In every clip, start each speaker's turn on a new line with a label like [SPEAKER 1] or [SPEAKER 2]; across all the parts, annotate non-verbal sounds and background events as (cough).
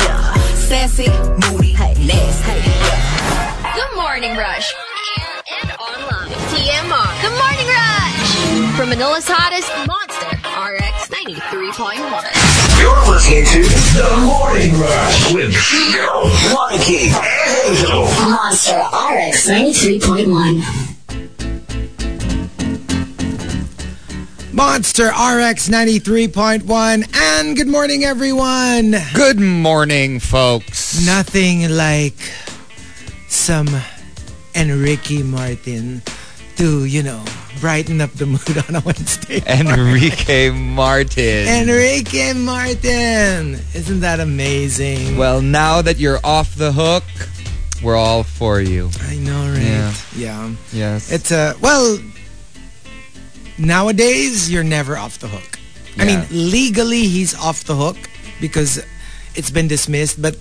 [SPEAKER 1] yeah. Sassy, moody, nasty.
[SPEAKER 2] The Morning Rush. Air and online. TMR. The Morning Rush. From Manila's hottest monster, RX 93.1.
[SPEAKER 3] You're listening to The Morning Rush with Chico, Monkey, and Hazel.
[SPEAKER 4] Monster RX 93.1.
[SPEAKER 5] Monster RX 93.1. And good morning, everyone.
[SPEAKER 6] Good morning, folks.
[SPEAKER 5] Nothing like some Enrique Martin to, you know, brighten up the mood (laughs) on a Wednesday.
[SPEAKER 6] Enrique Martin.
[SPEAKER 5] Enrique Martin. Isn't that amazing?
[SPEAKER 6] well, now that you're off the hook, we're all for you.
[SPEAKER 5] I know, right?
[SPEAKER 6] Yeah.
[SPEAKER 5] yeah.
[SPEAKER 6] Yes.
[SPEAKER 5] It's a well. Nowadays, you're never off the hook. I mean,
[SPEAKER 6] Yeah.
[SPEAKER 5] legally, he's off the hook because it's been dismissed. But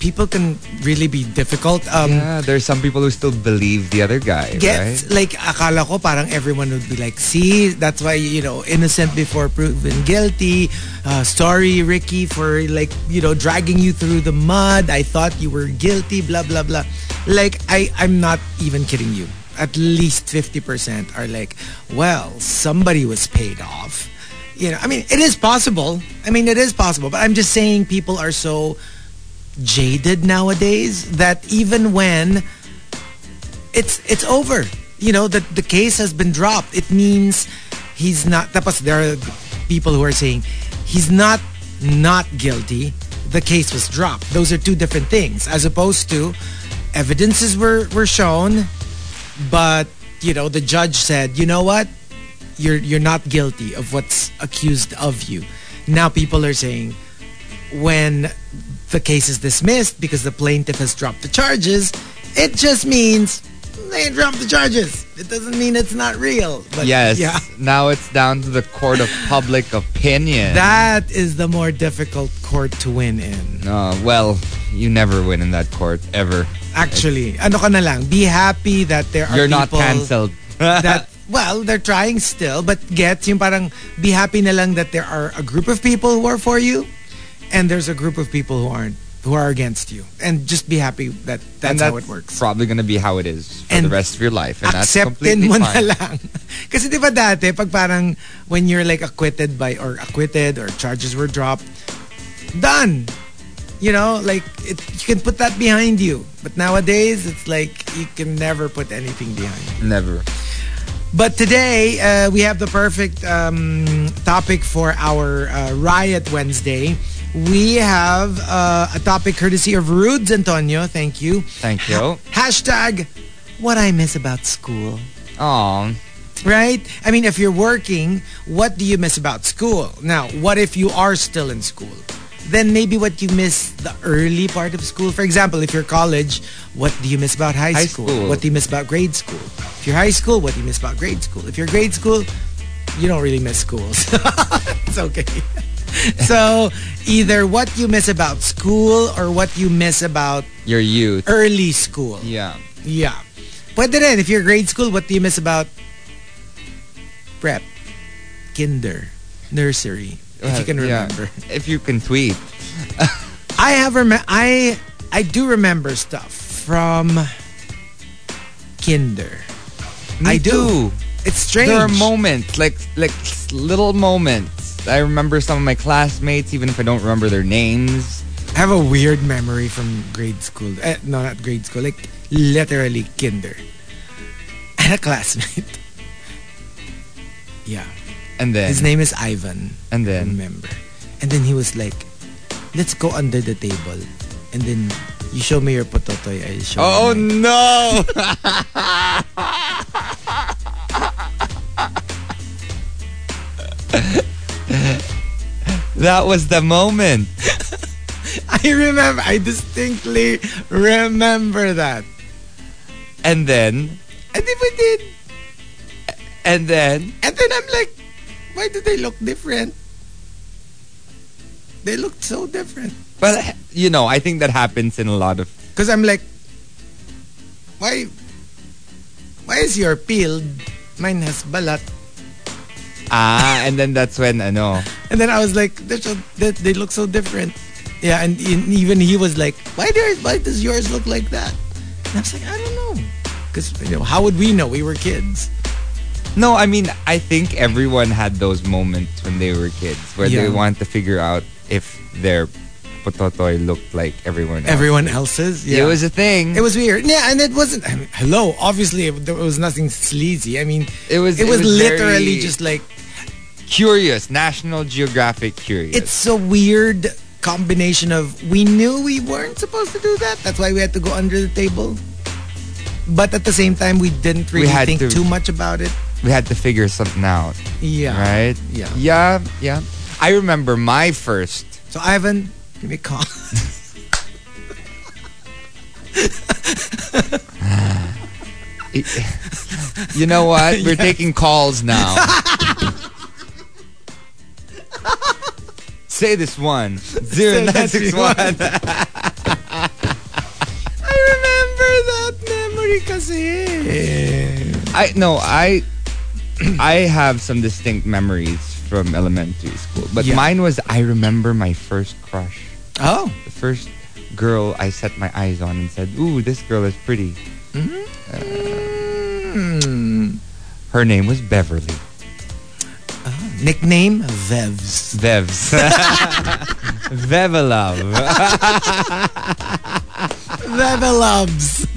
[SPEAKER 5] people can really be difficult. Um,
[SPEAKER 6] yeah, there's some people who still believe the other guy,
[SPEAKER 5] Gets like akala ko parang everyone would be like, see, that's why you know innocent before proven guilty. Uh, sorry, Ricky, for like you know dragging you through the mud. I thought you were guilty. Blah blah blah. Like I, I'm not even kidding you. At least fifty percent are like, well, somebody was paid off. You know, I mean, it is possible. I mean, it is possible. But I'm just saying, people are so jaded nowadays that even when it's it's over. You know that the case has been dropped. It means he's not. Tapos there are people who are saying he's not not guilty. The case was dropped. Those are two different things, as opposed to evidences were were shown, but you know the judge said, you know what, you're you're not guilty of what's accused of you. Now people are saying when the case is dismissed because the plaintiff has dropped the charges, it just means they dropped the charges. It doesn't mean it's not real. But
[SPEAKER 6] right? Yes.
[SPEAKER 5] Yeah.
[SPEAKER 6] Now it's down to the court of public opinion.
[SPEAKER 5] That is the more difficult court to win in.
[SPEAKER 6] Uh, well, you never win in that court ever.
[SPEAKER 5] Actually, ano ka na lang, be happy that there are
[SPEAKER 6] You're not
[SPEAKER 5] people
[SPEAKER 6] canceled.
[SPEAKER 5] that well, they're trying still, but get yung parang be happy na lang that there are a group of people who are for you and there's a group of people who aren't who are against you. And just be happy that that's,
[SPEAKER 6] and
[SPEAKER 5] how it works.
[SPEAKER 6] Probably gonna be how it is for
[SPEAKER 5] And
[SPEAKER 6] the rest of your life, and that's
[SPEAKER 5] acceptin
[SPEAKER 6] completely
[SPEAKER 5] mo
[SPEAKER 6] fine.
[SPEAKER 5] na lang. (laughs) Kasi di ba dati, pag parang when you're like acquitted by or acquitted or charges were dropped, done. You know, like it, you can put that behind you. But nowadays, it's like you can never put anything behind. you.
[SPEAKER 6] Never.
[SPEAKER 5] But today, uh, we have the perfect um, topic for our uh, Riot Wednesday. We have uh, a topic courtesy of Rudes Antonio. Thank you. (laughs)
[SPEAKER 6] Thank you.
[SPEAKER 5] Hashtag what I miss about school.
[SPEAKER 6] Oh,
[SPEAKER 5] Right? I mean, if you're working, what do you miss about school? Now, what if you are still in school? Then maybe what you miss the early part of school. For example, if you're college, what do you miss about high,
[SPEAKER 6] High
[SPEAKER 5] school?
[SPEAKER 6] school.
[SPEAKER 5] What do you miss about grade school? If you're high school, what do you miss about grade school? If you're grade school, you don't really miss school. So (laughs) it's okay. (laughs) So either what you miss about school or what you miss about
[SPEAKER 6] your youth.
[SPEAKER 5] early school.
[SPEAKER 6] Yeah.
[SPEAKER 5] Yeah. Pwede rin. If you're grade school, what do you miss about prep, kinder, nursery? If you can
[SPEAKER 6] Uh, yeah.
[SPEAKER 5] remember.
[SPEAKER 6] If you can tweet.
[SPEAKER 5] I have rem- I I do remember stuff from kinder. I do. It's strange.
[SPEAKER 6] There are moments, like like s- little moments. I remember some of my classmates, even if I don't remember their names.
[SPEAKER 5] I have a weird memory from grade school. Eh, no, not grade school. Like literally kinder. (laughs) And a classmate. (laughs) yeah.
[SPEAKER 6] And then,
[SPEAKER 5] His name is Ivan.
[SPEAKER 6] and then,
[SPEAKER 5] remember. And then he was like, let's go under the table. And then you show me your pototoy, I show
[SPEAKER 6] oh
[SPEAKER 5] you.
[SPEAKER 6] no! (laughs) that was the moment.
[SPEAKER 5] (laughs) I I remember. I distinctly remember that.
[SPEAKER 6] And then,
[SPEAKER 5] And then we did.
[SPEAKER 6] and then,
[SPEAKER 5] And then I'm like, why do they look different? They looked so different.
[SPEAKER 6] but you know, I think that happens in a lot of.
[SPEAKER 5] Because I'm like, why? Why is your peeled? Mine has balat.
[SPEAKER 6] Ah, and then that's when, ano,
[SPEAKER 5] And then I was like, they're so, they, they look so different. Yeah, and in, even he was like, why, there, why does yours look like that? And I was like, I don't know. Because, you know, how would we know? We were kids.
[SPEAKER 6] No, I mean, I think everyone had those moments when they were kids where
[SPEAKER 5] Yeah.
[SPEAKER 6] they want to figure out if their pototoy looked like everyone else.
[SPEAKER 5] Everyone else's.
[SPEAKER 6] It was a thing.
[SPEAKER 5] It was weird. Yeah, and it wasn't. I mean, hello, obviously it, there was nothing sleazy. I mean,
[SPEAKER 6] It was-
[SPEAKER 5] It
[SPEAKER 6] it
[SPEAKER 5] was,
[SPEAKER 6] was
[SPEAKER 5] literally
[SPEAKER 6] very-
[SPEAKER 5] just like
[SPEAKER 6] curious, National Geographic curious.
[SPEAKER 5] it's a weird combination of we knew we weren't supposed to do that. That's why we had to go under the table. But at the same time, we didn't really
[SPEAKER 6] had
[SPEAKER 5] think
[SPEAKER 6] to.
[SPEAKER 5] too much about it.
[SPEAKER 6] we had to figure something out,
[SPEAKER 5] Yeah.
[SPEAKER 6] right?
[SPEAKER 5] Yeah.
[SPEAKER 6] Yeah, yeah. I remember my first.
[SPEAKER 5] So Ivan, give me a call.
[SPEAKER 6] (laughs) You know what? We're taking calls now. Say this one. Zero nine six (laughs) one.
[SPEAKER 5] I remember that memory kasi.
[SPEAKER 6] I no, I I have some distinct memories from elementary school. But
[SPEAKER 5] Yeah.
[SPEAKER 6] mine was I remember my first crush.
[SPEAKER 5] Oh,
[SPEAKER 6] The first girl I set my eyes on and said, "Ooh, this girl is pretty."
[SPEAKER 5] Hmm.
[SPEAKER 6] Her name was Beverly.
[SPEAKER 5] nickname Vevs. (laughs)
[SPEAKER 6] Vevs. Vevelove.
[SPEAKER 5] Vevelubs.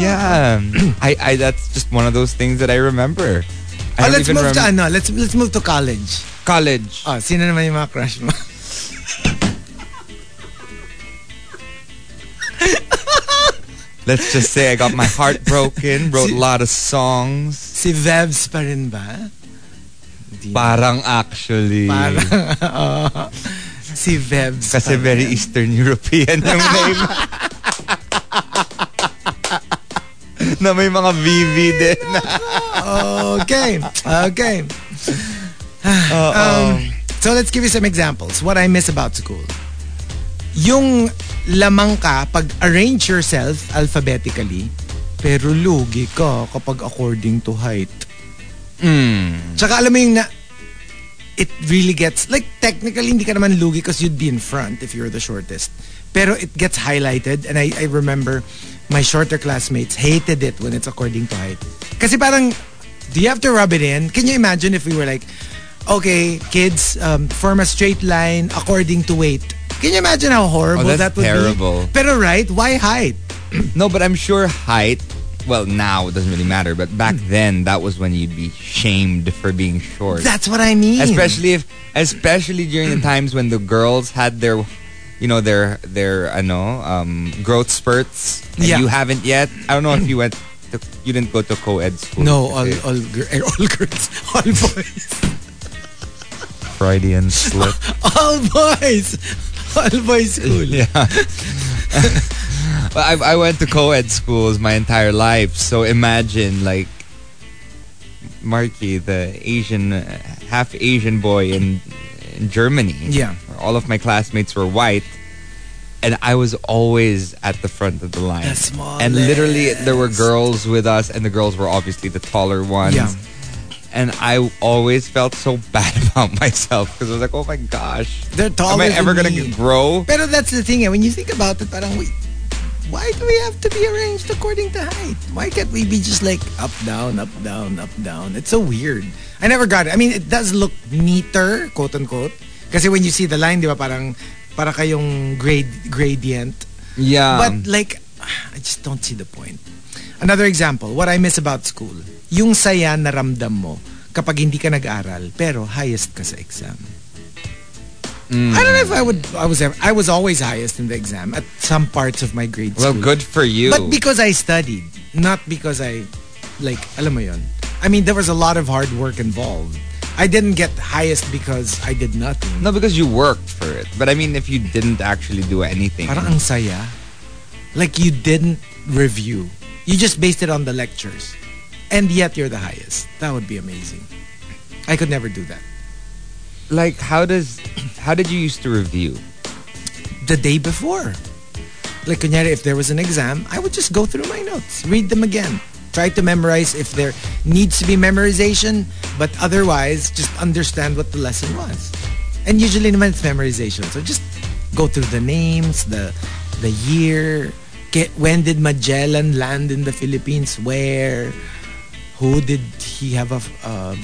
[SPEAKER 6] Yeah. (clears throat) I, I that's just one of those things that I remember. I
[SPEAKER 5] Oh,
[SPEAKER 6] don't
[SPEAKER 5] let's
[SPEAKER 6] even
[SPEAKER 5] move to
[SPEAKER 6] remem-
[SPEAKER 5] ano, let's let's move to college.
[SPEAKER 6] college.
[SPEAKER 5] Oh, sino naman yung mga crush mo? (laughs)
[SPEAKER 6] Let's just say I got my
[SPEAKER 5] (laughs)
[SPEAKER 6] heart broken, wrote a lot of songs.
[SPEAKER 5] Si Vevs pa rin ba?
[SPEAKER 6] Parang
[SPEAKER 5] (laughs)
[SPEAKER 6] actually.
[SPEAKER 5] Parang, oo. Oh. si Vevs.
[SPEAKER 6] (laughs)
[SPEAKER 5] pa rin.
[SPEAKER 6] Kasi very Eastern
[SPEAKER 5] (laughs)
[SPEAKER 6] European yung name. na may mga VV din.
[SPEAKER 5] Okay. Okay.
[SPEAKER 6] Oo.
[SPEAKER 5] So let's give you some examples. What I miss about school. Yung lamang ka, pag arrange yourself alphabetically, pero lugi ka kapag according to height.
[SPEAKER 6] hmm.
[SPEAKER 5] Tsaka alam mo yung na, it really gets, like technically hindi ka naman lugi because you'd be in front if you're the shortest. Pero it gets highlighted and I, I remember my shorter classmates hated it when it's according to height. Kasi parang, do you have to rub it in? Can you imagine if we were like, okay, kids, um, form a straight line according to weight. Can you imagine how horrible
[SPEAKER 6] Oh,
[SPEAKER 5] that
[SPEAKER 6] that's
[SPEAKER 5] would
[SPEAKER 6] terrible.
[SPEAKER 5] be? Pero right, why height?
[SPEAKER 6] No, but I'm sure height, well, now it doesn't really matter, but back
[SPEAKER 5] Hmm.
[SPEAKER 6] then, that was when you'd be shamed for being short.
[SPEAKER 5] That's what I mean. Hmm.
[SPEAKER 6] especially if, especially during the times when the girls had their, you know, their, their, I know, um, growth spurts. And
[SPEAKER 5] Yeah.
[SPEAKER 6] you haven't yet. I don't know
[SPEAKER 5] (clears throat)
[SPEAKER 6] if you went, to, you didn't go to co-ed school.
[SPEAKER 5] No, all,
[SPEAKER 6] Okay.
[SPEAKER 5] all, gir- eh, (laughs) all girls, all boys.
[SPEAKER 6] Freudian slip.
[SPEAKER 5] All boys. All boys school.
[SPEAKER 6] Yeah. (laughs) well, I, I went to co-ed schools my entire life, so imagine like Marky, the Asian, uh, half Asian boy in, in Germany.
[SPEAKER 5] Yeah.
[SPEAKER 6] where all of my classmates were white, and I was always at the front of the line.
[SPEAKER 5] The smallest.
[SPEAKER 6] and literally, there were girls with us, and the girls were obviously the taller ones.
[SPEAKER 5] Yeah.
[SPEAKER 6] And I always felt so (laughs) bad about myself because I was like, "Oh my gosh,
[SPEAKER 5] They're
[SPEAKER 6] am
[SPEAKER 5] taller
[SPEAKER 6] I ever
[SPEAKER 5] than
[SPEAKER 6] gonna
[SPEAKER 5] me.
[SPEAKER 6] grow?"
[SPEAKER 5] Pero that's the thing, eh, when you think about it, parang we, why do we have to be arranged according to height? Why can't we be just like up, down, up, down, up, down? It's so weird. I never got it. I mean, it does look neater, quote unquote. Kasi when you see the line, di ba, parang, para kayong grade, gradient.
[SPEAKER 6] Yeah.
[SPEAKER 5] But like, I just don't see the point. Another example, what I miss about school, yung saya na ramdam mo kapag hindi ka nag-aral pero highest ka sa exam.
[SPEAKER 6] Mm.
[SPEAKER 5] I don't know if I would I was ever, I was always highest in the exam at some parts of my grade
[SPEAKER 6] Well,
[SPEAKER 5] school.
[SPEAKER 6] good for you.
[SPEAKER 5] But because I studied, not because I like alam mo yon. I mean, there was a lot of hard work involved. I didn't get highest because I did nothing.
[SPEAKER 6] No, because you worked for it. But I mean, if you didn't actually do anything,
[SPEAKER 5] Parang ang saya. Like you didn't review. You just based it on the lectures. And yet you're the highest. That would be amazing. I could never do that.
[SPEAKER 6] like how does how did you used to review?
[SPEAKER 5] The day before. Like kunyari, if there was an exam, I would just go through my notes, read them again. Try to memorize if there needs to be memorization, but otherwise just understand what the lesson was. And usually naman it's memorization. So just go through the names, the the year, get, when did Magellan land in the Philippines, where, who did he have a f- uh,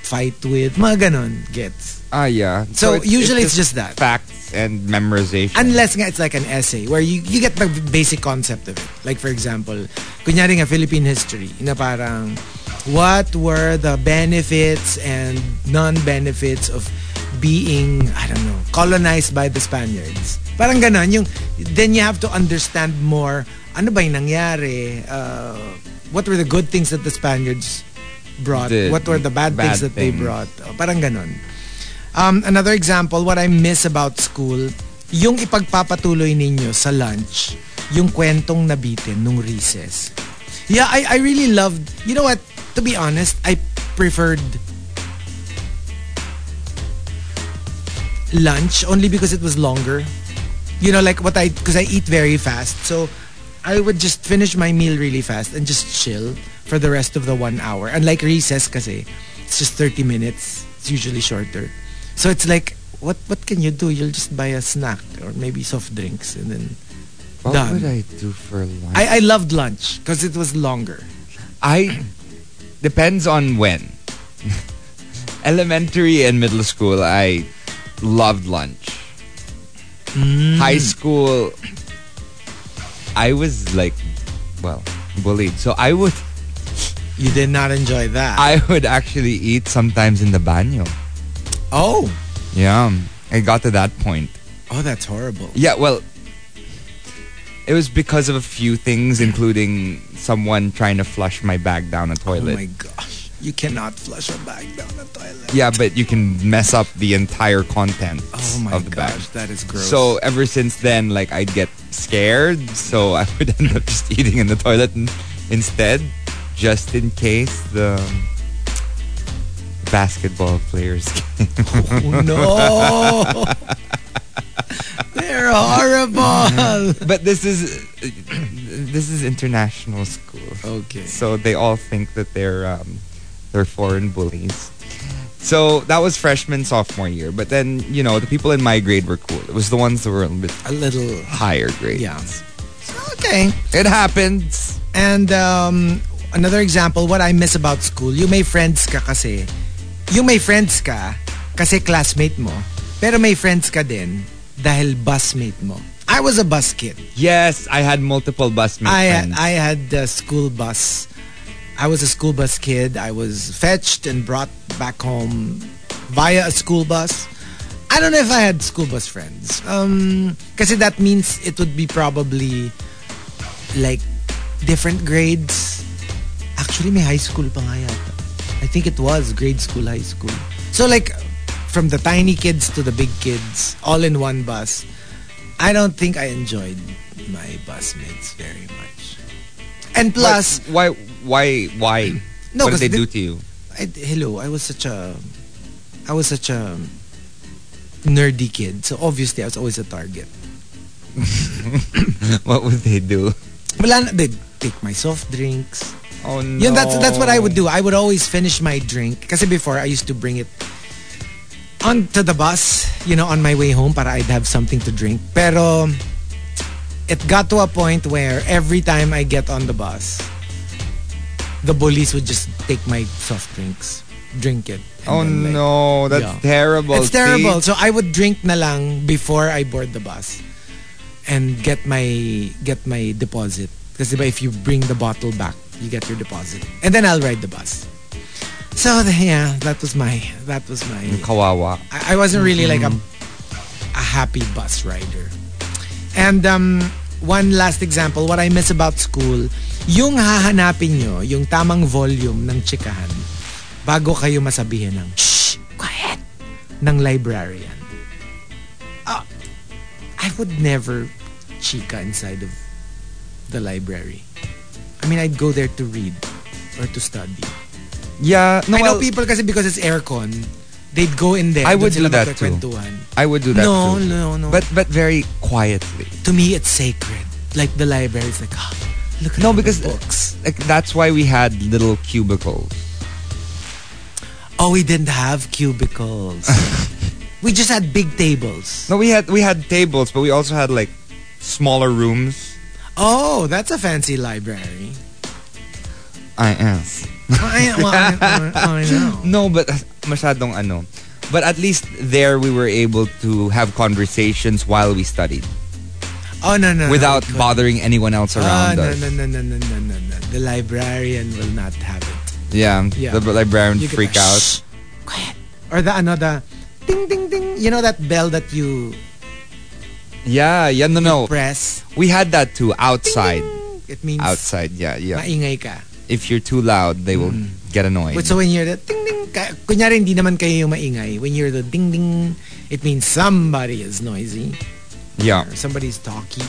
[SPEAKER 5] fight with, mga ganon, gets.
[SPEAKER 6] Ah, yeah.
[SPEAKER 5] So, usually it's just that.
[SPEAKER 6] facts and memorization.
[SPEAKER 5] Unless nga it's like an essay where you, you get the basic concept of it. Like for example, kunyari nga Philippine history na parang what were the benefits and non-benefits of being, I don't know, colonized by the Spaniards. Parang ganon. Yung, then you have to understand more ano ba yung nangyari? Uh, what were the good things that the Spaniards brought?
[SPEAKER 6] Did.
[SPEAKER 5] What were the bad,
[SPEAKER 6] Bad
[SPEAKER 5] things that they
[SPEAKER 6] things.
[SPEAKER 5] brought? Oh, parang ganon. Um, another example, what I miss about school, yung ipagpapatuloy ninyo sa lunch, yung kwentong nabitin nung recess. Yeah, I, I really loved, you know what, to be honest, I preferred lunch only because it was longer. You know, like what I, because I eat very fast. So I would just finish my meal really fast and just chill for the rest of the one hour. Unlike recess kasi, it's just 30 minutes. It's usually shorter. So it's like, what what can you do? You'll just buy a snack or maybe soft drinks and then
[SPEAKER 6] what
[SPEAKER 5] done.
[SPEAKER 6] would I do for lunch?
[SPEAKER 5] I, I loved lunch because it was longer.
[SPEAKER 6] I depends on when. (laughs) Elementary and middle school, I loved lunch. High school, I was like, well, bullied. So I would,
[SPEAKER 5] You did not enjoy that.
[SPEAKER 6] I would actually eat sometimes in the banyo.
[SPEAKER 5] oh.
[SPEAKER 6] Yeah, I got to that point.
[SPEAKER 5] Oh, that's horrible.
[SPEAKER 6] Yeah, well, it was because of a few things, including someone trying to flush my bag down a
[SPEAKER 5] Oh
[SPEAKER 6] toilet.
[SPEAKER 5] my gosh. You cannot flush a bag down the toilet.
[SPEAKER 6] Yeah, but you can mess up the entire content
[SPEAKER 5] Oh my
[SPEAKER 6] of the
[SPEAKER 5] gosh,
[SPEAKER 6] bag.
[SPEAKER 5] that is gross.
[SPEAKER 6] So ever since then, like I'd get scared, so (laughs) I would end up just eating in the toilet n- instead, just in case the basketball players. came.
[SPEAKER 5] Oh, no. (laughs) They're horrible.
[SPEAKER 6] but this is this is international school.
[SPEAKER 5] Okay.
[SPEAKER 6] So they all think that they're um, they're foreign bullies. So that was freshman sophomore year, but then you know the people in my grade were cool. It was the ones that were a little bit
[SPEAKER 5] A little.
[SPEAKER 6] higher grades.
[SPEAKER 5] Yeah. Okay.
[SPEAKER 6] it happens.
[SPEAKER 5] And um, another example, what I miss about school, yung may friends ka kasi. Yung may friends ka kasi classmate mo. Pero may friends ka din dahil busmate mo. I was a bus kid.
[SPEAKER 6] Yes, I had multiple bus mates.
[SPEAKER 5] I had,
[SPEAKER 6] friends.
[SPEAKER 5] I had the school bus. I was a school bus kid. I was fetched and brought back home via a school bus. I don't know if I had school bus friends. Um, kasi that means it would be probably like different grades. Actually, may high school pa nga yata. I think it was grade school, high school. So like from the tiny kids to the big kids, all in one bus. I don't think I enjoyed my busmates very much. And plus,
[SPEAKER 6] But why? Why? Why?
[SPEAKER 5] No,
[SPEAKER 6] what did
[SPEAKER 5] 'cause
[SPEAKER 6] they
[SPEAKER 5] the-
[SPEAKER 6] do to you? (laughs)
[SPEAKER 5] I, hello, I was such a, I was such a nerdy kid. So obviously, I was always a target.
[SPEAKER 6] What would they do?
[SPEAKER 5] Wala na, they take my soft drinks.
[SPEAKER 6] Oh no!
[SPEAKER 5] Yeah, that's that's what I would do. I would always finish my drink because before I used to bring it onto the bus, you know, on my way home para I'd have something to drink. Pero it got to a point where every time I get on the bus, the bullies would just take my soft drinks, drink it. and
[SPEAKER 6] Oh
[SPEAKER 5] then, like,
[SPEAKER 6] no! That's
[SPEAKER 5] Yeah.
[SPEAKER 6] terrible.
[SPEAKER 5] It's terrible.
[SPEAKER 6] see?
[SPEAKER 5] So I would drink na lang before I board the bus and get my get my deposit. Because if you bring the bottle back, you get your deposit. And then I'll ride the bus. So the- yeah, that was my that was my
[SPEAKER 6] Kawawa.
[SPEAKER 5] I, I wasn't really like a a happy bus rider. And um, one last example, what I miss about school, yung hahanapin nyo, yung tamang volume ng chikahan bago kayo masabihin ng shh. ng librarian. Ah, I would never chika inside of the library. I mean, I'd go there to read or to study.
[SPEAKER 6] Yeah, no,
[SPEAKER 5] I know
[SPEAKER 6] well,
[SPEAKER 5] people kasi because it's aircon, they'd go in there.
[SPEAKER 6] I
[SPEAKER 5] dun
[SPEAKER 6] would
[SPEAKER 5] sila
[SPEAKER 6] do that too.
[SPEAKER 5] magkakwentuhan.
[SPEAKER 6] I would do that
[SPEAKER 5] No,
[SPEAKER 6] too.
[SPEAKER 5] no, no.
[SPEAKER 6] But but very quietly.
[SPEAKER 5] To me, it's sacred. Like the library is like, ah, look at all
[SPEAKER 6] No,
[SPEAKER 5] the
[SPEAKER 6] because
[SPEAKER 5] books.
[SPEAKER 6] like, that's why we had little cubicles.
[SPEAKER 5] Oh, we didn't have
[SPEAKER 6] (laughs)
[SPEAKER 5] cubicles. we just had big tables.
[SPEAKER 6] No, we had we had tables, but we also had like smaller rooms.
[SPEAKER 5] Oh, that's a fancy library.
[SPEAKER 6] I am.
[SPEAKER 5] (laughs) I, well, I, I- I know.
[SPEAKER 6] No, but uh, masyadong ano. But at least there we were able to have conversations while we studied
[SPEAKER 5] Oh, no, no. no,
[SPEAKER 6] without
[SPEAKER 5] we couldn't.
[SPEAKER 6] bothering anyone else
[SPEAKER 5] Ah,
[SPEAKER 6] around
[SPEAKER 5] no,
[SPEAKER 6] us.
[SPEAKER 5] no, no, no, no, no, no, no. The librarian will not have it.
[SPEAKER 6] Yeah,
[SPEAKER 5] Yeah.
[SPEAKER 6] the librarian
[SPEAKER 5] You
[SPEAKER 6] would
[SPEAKER 5] can-
[SPEAKER 6] freak out.
[SPEAKER 5] Quiet. Or the, ano, the ding, ding, ding. You know that bell that you
[SPEAKER 6] Yeah, yeah, no, no.
[SPEAKER 5] press?
[SPEAKER 6] We had that too outside.
[SPEAKER 5] It means
[SPEAKER 6] Outside, yeah, yeah.
[SPEAKER 5] maingay ka.
[SPEAKER 6] If you're too loud, they will get annoyed.
[SPEAKER 5] But Mm. so when you're the ding ding, ka, kunyari hindi naman kayo yung maingay. When you're the ding ding, it means somebody is noisy.
[SPEAKER 6] Yeah.
[SPEAKER 5] or somebody's talky.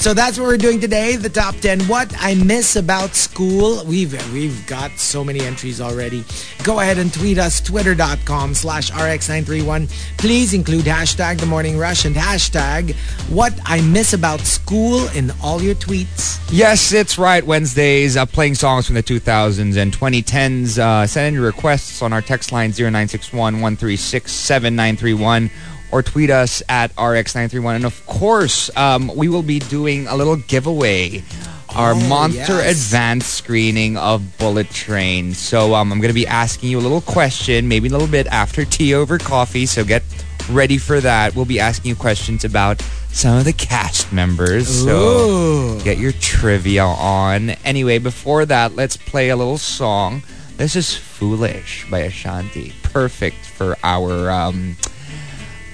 [SPEAKER 5] So that's what we're doing today. The top ten. What I miss about school. We've we've got so many entries already. Go ahead and tweet us twitter.com slash rx931. Please include hashtag the morning rush and hashtag what I miss about school in all your tweets.
[SPEAKER 6] Yes, it's right. Wednesdays, uh, playing songs from the 2000s and 2010s. Uh, send in your requests on our text line 0961 136 7931 or tweet us at RX931. And of course, um, we will be doing a little giveaway. Our Monster
[SPEAKER 5] yes.
[SPEAKER 6] Advanced screening of Bullet Train. So um, I'm going to be asking you a little question, maybe a little bit after (laughs) tea over coffee. So get ready for that. We'll be asking you questions about some of the cast members. So
[SPEAKER 5] Ooh.
[SPEAKER 6] get your trivia on. Anyway, before that, let's play a little song. This is "Foolish" by Ashanti. Perfect for our um,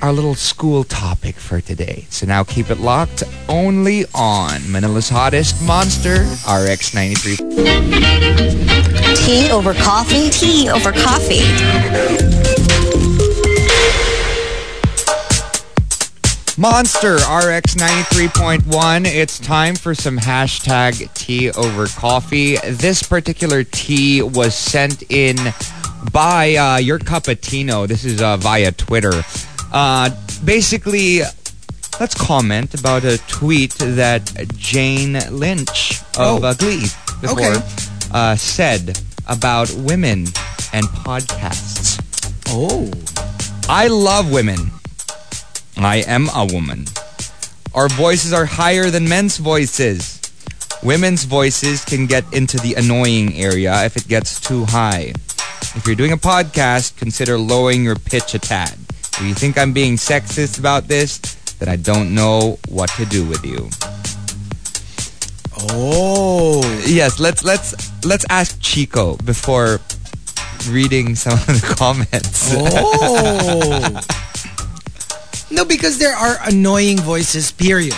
[SPEAKER 6] our little school topic for today. So now keep it locked. Only on Manila's hottest monster, RX ninety three.
[SPEAKER 1] Tea over coffee. Tea over coffee.
[SPEAKER 6] Monster RX 93.1. It's time for some hashtag tea over coffee. This particular tea was sent in by uh, your cupatino. This is uh, via Twitter. Uh, basically, let's comment about a tweet that Jane Lynch of
[SPEAKER 5] Oh.
[SPEAKER 6] uh, Glee before
[SPEAKER 5] Okay.
[SPEAKER 6] uh, said about women and podcasts.
[SPEAKER 5] Oh.
[SPEAKER 6] I love women. I am a woman. Our voices are higher than men's voices. Women's voices can get into the annoying area if it gets too high. If you're doing a podcast, consider lowering your pitch a tad. If you think I'm being sexist about this, then I don't know what to do with you.
[SPEAKER 5] Oh.
[SPEAKER 6] Yes, let's let's let's ask Chico before reading some of the (laughs) comments.
[SPEAKER 5] Oh. (laughs) no, because there are annoying voices, period.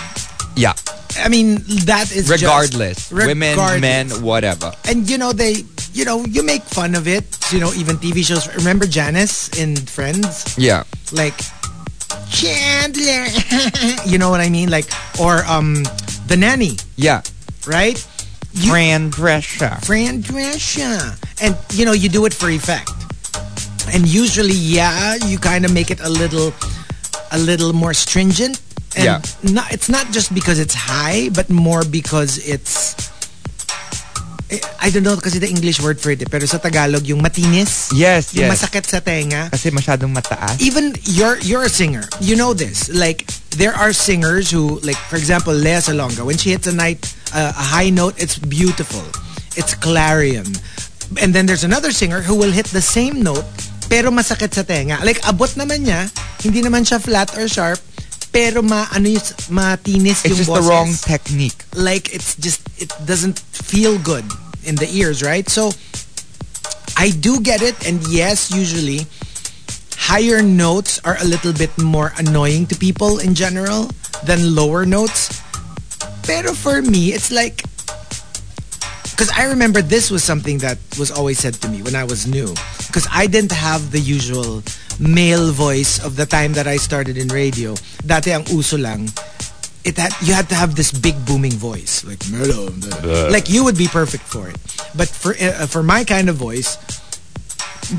[SPEAKER 6] Yeah,
[SPEAKER 5] I mean, that is just-
[SPEAKER 6] regardless, women, men,
[SPEAKER 5] regardless.
[SPEAKER 6] whatever.
[SPEAKER 5] and you know they you know you make fun of it you know even tv shows remember janice in friends
[SPEAKER 6] Yeah.
[SPEAKER 5] like chandler (laughs) you know what i mean like or um the nanny
[SPEAKER 6] Yeah.
[SPEAKER 5] right You-
[SPEAKER 6] Fran Drescher.
[SPEAKER 5] fran drescher and you know you do it for effect and usually yeah you kind of make it a little a little more stringent and
[SPEAKER 6] Yeah.
[SPEAKER 5] not, it's not just because it's high but more because it's I- I don't know kasi the English word for it eh, pero sa Tagalog yung matinis
[SPEAKER 6] Yes,
[SPEAKER 5] yung
[SPEAKER 6] yes.
[SPEAKER 5] masakit sa tenga
[SPEAKER 6] Kasi masyadong mataas.
[SPEAKER 5] even you're you're a singer you know this like there are singers who like for example Lea Salonga when she hits a night uh, a high note it's beautiful it's clarion and then there's another singer who will hit the same note pero masakit sa tenga like abot naman niya hindi naman siya flat or sharp pero ma ano yung matinis
[SPEAKER 6] It's
[SPEAKER 5] yung
[SPEAKER 6] just the
[SPEAKER 5] boses
[SPEAKER 6] wrong technique.
[SPEAKER 5] like it's just it doesn't feel good in the ears, right? So I do get it, and yes, usually higher notes are a little bit more annoying to people in general than lower notes. Pero for me, it's like because I remember this was something that was always said to me when I was new because I didn't have the usual male voice of the time that I started in radio. Dati ang uso lang, it had, you had to have this big booming voice like mellow like you would be perfect for it but for uh, for my kind of voice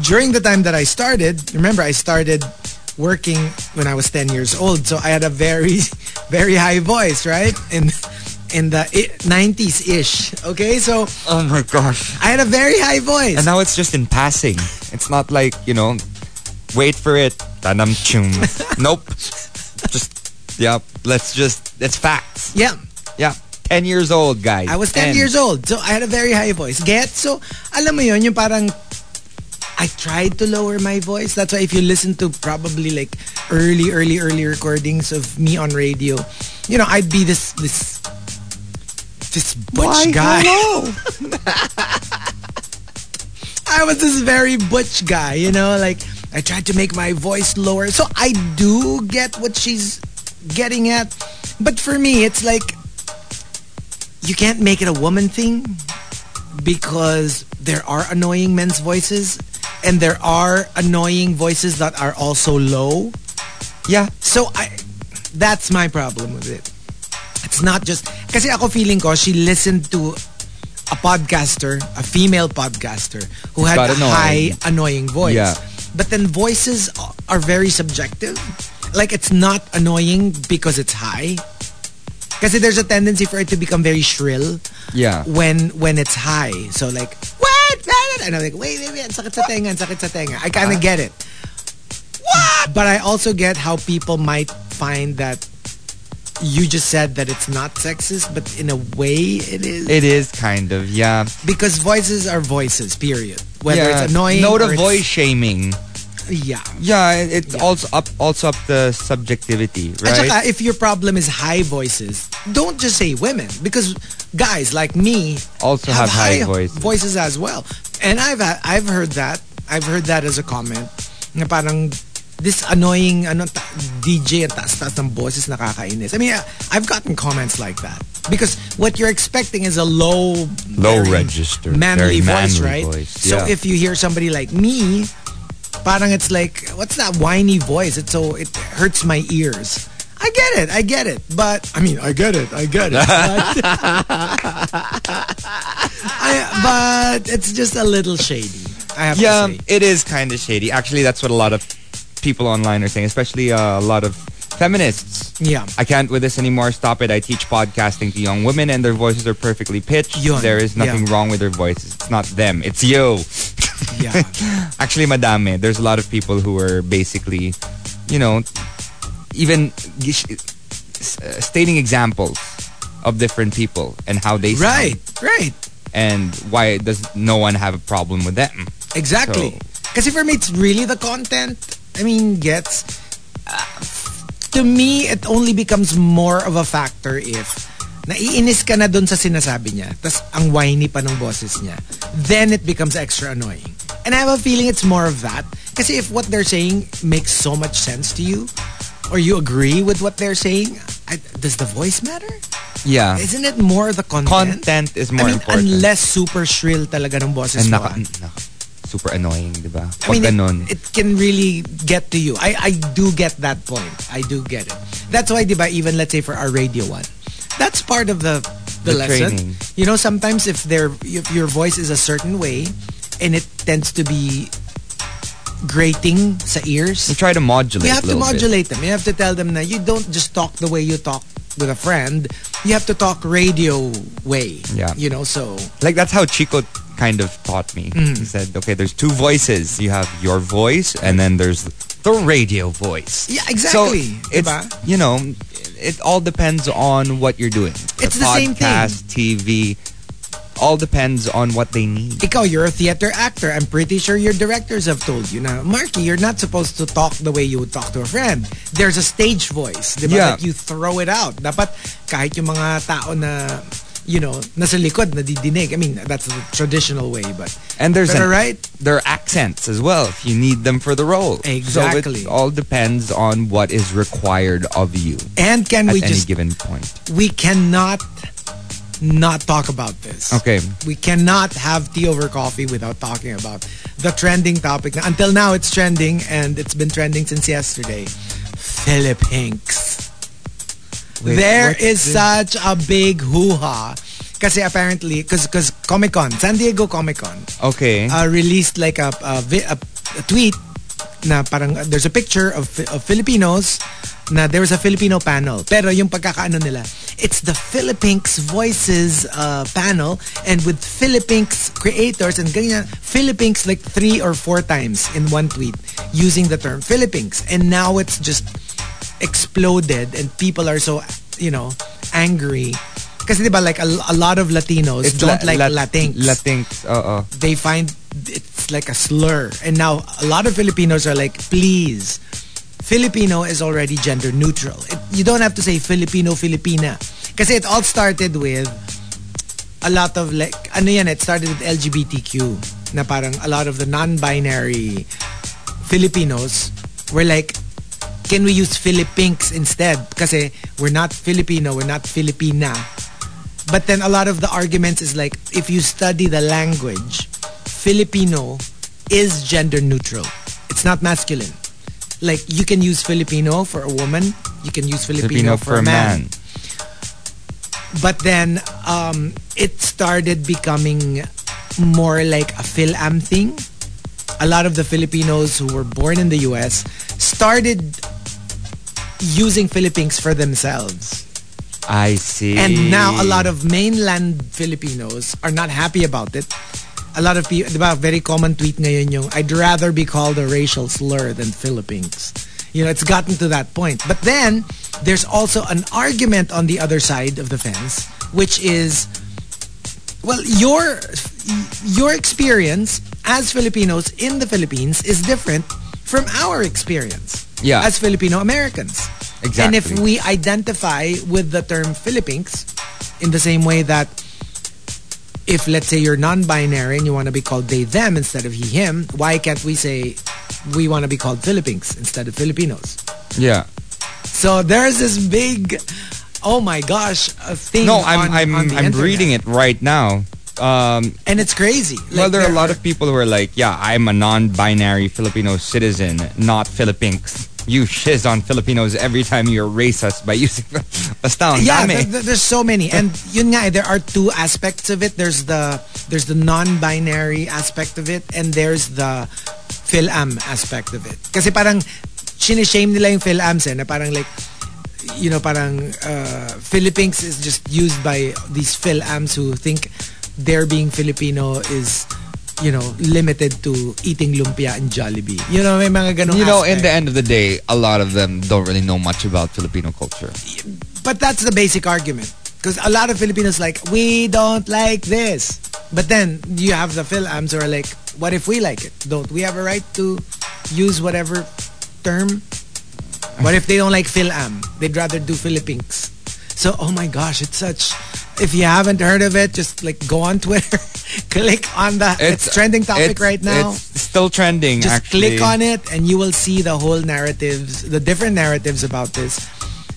[SPEAKER 5] during the time that I started remember I started working when I was 10 years old so I had a very (laughs) very high voice right in in the 90s ish okay so
[SPEAKER 6] Oh my gosh.
[SPEAKER 5] I had a very high voice
[SPEAKER 6] And now it's just in passing. It's not like, you know, wait for it. Tanam (laughs) chung. nope. Just, yeah, let's just, it's facts.
[SPEAKER 5] yeah
[SPEAKER 6] Yeah. 10 years old, guys.
[SPEAKER 5] I was 10 years old. So I had a very high voice. Get? So alam mo yun, yung parang I tried to lower my voice. That's why if you listen to probably like early, early, early recordings of me on radio, you know, I'd be this, this, this butch guy. (laughs) I was this very butch guy, you know, like I tried to make my voice lower. So I do get what she's getting at. But for me, it's like you can't make it a woman thing because there are annoying men's voices and there are annoying voices that are also low.
[SPEAKER 6] Yeah.
[SPEAKER 5] So I that's my problem with it. It's not just kasi ako feeling ko she listened to a podcaster, a female podcaster who had
[SPEAKER 6] got
[SPEAKER 5] a
[SPEAKER 6] annoying.
[SPEAKER 5] high annoying voice.
[SPEAKER 6] Yeah.
[SPEAKER 5] But then voices are very subjective. Like it's not annoying because it's high. Kasi there's a tendency for it to become very shrill
[SPEAKER 6] Yeah.
[SPEAKER 5] when when it's high. So like what? And I'm like wait wait wait, ang sakit sa tenga, ang sakit sa tenga. I
[SPEAKER 6] Ah.
[SPEAKER 5] kind of get it. What? But I also get how people might find that you just said that it's not sexist, but in a way it is.
[SPEAKER 6] It is kind of, yeah.
[SPEAKER 5] because voices are voices, period. Whether
[SPEAKER 6] yeah.
[SPEAKER 5] it's annoying
[SPEAKER 6] No
[SPEAKER 5] or
[SPEAKER 6] to
[SPEAKER 5] it's-
[SPEAKER 6] voice shaming.
[SPEAKER 5] Yeah.
[SPEAKER 6] Yeah, it- it's also up also up the subjectivity,
[SPEAKER 5] At saka,
[SPEAKER 6] right?
[SPEAKER 5] if your problem is high voices, don't just say women because guys like me
[SPEAKER 6] Also have high voices.
[SPEAKER 5] voices as well. And I've I've heard that. I've heard that as a comment. Na parang this annoying ano ta- DJ at taas taas ng boses nakakainis. I mean, I- I've gotten comments like that because what you're expecting is a low
[SPEAKER 6] Low
[SPEAKER 5] very
[SPEAKER 6] register,
[SPEAKER 5] manly
[SPEAKER 6] very
[SPEAKER 5] voice,
[SPEAKER 6] manly
[SPEAKER 5] right?
[SPEAKER 6] voice,
[SPEAKER 5] So
[SPEAKER 6] yeah.
[SPEAKER 5] if you hear somebody like me parang it's like what's that whiny voice it's so it hurts my ears i get it i get it but i mean i get it i get (laughs) it but, I, but it's just a little shady i have
[SPEAKER 6] Yeah,
[SPEAKER 5] to say
[SPEAKER 6] it is kind of shady. Actually, that's what a lot of people online are saying, especially uh, a lot of feminists.
[SPEAKER 5] yeah
[SPEAKER 6] I can't with this anymore. Stop it. I teach podcasting to young women, and their voices are perfectly pitched.
[SPEAKER 5] Yun,
[SPEAKER 6] There is nothing
[SPEAKER 5] yeah.
[SPEAKER 6] wrong with their voices. It's not them. It's you.
[SPEAKER 5] yeah
[SPEAKER 6] Actually, madame, there's a lot of people who are basically, you know, even g- sh- s- uh, stating examples of different people and how they sound
[SPEAKER 5] right right
[SPEAKER 6] and why does no one have a problem with them?
[SPEAKER 5] Exactly. Kasi for me, it's really the content. I mean, gets. uh, to me, it only becomes more of a factor if naiinis ka na dun sa sinasabi niya, tas ang whiny pa ng boses niya, then it becomes extra annoying. And I have a feeling it's more of that. Kasi if what they're saying makes so much sense to you, or you agree with what they're saying, I, does the voice matter?
[SPEAKER 6] Yeah.
[SPEAKER 5] Isn't it more the content?
[SPEAKER 6] Ah. Content is
[SPEAKER 5] I
[SPEAKER 6] more
[SPEAKER 5] mean,
[SPEAKER 6] important.
[SPEAKER 5] unless super shrill talaga ng boses
[SPEAKER 6] and
[SPEAKER 5] mo.
[SPEAKER 6] naka,
[SPEAKER 5] ah.
[SPEAKER 6] naka- super annoying, di ba?
[SPEAKER 5] I mean,
[SPEAKER 6] Pag ganun.
[SPEAKER 5] it, it can really get to you. I, I do get that point. I do get it. That's why, diba, even let's say for our radio one, that's part of the the,
[SPEAKER 6] The
[SPEAKER 5] lesson.
[SPEAKER 6] training.
[SPEAKER 5] You know, sometimes if their if your voice is a certain way, and it tends to be grating sa ears,
[SPEAKER 6] you try to modulate.
[SPEAKER 5] you have to
[SPEAKER 6] a little bit.
[SPEAKER 5] modulate them. You have to tell them that you don't just talk the way you talk with a friend. You have to talk radio way.
[SPEAKER 6] Yeah.
[SPEAKER 5] You know, so
[SPEAKER 6] Like that's how Chico kind of taught me.
[SPEAKER 5] Mm.
[SPEAKER 6] He said, "Okay, there's two voices. You have your voice, and then there's the radio voice."
[SPEAKER 5] Yeah, exactly.
[SPEAKER 6] So it's
[SPEAKER 5] Diba?
[SPEAKER 6] you know, it all depends on what you're doing.
[SPEAKER 5] It's the same thing.
[SPEAKER 6] podcast, TV, all depends on what they need.
[SPEAKER 5] Ikaw, you're a theater actor. I'm pretty sure your directors have told you na, Marky, you're not supposed to talk the way you would talk to a friend. There's a stage voice. Di ba?
[SPEAKER 6] Yeah.
[SPEAKER 5] Like you throw it out. Dapat kahit yung mga tao na, you know, nasa likod, nadidinig. I mean, that's the traditional way, but...
[SPEAKER 6] And there's
[SPEAKER 5] Pero
[SPEAKER 6] an-
[SPEAKER 5] right?
[SPEAKER 6] Their accents as well, if you need them for the role. So it
[SPEAKER 5] Exactly.
[SPEAKER 6] all depends on what is required of you
[SPEAKER 5] And can
[SPEAKER 6] at
[SPEAKER 5] we
[SPEAKER 6] any
[SPEAKER 5] just...
[SPEAKER 6] given point.
[SPEAKER 5] We cannot not talk about this.
[SPEAKER 6] Okay.
[SPEAKER 5] We cannot have tea over coffee without talking about the trending topic. Na- Until now, it's trending and it's been trending since yesterday. Philip Hinks.
[SPEAKER 6] Wait,
[SPEAKER 5] there
[SPEAKER 6] what's
[SPEAKER 5] is
[SPEAKER 6] this?
[SPEAKER 5] such a big hoo-ha. Kasi apparently, because Comic-Con, San Diego Comic-Con,
[SPEAKER 6] Okay.
[SPEAKER 5] uh, released like a, a, vi- a, a tweet na parang uh, there's a picture of, Fi- of Filipinos na there was a Filipino panel. Pero yung pagkakaano nila, it's the Philippines Voices uh, panel and with Philippines creators and ganyan, Philippines like three or four times in one tweet using the term Philippines. And now it's just exploded and people are so, you know, angry. Kasi di ba like a, a lot of Latinos don't like Latinx
[SPEAKER 6] Latinx, uh-uh. oo.
[SPEAKER 5] they find it's like a slur. And now a lot of Filipinos are like, please, Filipino is already gender neutral. It, you don't have to say Filipino, Filipina. Because it all started with a lot of like, ano yan, it started with LGBTQ. Na parang a lot of the non-binary Filipinos were like, can we use Philippinks instead? Kasi we're not Filipino, we're not Filipina. But then a lot of the arguments is like, if you study the language, Filipino is gender neutral. It's not masculine. Like you can use Filipino for a woman, you can use Filipino, for a man. But then um, it started becoming more like a Phil-Am thing. A lot of the Filipinos who were born in the US started using Philippines for themselves.
[SPEAKER 6] I see.
[SPEAKER 5] And now a lot of mainland Filipinos are not happy about it. A lot of people, diba, very common tweet ngayon yung, I'd rather be called a racial slur than Philippines. You know, it's gotten to that point. But then, there's also an argument on the other side of the fence, which is, well, your your experience as Filipinos in the Philippines is different from our experience
[SPEAKER 6] Yeah.
[SPEAKER 5] as Filipino Americans. And if
[SPEAKER 6] Exactly.
[SPEAKER 5] we identify with the term Philippines in the same way that if let's say you're non-binary and you want to be called they them instead of he him, why can't we say we want to be called Philippines instead of Filipinos?
[SPEAKER 6] Yeah.
[SPEAKER 5] So there's this big oh my gosh uh, thing
[SPEAKER 6] No, I'm
[SPEAKER 5] on-
[SPEAKER 6] I'm
[SPEAKER 5] on the
[SPEAKER 6] I'm
[SPEAKER 5] internet.
[SPEAKER 6] reading it right now. Um,
[SPEAKER 5] and it's crazy. Like,
[SPEAKER 6] well, there are a lot of people who are like, "Yeah, I'm a non-binary Filipino citizen, not Philippines." You shiz on Filipinos every time you're racist by (laughs) using. Basta ang
[SPEAKER 5] yeah,
[SPEAKER 6] dami.
[SPEAKER 5] th- th- there's so many, and yun nga, eh, there are two aspects of it. There's the there's the non-binary aspect of it, and there's the Phil-Am aspect of it. Kasi parang sinishame nila yung Phil-Ams eh, na parang like, you know, parang uh, Philippines is just used by these Phil-Ams who think their being Filipino is you know, limited to eating lumpia and Jollibee. You know, may mga ganong
[SPEAKER 6] you know, in the
[SPEAKER 5] aspect.
[SPEAKER 6] end of the day, a lot of them don't really know much about Filipino culture.
[SPEAKER 5] But that's the basic argument. Because a lot of Filipinos like, we don't like this. But then you have the Philams who are like, what if we like it? Don't we have a right to use whatever term? What if they don't like Philam? They'd rather do Philippines. So, oh my gosh, it's such... If you haven't heard of it, just like go on Twitter, (laughs) click on the... It's, trending topic
[SPEAKER 6] it's-
[SPEAKER 5] right now.
[SPEAKER 6] It's still trending.
[SPEAKER 5] Just
[SPEAKER 6] actually.
[SPEAKER 5] click on it and you will see the whole narratives, the different narratives about this.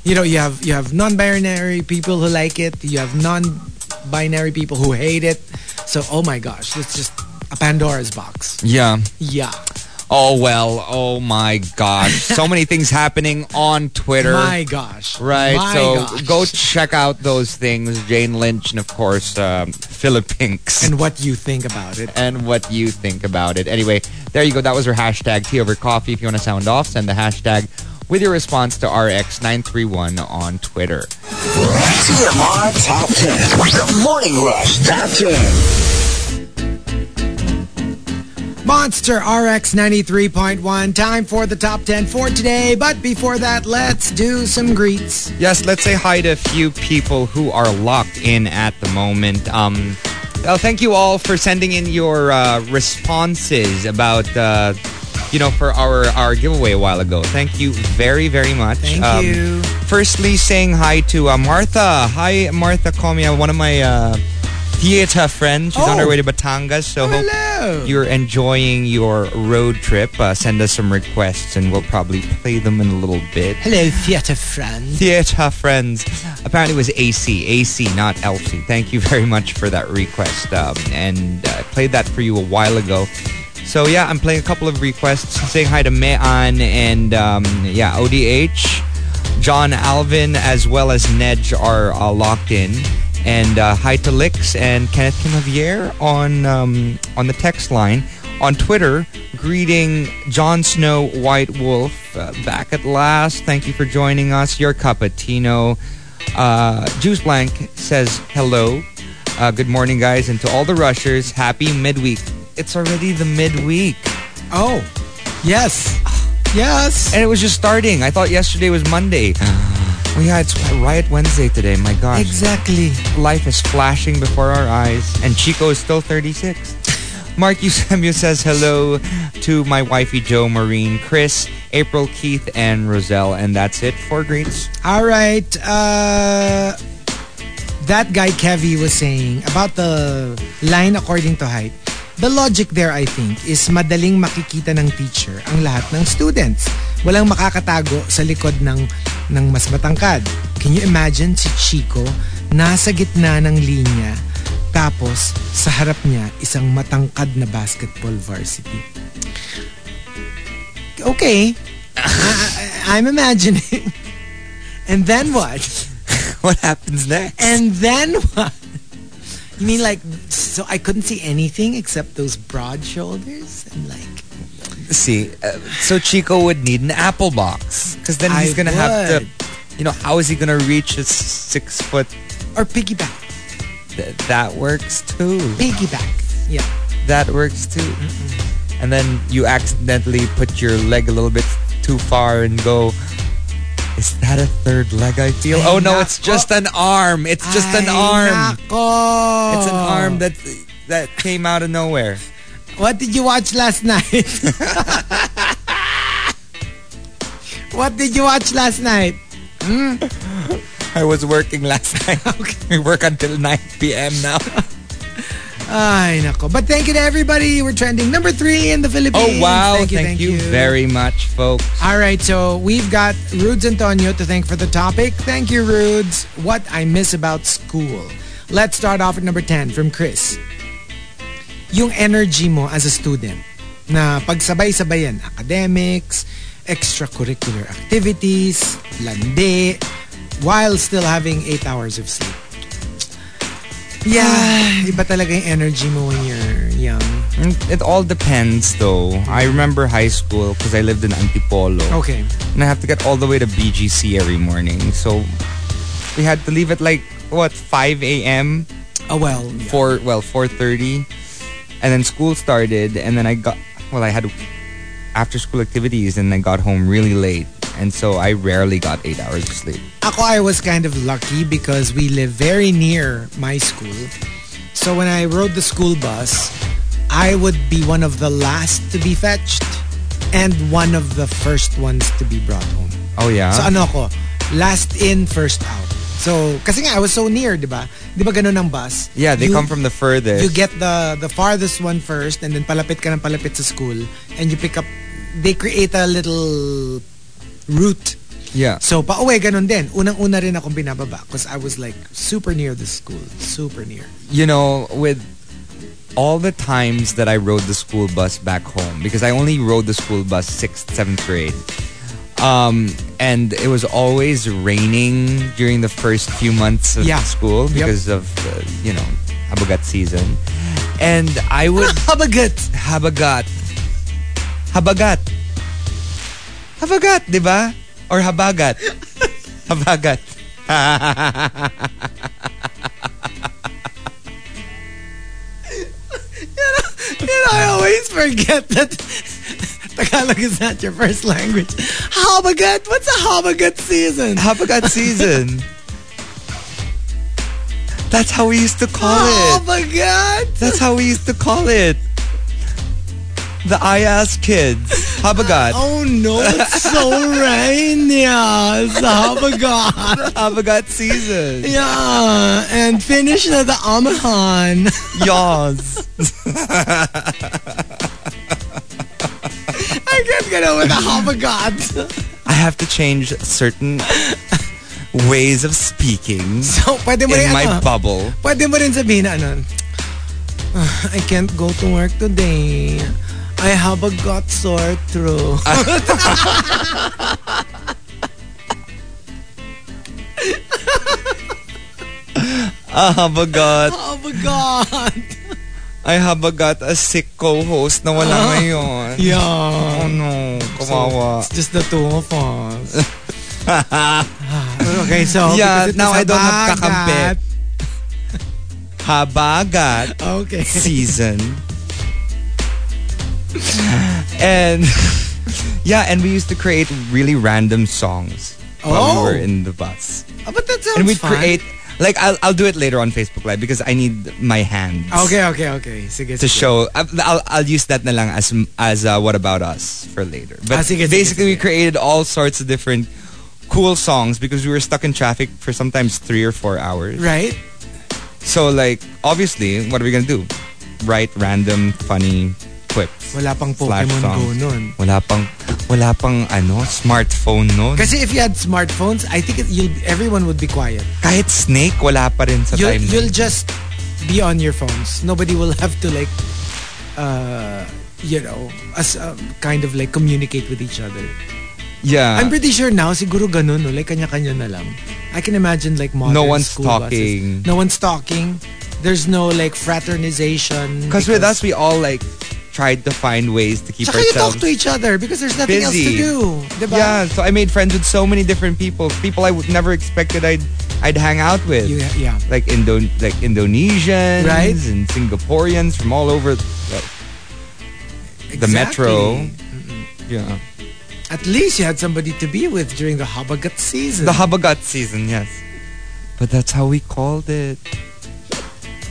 [SPEAKER 5] You know, you have you have non-binary people who like it, you have non-binary people who hate it. So, oh my gosh, it's just a Pandora's box.
[SPEAKER 6] Yeah.
[SPEAKER 5] Yeah.
[SPEAKER 6] Oh well. Oh my gosh.
[SPEAKER 5] (laughs)
[SPEAKER 6] So many things happening on Twitter.
[SPEAKER 5] My gosh.
[SPEAKER 6] Right,
[SPEAKER 5] My
[SPEAKER 6] so
[SPEAKER 5] gosh.
[SPEAKER 6] go check out those things, Jane Lynch, and of course, um, Philip Hinks, and,
[SPEAKER 5] and what you think about it.
[SPEAKER 6] what you think about it. Anyway, there you go. That was our hashtag tea over coffee. If you want to sound off, send the hashtag with your response to RX931 on Twitter.
[SPEAKER 3] TMR Top 10. The Morning Rush Top 10.
[SPEAKER 5] Monster RX 93.1 time for the top 10 for today, but before that, let's do some greets.
[SPEAKER 6] Yes, let's say hi to a few people who are locked in at the moment. Um, well, thank you all for sending in your uh, responses about, uh, you know, for our, our giveaway a while ago. Thank you very, very much.
[SPEAKER 5] Thank
[SPEAKER 6] Um,
[SPEAKER 5] you.
[SPEAKER 6] Firstly, saying hi to uh, Martha. Hi, Martha Comia, one of my uh, theater friends. She's on her
[SPEAKER 5] Oh.
[SPEAKER 6] way to Batangas, so hope
[SPEAKER 5] Hello.
[SPEAKER 6] you're enjoying your road trip. Uh, send us some requests, and we'll probably play them in a little bit
[SPEAKER 5] Hello, theater friend.
[SPEAKER 6] theater friends. Apparently, it was AC, AC, not LC. Thank you very much for that request. Um, and uh, I played that for you a while ago. So yeah, I'm playing a couple of requests. Saying hi to Mean and um, yeah, ODH, John Alvin, as well as Nedge are uh, locked in. And uh, hi to Lix and Kenneth Kimavier on um, on the text line on Twitter, greeting Jon Snow White Wolf uh, back at last. Thank you for joining us. Your cappuccino. Uh, Juice Blank says hello. Uh, good morning, guys, and to all the rushers, happy midweek. It's already the midweek,
[SPEAKER 5] Oh, yes. Yes.
[SPEAKER 6] and it was just starting. I thought yesterday was Monday. (gasps) Oh, yeah, it's Riot Wednesday today. My gosh.
[SPEAKER 5] Exactly. All right. Uh, that guy Kevy was saying about the line according to height. The logic there, I think, is madaling makikita ng teacher ang lahat ng students. Walang makakatago sa likod ng, ng mas matangkad. Can you imagine si Chico nasa gitna ng linya tapos sa harap niya isang matangkad na basketball varsity? Okay. (laughs) I- I'm imagining. And then what?
[SPEAKER 6] (laughs) What happens next?
[SPEAKER 5] And then what? You mean like so I couldn't see anything except those broad shoulders and like
[SPEAKER 6] See, uh, so Chico would need an apple box because then
[SPEAKER 5] I
[SPEAKER 6] he's gonna have
[SPEAKER 5] would.
[SPEAKER 6] to, you know, how is he gonna reach his six foot?
[SPEAKER 5] or piggyback.
[SPEAKER 6] Th- that works too.
[SPEAKER 5] Piggyback. Yeah.
[SPEAKER 6] That works too. And then you accidentally put your leg a little bit too far and go, is that a third leg I feel? Oh no,
[SPEAKER 5] nako.
[SPEAKER 6] it's just an arm. It's just an
[SPEAKER 5] Ay,
[SPEAKER 6] arm.
[SPEAKER 5] nako.
[SPEAKER 6] It's an arm that that came out of nowhere.
[SPEAKER 5] What did you watch last
[SPEAKER 6] (laughs)
[SPEAKER 5] night? what did you watch last night?
[SPEAKER 6] I was working last (laughs) night. We work until 9 p.m. (laughs) now.
[SPEAKER 5] Ay, nako. But thank you to everybody. We're trending number three in the Philippines.
[SPEAKER 6] Oh wow, thank you, very much, folks.
[SPEAKER 5] All right, so we've got Rudes Antonio to thank for the topic. Thank you, Rudes. What I miss about school. Let's start off at number 10 from Chris. Yung energy mo as a student na pagsabay-sabay yan, academics, extracurricular activities, lande, while still having 8 hours of sleep. Yeah, (sighs) iba talaga yung energy mo when you're young.
[SPEAKER 6] Mm, It all depends though. I remember high school because I lived in Antipolo.
[SPEAKER 5] Okay.
[SPEAKER 6] and I have to get all the way to BGC every morning. So we had to leave at like what 5 a.m.
[SPEAKER 5] Oh, well. yeah.
[SPEAKER 6] for well 4:30, and then school started, and then I got well I had after school activities, and I got home really late, and so I rarely got eight hours of sleep.
[SPEAKER 5] Ako, I was kind of lucky because we live very near my school. So when I rode the school bus, I would be one of the last to be fetched and one of the first ones to be brought home.
[SPEAKER 6] Oh yeah.
[SPEAKER 5] So ano ako, last in, first out. So, kasi nga, I was so near, di ba? Di ba ganun ang bus?
[SPEAKER 6] yeah, they
[SPEAKER 5] You-
[SPEAKER 6] come from the furthest.
[SPEAKER 5] You get the the farthest one first and then palapit ka ng palapit sa school and you pick up, they create a little route
[SPEAKER 6] yeah.
[SPEAKER 5] So, pa-uwi, ganun din. Unang-una rin akong binababa because I was like super near the school. Super near. (laughs)
[SPEAKER 6] you know, with all the times that I rode the school bus back home, because I only rode the school bus sixth, seventh grade, um, and it was always raining during the first few months of
[SPEAKER 5] Yeah.
[SPEAKER 6] school
[SPEAKER 5] Yep.
[SPEAKER 6] because of, uh, you know, Habagat season. And
[SPEAKER 5] (laughs)
[SPEAKER 6] I would
[SPEAKER 5] Habagat!
[SPEAKER 6] Habagat. Habagat. Habagat, di ba? Or habagat. Habagat.
[SPEAKER 5] You know, I always forget that Tagalog is not your first language. Habagat? What's a habagat season?
[SPEAKER 6] Habagat season. That's how we used to call
[SPEAKER 5] Oh
[SPEAKER 6] it.
[SPEAKER 5] Habagat!
[SPEAKER 6] That's how we used to call it. The IAS kids. Habagat.
[SPEAKER 5] Oh no, it's (laughs) so rainy. Oh Yeah, it's habagat.
[SPEAKER 6] Habagat season.
[SPEAKER 5] (laughs) Yeah, and finish na the amahan.
[SPEAKER 6] Yaws.
[SPEAKER 5] I can't get over the Oh habagat.
[SPEAKER 6] I have to change certain (laughs) ways
[SPEAKER 5] (laughs)
[SPEAKER 6] of speaking
[SPEAKER 5] So, pwede mo rin,
[SPEAKER 6] in my
[SPEAKER 5] ano, (laughs)
[SPEAKER 6] bubble.
[SPEAKER 5] pwede mo rin sabihin na ano, "Ah, I can't go to work today. I have a gut sore throat. Ah,
[SPEAKER 6] I have a got,
[SPEAKER 5] oh my God. (laughs)
[SPEAKER 6] I have a got a sick co-host na wala
[SPEAKER 5] Ah. (laughs)
[SPEAKER 6] ngayon.
[SPEAKER 5] Yeah.
[SPEAKER 6] Oh no, kawawa.
[SPEAKER 5] It's just the two of
[SPEAKER 6] (laughs)
[SPEAKER 5] us. Ah, okay, so
[SPEAKER 6] Yeah,
[SPEAKER 5] because it
[SPEAKER 6] now
[SPEAKER 5] is
[SPEAKER 6] I don't have
[SPEAKER 5] habagat.
[SPEAKER 6] kakampi. Habagat.
[SPEAKER 5] Okay.
[SPEAKER 6] season. (laughs) and (laughs) yeah, and we used to create really random songs while
[SPEAKER 5] Oh.
[SPEAKER 6] we were in the bus.
[SPEAKER 5] Oh, but that sounds
[SPEAKER 6] and we'd
[SPEAKER 5] fun.
[SPEAKER 6] create like I'll I'll do it later on Facebook Live because I need my hands
[SPEAKER 5] Okay, okay, okay. Sige,
[SPEAKER 6] to
[SPEAKER 5] sige.
[SPEAKER 6] show. I'll I'll, I'll use that na lang as as uh, what about us for later. But
[SPEAKER 5] Ah, sige, sige,
[SPEAKER 6] basically, we
[SPEAKER 5] sige.
[SPEAKER 6] created all sorts of different cool songs because we were stuck in traffic for sometimes three or four hours.
[SPEAKER 5] Right?
[SPEAKER 6] So like obviously, what are we gonna do? Write random funny quips.
[SPEAKER 5] Wala pang
[SPEAKER 6] Slash
[SPEAKER 5] Pokemon
[SPEAKER 6] songs.
[SPEAKER 5] Go nun.
[SPEAKER 6] Wala pang wala pang ano smartphone no.
[SPEAKER 5] Kasi if you had smartphones, I think it, you'll, everyone would be quiet.
[SPEAKER 6] kahit snake wala pa rin sa
[SPEAKER 5] You'll,
[SPEAKER 6] time.
[SPEAKER 5] you'll just be on your phones. Nobody will have to like, uh, you know, as um, kind of like communicate with each other.
[SPEAKER 6] yeah.
[SPEAKER 5] I'm pretty sure now, siguro ganun, no? like kanya-kanya na lang. I can imagine like modern
[SPEAKER 6] No one's
[SPEAKER 5] school buses.
[SPEAKER 6] talking.
[SPEAKER 5] No one's talking. There's no like fraternization.
[SPEAKER 6] Because with us we all like tried to find ways to keep
[SPEAKER 5] Tsaka you talk
[SPEAKER 6] ourselves
[SPEAKER 5] to each other because there's nothing else to
[SPEAKER 6] busy.
[SPEAKER 5] do. Diba?
[SPEAKER 6] Yeah, so I made friends with so many different people, people I would never expected I'd I'd hang out with.
[SPEAKER 5] You- yeah.
[SPEAKER 6] Like Indo like Indonesians
[SPEAKER 5] Right.
[SPEAKER 6] and Singaporeans from all over like, the
[SPEAKER 5] Exactly.
[SPEAKER 6] metro. Yeah.
[SPEAKER 5] (laughs) At least you had somebody to be with during the Habagat season.
[SPEAKER 6] The Habagat season, yes. But that's how we called it.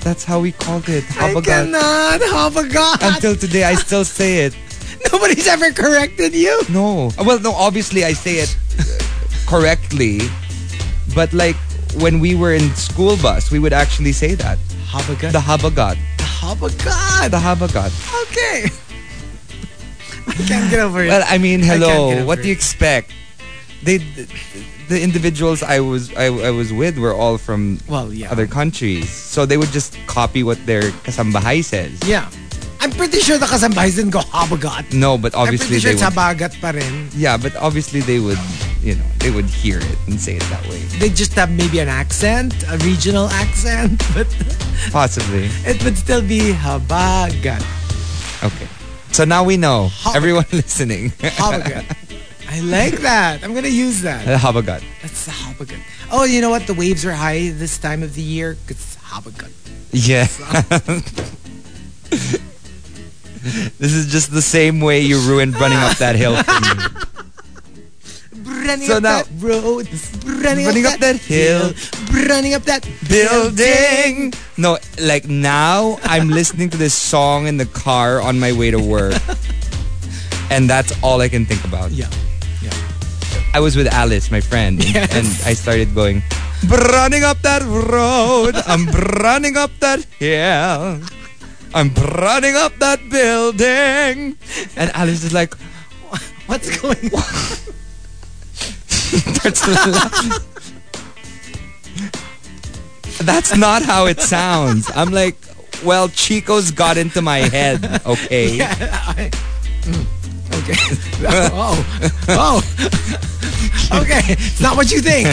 [SPEAKER 6] That's how we called it.
[SPEAKER 5] I
[SPEAKER 6] Habagat.
[SPEAKER 5] cannot Habagat.
[SPEAKER 6] Until today, I still say it.
[SPEAKER 5] (laughs) Nobody's ever corrected you.
[SPEAKER 6] (laughs) No. Well, no, obviously, I say it uh, correctly. But like when we were in school bus, we would actually say that.
[SPEAKER 5] Habagat.
[SPEAKER 6] The Habagat.
[SPEAKER 5] Habagat.
[SPEAKER 6] The Habagat.
[SPEAKER 5] Okay. I can't get over it.
[SPEAKER 6] Well, I mean,
[SPEAKER 5] can't get
[SPEAKER 6] hello.
[SPEAKER 5] over
[SPEAKER 6] what do you
[SPEAKER 5] it.
[SPEAKER 6] expect? They, the, the individuals I was I, I was with were all from
[SPEAKER 5] Well, yeah.
[SPEAKER 6] other countries, so they would just copy what their kasambahay says.
[SPEAKER 5] yeah. I'm pretty sure the Kasambays didn't go Habagat.
[SPEAKER 6] No, but
[SPEAKER 5] I'm
[SPEAKER 6] obviously
[SPEAKER 5] pretty sure
[SPEAKER 6] they
[SPEAKER 5] it's
[SPEAKER 6] would.
[SPEAKER 5] Habagat pa rin.
[SPEAKER 6] Yeah, but obviously they would. You know, they would hear it and say it that way.
[SPEAKER 5] They just have maybe an accent, a regional accent, (laughs) but
[SPEAKER 6] Possibly.
[SPEAKER 5] it would still be Habagat.
[SPEAKER 6] Okay. So now we know. Everyone (laughs) listening. (laughs)
[SPEAKER 5] Habagat. I like that. I'm going to use that.
[SPEAKER 6] Habagat.
[SPEAKER 5] That's the Habagat. Oh, you know what? The waves are high this time of the year. It's Habagat.
[SPEAKER 6] Yeah.
[SPEAKER 5] (laughs)
[SPEAKER 6] this is just the same way you ruined running up that hill for
[SPEAKER 5] (laughs)
[SPEAKER 6] me.
[SPEAKER 5] Running
[SPEAKER 6] So
[SPEAKER 5] up
[SPEAKER 6] now-
[SPEAKER 5] that road. Running,
[SPEAKER 6] Running up that hill.
[SPEAKER 5] Running up that
[SPEAKER 6] building. No, like now I'm listening to this song in the car on my way to work. And that's all I can think about.
[SPEAKER 5] Yeah.
[SPEAKER 6] I was with Alice, my friend, and,
[SPEAKER 5] Yes.
[SPEAKER 6] and I started going, running up that road. I'm running up that hill. I'm running up that building. And Alice is like,
[SPEAKER 5] What's going on?
[SPEAKER 6] starts laughing. That's not how it sounds. I'm like, well, Chico's got into my head,
[SPEAKER 5] (laughs)
[SPEAKER 6] okay?
[SPEAKER 5] I- mm,
[SPEAKER 6] (laughs)
[SPEAKER 5] okay. oh. Oh. okay. It's not what you think.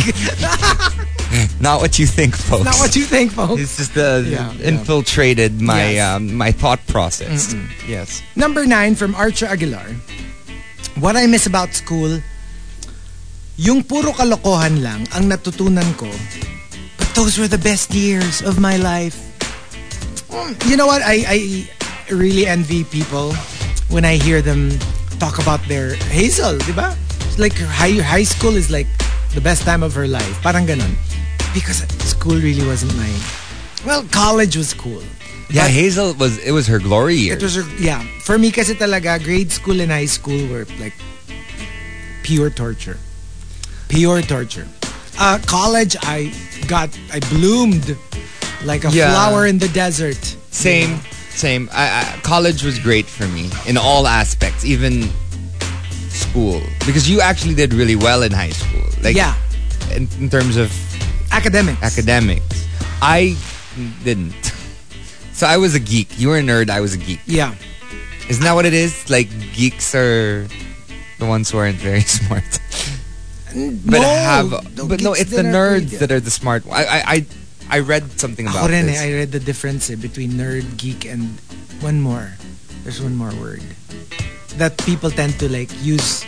[SPEAKER 6] Not what you think, folks.
[SPEAKER 5] not what you think, folks.
[SPEAKER 6] (laughs) It's just uh,
[SPEAKER 5] Yeah, yeah.
[SPEAKER 6] infiltrated my
[SPEAKER 5] Yes.
[SPEAKER 6] um, my thought process. Yes.
[SPEAKER 5] Number nine from Archer Aguilar. What I miss about school, yung puro kalokohan lang ang natutunan ko. But those were the best years of my life. Mm, You know what? I, I really envy people when I hear them talk about their Hazel, di ba? It's Like high, high school is like the best time of her life. Parang ganun. Because school really wasn't my... Well, college was cool.
[SPEAKER 6] Yeah,
[SPEAKER 5] But-
[SPEAKER 6] Hazel was it was her glory year.
[SPEAKER 5] it was a- yeah. For me kasi talaga grade school and high school were like pure torture. Pure torture. Uh, college I got I bloomed like a
[SPEAKER 6] Yeah.
[SPEAKER 5] flower in the desert.
[SPEAKER 6] same, same. I, I, college was great for me in all aspects, even school, because you actually did really well in high school. Like,
[SPEAKER 5] Yeah.
[SPEAKER 6] in, in terms of
[SPEAKER 5] Academics.
[SPEAKER 6] academics. I didn't. So I was a geek. You were a nerd. I was a geek.
[SPEAKER 5] Yeah.
[SPEAKER 6] Isn't that what it is? Like geeks are the ones who aren't very (laughs) smart, but
[SPEAKER 5] no,
[SPEAKER 6] have. but no,
[SPEAKER 5] kids
[SPEAKER 6] it's the
[SPEAKER 5] that are
[SPEAKER 6] nerds
[SPEAKER 5] pretty-
[SPEAKER 6] that are the smart. I I I, I read something about
[SPEAKER 5] Ako rin eh,
[SPEAKER 6] this.
[SPEAKER 5] I read the difference eh, between nerd, geek, and one more. There's one more word that people tend to like use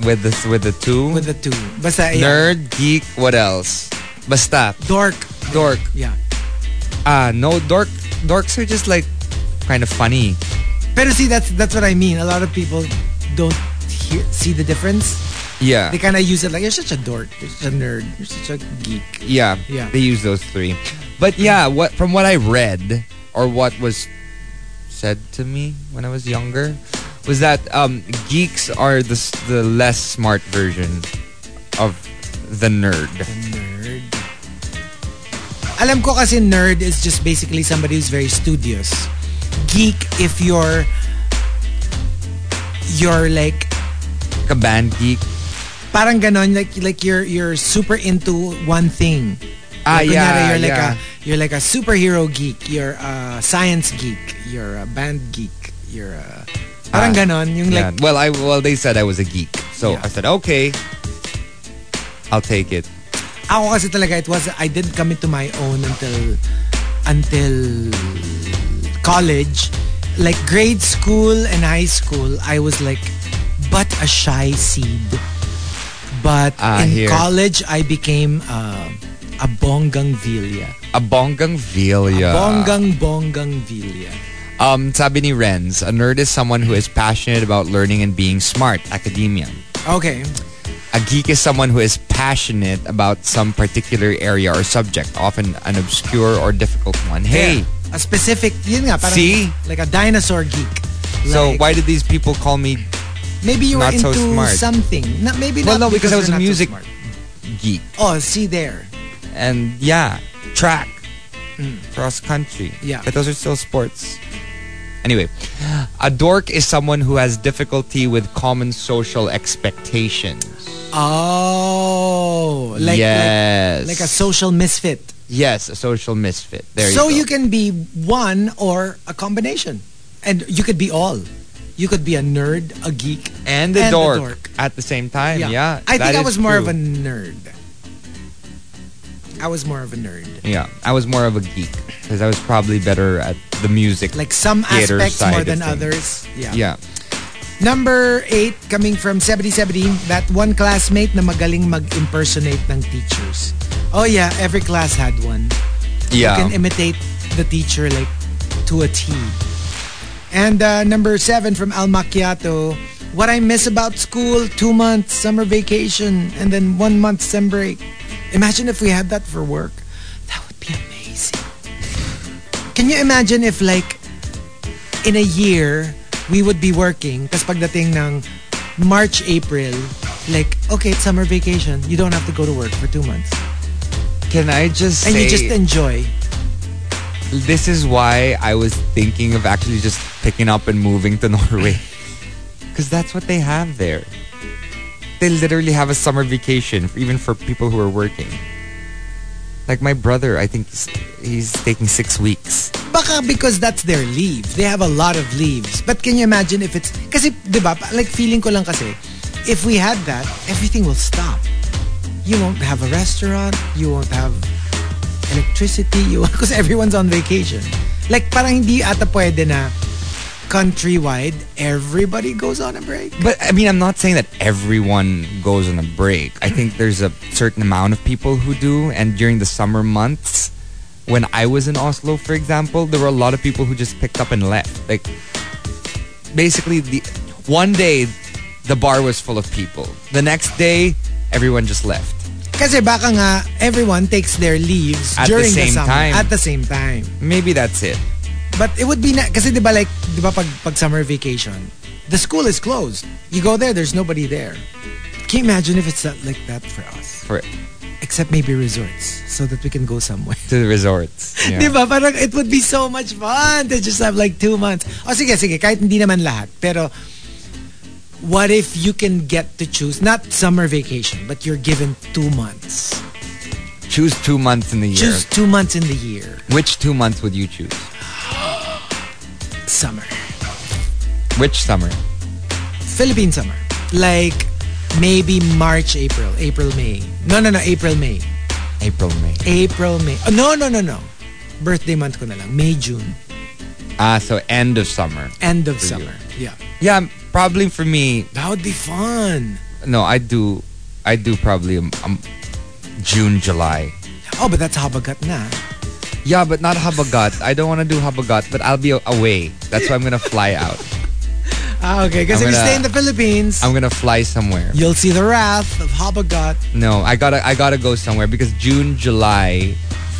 [SPEAKER 6] with this with the two
[SPEAKER 5] with the two. Basta, yeah.
[SPEAKER 6] nerd geek. What else? Basta
[SPEAKER 5] Dork.
[SPEAKER 6] dork.
[SPEAKER 5] Yeah.
[SPEAKER 6] Ah no dork. Dorks are just like kind of funny.
[SPEAKER 5] Pero see, that's that's what I mean. A lot of people don't hear, see the difference.
[SPEAKER 6] Yeah.
[SPEAKER 5] They kind of use it like, you're such a dork. You're such a nerd. You're such a geek.
[SPEAKER 6] Yeah,
[SPEAKER 5] Yeah.
[SPEAKER 6] They use those three, but yeah, what from what I read or what was said to me when I was younger was that um, geeks are the s- the less smart version of the nerd.
[SPEAKER 5] Nerd. Alam ko kasi nerd is just basically somebody who's very studious. Geek if you're you're like
[SPEAKER 6] Like a band geek.
[SPEAKER 5] parang ganon like like you're you're super into one thing.
[SPEAKER 6] Ah,
[SPEAKER 5] Like, kunyari,
[SPEAKER 6] yeah,
[SPEAKER 5] you're like
[SPEAKER 6] yeah.
[SPEAKER 5] a you're like a superhero geek, you're a science geek, you're a band geek, you're a parang
[SPEAKER 6] Ah,
[SPEAKER 5] ganon yung
[SPEAKER 6] yeah.
[SPEAKER 5] like
[SPEAKER 6] Well, I well they said I was a geek, so
[SPEAKER 5] Yeah.
[SPEAKER 6] I said okay, I'll take it.
[SPEAKER 5] ako kasi talaga it was I didn't come into my own until until college like grade school and high school I was like but a shy seed but
[SPEAKER 6] Ah,
[SPEAKER 5] in
[SPEAKER 6] here.
[SPEAKER 5] college I became uh, a bonggang villa
[SPEAKER 6] A bonggang vilya.
[SPEAKER 5] bonggang bonggang villa
[SPEAKER 6] Um, sabi ni Renz, a nerd is someone who is passionate about learning and being smart. Academia.
[SPEAKER 5] okay
[SPEAKER 6] A geek is someone who is passionate about some particular area or subject, often an obscure or difficult one. Hey,
[SPEAKER 5] Yeah. a specific yun nga parang
[SPEAKER 6] See?
[SPEAKER 5] like a dinosaur geek
[SPEAKER 6] so
[SPEAKER 5] Like,
[SPEAKER 6] why did these people call me
[SPEAKER 5] maybe you were
[SPEAKER 6] not so
[SPEAKER 5] into
[SPEAKER 6] smart?
[SPEAKER 5] something not, maybe
[SPEAKER 6] Well,
[SPEAKER 5] not
[SPEAKER 6] no, because I was
[SPEAKER 5] you're not
[SPEAKER 6] a
[SPEAKER 5] so
[SPEAKER 6] music-
[SPEAKER 5] smart.
[SPEAKER 6] geek?
[SPEAKER 5] oh see there
[SPEAKER 6] And yeah, track, Hmm. cross country.
[SPEAKER 5] Yeah.
[SPEAKER 6] But those are still sports. Anyway, a dork is someone who has difficulty with common social expectations.
[SPEAKER 5] Oh, like
[SPEAKER 6] yes.
[SPEAKER 5] like, like a social misfit.
[SPEAKER 6] Yes, a social misfit. There
[SPEAKER 5] so
[SPEAKER 6] you go.
[SPEAKER 5] you can be one or a combination, and you could be all. You could be a nerd, a geek,
[SPEAKER 6] and the dork, at the same time. Yeah.
[SPEAKER 5] I
[SPEAKER 6] that
[SPEAKER 5] think I
[SPEAKER 6] is
[SPEAKER 5] was more of
[SPEAKER 6] true.
[SPEAKER 5] a nerd. I was more of a nerd.
[SPEAKER 6] Yeah, I was more of a geek because I was probably better at the music.
[SPEAKER 5] Like some
[SPEAKER 6] Theater
[SPEAKER 5] aspects
[SPEAKER 6] side
[SPEAKER 5] more
[SPEAKER 6] of
[SPEAKER 5] than
[SPEAKER 6] things.
[SPEAKER 5] others. Yeah.
[SPEAKER 6] yeah,
[SPEAKER 5] Number eight, coming from 7070, that one classmate na magaling mag-impersonate ng teachers. Oh yeah, every class had one.
[SPEAKER 6] yeah.
[SPEAKER 5] you can imitate the teacher like to a T. And uh, number seven from Al Macchiato, what I miss about school: two months summer vacation and then one month sem break. Imagine if we had that for work. That would be amazing. Can you imagine if like in a year we would be working, tapos pagdating ng March, April, like, okay, it's summer vacation. You don't have to go to work for two months.
[SPEAKER 6] Can I just
[SPEAKER 5] And
[SPEAKER 6] say
[SPEAKER 5] you just enjoy.
[SPEAKER 6] this is why I was thinking of actually just picking up and moving to (laughs) Norway because that's what they have there. They literally have a summer vacation, even for people who are working. Like my brother, I think he's, he's taking six weeks.
[SPEAKER 5] Baka because that's their leave. They have a lot of leaves. But can you imagine if it's... Kasi, di ba, like feeling ko lang kasi, if we had that, everything will stop. You won't have a restaurant. You won't have electricity. You (laughs) Because everyone's on vacation. Like, parang hindi ata pwede na countrywide, everybody goes on a break.
[SPEAKER 6] But I mean, I'm not saying that everyone goes on a break. I think there's a certain amount of people who do. And during the summer months, when I was in Oslo, for example, there were a lot of people who just picked up and left. Like, basically, the one day the bar was full of people. The next day, everyone just left.
[SPEAKER 5] Kasi baka nga, everyone takes their leaves
[SPEAKER 6] At the
[SPEAKER 5] during
[SPEAKER 6] same
[SPEAKER 5] summer.
[SPEAKER 6] time.
[SPEAKER 5] At the same time.
[SPEAKER 6] Maybe that's it.
[SPEAKER 5] But it would be na kasi 'di ba like 'di ba pag, pag summer vacation, the school is closed. You go there, there's nobody there. Can you imagine if it's not like that for us?
[SPEAKER 6] For
[SPEAKER 5] Except maybe resorts so that we can go somewhere.
[SPEAKER 6] to the
[SPEAKER 5] (laughs)
[SPEAKER 6] resorts. Yeah.
[SPEAKER 5] Di ba? Parang it would be so Oh, much fun to just have like two months. O sige, sige, kahit hindi naman lahat. Pero what if you can get to choose not summer vacation, but you're given two months.
[SPEAKER 6] Choose two months in the year.
[SPEAKER 5] Choose two months in the year.
[SPEAKER 6] Which two months would you choose?
[SPEAKER 5] Summer.
[SPEAKER 6] Which summer?
[SPEAKER 5] Philippine summer. Like maybe March, April. April, May. No, no, no. April, May.
[SPEAKER 6] April, May.
[SPEAKER 5] April, May. Oh, no, no, no, no. Birthday month ko na lang. May, June.
[SPEAKER 6] Ah, so end of summer.
[SPEAKER 5] End of
[SPEAKER 6] For you.
[SPEAKER 5] summer. Yeah.
[SPEAKER 6] Yeah, probably for me.
[SPEAKER 5] That would be fun.
[SPEAKER 6] No, I do. I do probably um, um, June, July.
[SPEAKER 5] Oh, but that's habagat na.
[SPEAKER 6] Yeah, but not habagat. I don't want to do habagat, but I'll be a- away. That's why I'm gonna fly out.
[SPEAKER 5] Ah, okay. Because if
[SPEAKER 6] I'm
[SPEAKER 5] you
[SPEAKER 6] gonna-
[SPEAKER 5] stay in the Philippines,
[SPEAKER 6] I'm gonna fly somewhere.
[SPEAKER 5] you'll see the wrath of habagat.
[SPEAKER 6] No, I gotta I gotta go somewhere because June, July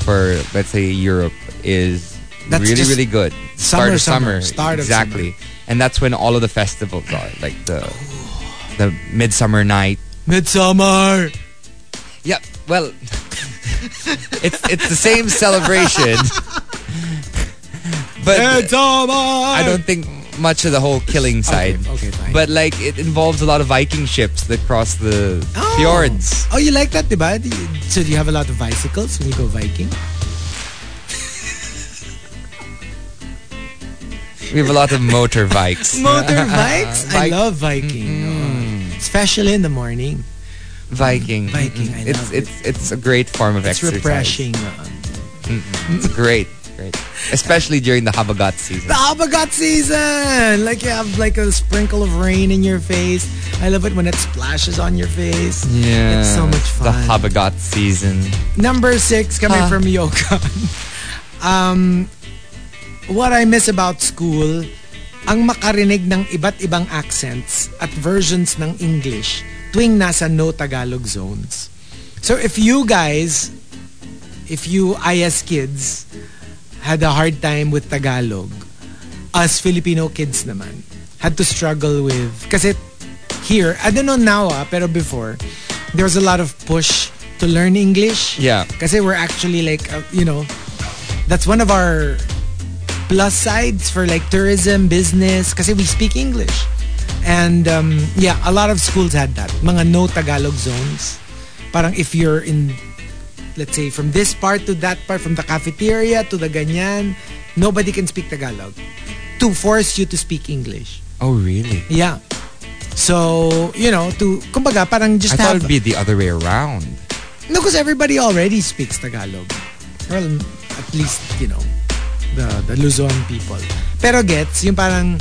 [SPEAKER 6] for let's say Europe is
[SPEAKER 5] That's
[SPEAKER 6] really,
[SPEAKER 5] just
[SPEAKER 6] really good.
[SPEAKER 5] summer,
[SPEAKER 6] Start of
[SPEAKER 5] summer,
[SPEAKER 6] summer.
[SPEAKER 5] start of
[SPEAKER 6] exactly. And that's when all of the festivals are. Like the the midsummer night.
[SPEAKER 5] Midsummer.
[SPEAKER 6] Yep. Well it's it's the same celebration. but
[SPEAKER 5] Midsummer.
[SPEAKER 6] I don't think much of the whole killing side.
[SPEAKER 5] okay, fine.
[SPEAKER 6] But like it involves a lot of Viking ships that cross the
[SPEAKER 5] Oh.
[SPEAKER 6] fjords.
[SPEAKER 5] Oh, you like that, diba? Do you- So do you have a lot of bicycles when you go Viking?
[SPEAKER 6] We have a lot of motor bikes.
[SPEAKER 5] Motorbikes? I
[SPEAKER 6] Bike-
[SPEAKER 5] love Viking. Oh. Especially in the morning.
[SPEAKER 6] Viking.
[SPEAKER 5] Viking, I
[SPEAKER 6] it's
[SPEAKER 5] love it.
[SPEAKER 6] it's it's a great form of
[SPEAKER 5] It's
[SPEAKER 6] exercise.
[SPEAKER 5] refreshing. Uh,
[SPEAKER 6] It's great, great, especially during the Habagat season.
[SPEAKER 5] the habagat season! Like you have like a sprinkle of rain in your face. I love it when it splashes on your face.
[SPEAKER 6] Yeah,
[SPEAKER 5] It's so much fun.
[SPEAKER 6] The Habagat season.
[SPEAKER 5] Number six coming from Yoka. (laughs) um, what I miss about school, ang makarinig ng iba't ibang accents at versions ng English tuwing nasa no Tagalog zones. So if you guys, if you IS kids had a hard time with Tagalog, us Filipino kids naman had to struggle with kasi here, I don't know now ah, pero before, there was a lot of push to learn English.
[SPEAKER 6] Yeah.
[SPEAKER 5] Kasi we're actually like, uh, you know, that's one of our plus sides for like tourism, business, kasi we speak English. And um, yeah, a lot of schools had that. Mga no Tagalog zones. Parang if you're in, let's say, from this part to that part, from the cafeteria to the ganyan, nobody can speak Tagalog to force you to speak English.
[SPEAKER 6] Oh really?
[SPEAKER 5] Yeah. So, you know, to, kumbaga, parang just
[SPEAKER 6] I thought
[SPEAKER 5] have...
[SPEAKER 6] it'd be the other way around.
[SPEAKER 5] No, because everybody already speaks Tagalog. Well, at least, you know, the, the Luzon people. Pero gets, yung parang,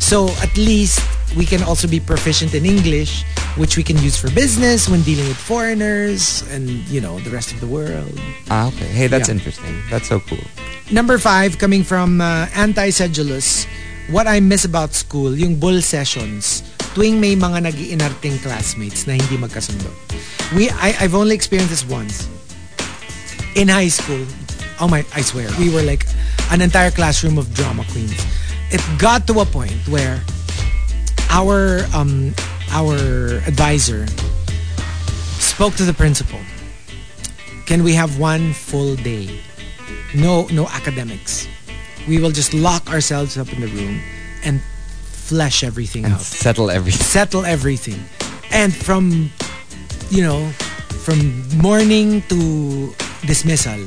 [SPEAKER 5] so at least we can also be proficient in English, which we can use for business when dealing with foreigners and, you know, the rest of the world.
[SPEAKER 6] Ah, okay. Hey, that's
[SPEAKER 5] Yeah.
[SPEAKER 6] interesting. That's so cool.
[SPEAKER 5] Number five, coming from uh, Anti-Sedulous, what I miss about school, yung bull sessions, tuwing may mga nag iinarting classmates na hindi magkasundo. We, I, I've only experienced this once. In high school, oh my, I swear, we were like an entire classroom of drama queens. It got to a point where our, um, our advisor spoke to the principal. Can we have one full day no no academics we will just lock ourselves up in the room and flesh everything
[SPEAKER 6] And
[SPEAKER 5] out
[SPEAKER 6] settle everything. (laughs)
[SPEAKER 5] settle everything and from you know from morning to dismissal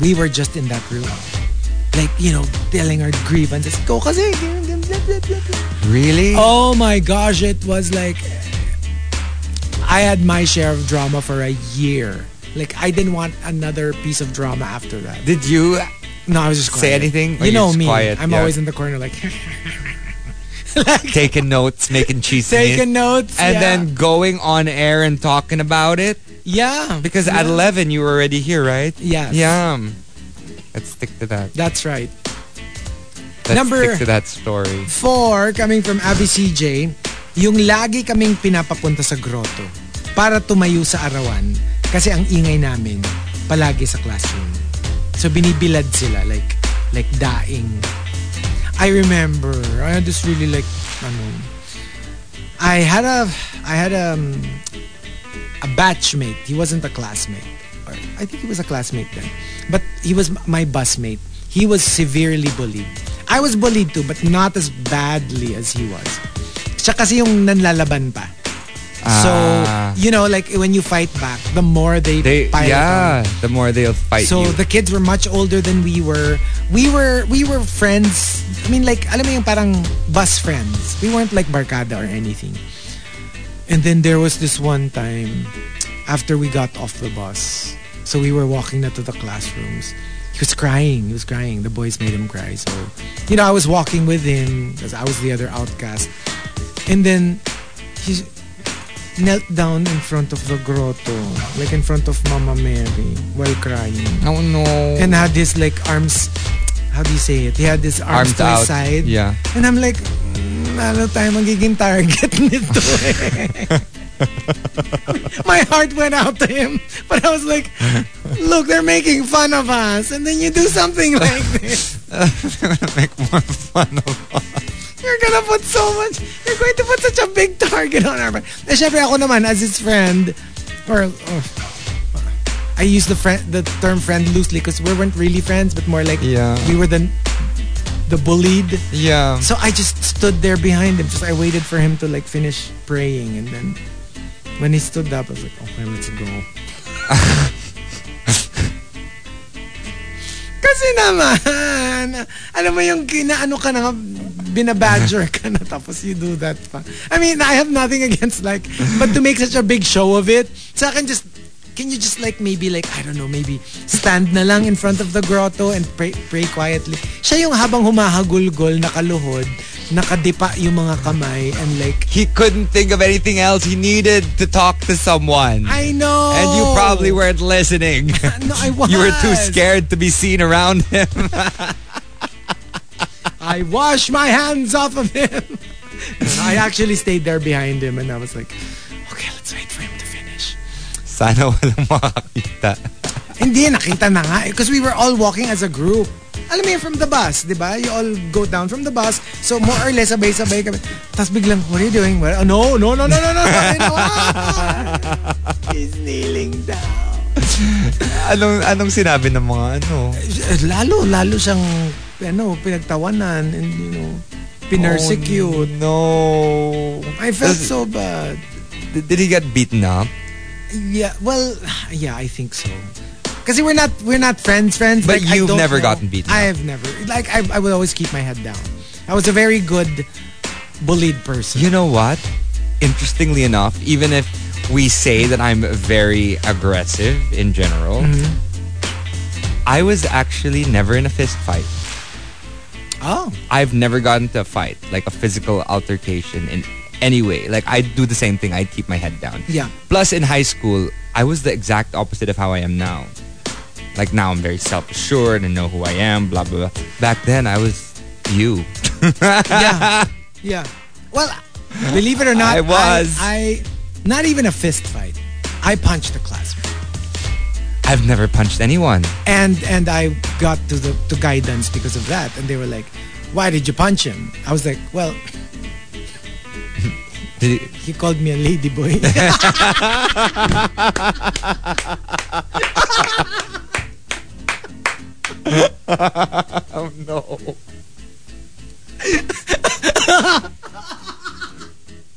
[SPEAKER 5] we were just in that room like you know telling our grievances go kasi
[SPEAKER 6] Really?
[SPEAKER 5] oh my gosh it was like i had my share of drama for a year like i didn't want another piece of drama after that
[SPEAKER 6] Did you?
[SPEAKER 5] no, I was just quiet.
[SPEAKER 6] Say anything? Or
[SPEAKER 5] You
[SPEAKER 6] you're
[SPEAKER 5] know
[SPEAKER 6] just
[SPEAKER 5] me.
[SPEAKER 6] quiet,
[SPEAKER 5] I'm
[SPEAKER 6] yeah.
[SPEAKER 5] always in the corner, like (laughs)
[SPEAKER 6] Taking notes, making cheese.
[SPEAKER 5] taking notes,
[SPEAKER 6] And
[SPEAKER 5] yeah.
[SPEAKER 6] then going on air and talking about it.
[SPEAKER 5] yeah,
[SPEAKER 6] Because
[SPEAKER 5] yeah.
[SPEAKER 6] at 11, you were already here, right?
[SPEAKER 5] Yes.
[SPEAKER 6] Yeah. Let's stick to that.
[SPEAKER 5] that's right.
[SPEAKER 6] Let's
[SPEAKER 5] Number-
[SPEAKER 6] stick to that story.
[SPEAKER 5] Four, coming from Abby CJ, yung lagi kaming pinapapunta sa grotto para tumayo sa arawan kasi ang ingay namin palagi sa classroom. So binibilad sila like like daing. I remember, I had this really like ano, I had a I had a um, a batchmate. He wasn't a classmate. Or I think he was a classmate then. But he was m- my busmate. He was severely bullied. I was bullied too, but not as badly as he was. Siya kasi yung nanlalaban pa. So,
[SPEAKER 6] Ah.
[SPEAKER 5] you know, like when you fight back, the more they,
[SPEAKER 6] They,
[SPEAKER 5] pile on.
[SPEAKER 6] yeah, the more they'll fight
[SPEAKER 5] So
[SPEAKER 6] you.
[SPEAKER 5] the kids were much older than we were. We were we were friends. I mean like alam mo yung parang bus friends. We weren't like barkada or anything. And then there was this one time after we got off the bus. So we were walking na to the classrooms. He was crying. He was crying. The boys made him cry. So, you know, I was walking with him because I was the other outcast. And then he knelt down in front of the grotto, like in front of Mama Mary, while crying
[SPEAKER 6] oh no.
[SPEAKER 5] and had his like arms how do you say it he had his arms,
[SPEAKER 6] Arms
[SPEAKER 5] to his
[SPEAKER 6] out.
[SPEAKER 5] side
[SPEAKER 6] Yeah.
[SPEAKER 5] and I'm like "Mm, ano tayo magiging target (laughs) nito eh?" my heart went out to him but I was like look they're making fun of us and then you do something like
[SPEAKER 6] (laughs)
[SPEAKER 5] this
[SPEAKER 6] Make more fun of
[SPEAKER 5] you're gonna put so much you're going to put such a big target on our back and syempre ako naman as his friend or or- I use the friend the term friend loosely because we weren't really friends but more like
[SPEAKER 6] Yeah.
[SPEAKER 5] we were the the bullied
[SPEAKER 6] Yeah.
[SPEAKER 5] So I just stood there behind him. Just I waited for him to like finish praying, and then when he stood up, I was like, "Okay, let's go." Kasi naman, (laughs) alam mo yung kinaano ka na nga, binabadger ka na tapos you do that pa. I mean, I have nothing against like, but to make such a big show of it, sa akin just, can you just like maybe like, I don't know, maybe stand na lang in front of the grotto and pray, pray quietly. Siya yung habang humahagulgol, nakaluhod, nakadipa yung mga kamay and like,
[SPEAKER 6] He couldn't think of anything else. He needed to talk to someone.
[SPEAKER 5] I know!
[SPEAKER 6] and you probably weren't listening. (laughs)
[SPEAKER 5] No, I was.
[SPEAKER 6] you were too scared to be seen around him. (laughs)
[SPEAKER 5] I wash my hands off of him. I actually stayed there behind him and I was like, okay, let's wait for him to finish.
[SPEAKER 6] Sana walang makakita.
[SPEAKER 5] Hindi, nakita na nga. Because we were all walking as a group. Alam mo yun, from the bus, di ba? You all go down from the bus. So more or less, sabay-sabay kami. Tapos biglang, what are you doing? Well, oh, no, no, no, no, no, no. Sabi na, "Ah!" He's kneeling down.
[SPEAKER 6] Anong, anong sinabi ng mga ano?
[SPEAKER 5] Eh, Lalo, lalo siyang, ano, pinagtawanan and, you know,
[SPEAKER 6] Oh,
[SPEAKER 5] pinersecute.
[SPEAKER 6] no.
[SPEAKER 5] I felt
[SPEAKER 6] Does-
[SPEAKER 5] so bad.
[SPEAKER 6] Did, did he get beaten up?
[SPEAKER 5] Yeah, well, yeah, I think so. Because we're not we're not friends, friends.
[SPEAKER 6] But
[SPEAKER 5] Like, I
[SPEAKER 6] you've
[SPEAKER 5] don't
[SPEAKER 6] never
[SPEAKER 5] know.
[SPEAKER 6] gotten beaten
[SPEAKER 5] I have never. Like I, I would always keep my head down. I was a very good bullied person.
[SPEAKER 6] You know what? Interestingly enough, even if we say that I'm very aggressive in general, I was actually never in a fist fight.
[SPEAKER 5] Oh,
[SPEAKER 6] I've never gotten to a fight, like a physical altercation in any way. Like I'd do the same thing, I'd keep my head down.
[SPEAKER 5] Yeah.
[SPEAKER 6] Plus in high school, I was the exact opposite of how I am now. Like now I'm very self assured and know who I am, blah blah blah. Back then I was you. (laughs)
[SPEAKER 5] yeah, yeah. Well, believe it or not,
[SPEAKER 6] I was.
[SPEAKER 5] I, I- not even a fist fight. I punched a classmate,
[SPEAKER 6] I've never punched anyone.
[SPEAKER 5] and and I got to the to guidance because of that, and they were like, "Why did you punch him?" I was like, "Well,
[SPEAKER 6] Did it-
[SPEAKER 5] he called me a ladyboy."
[SPEAKER 6] (laughs) Oh, (laughs)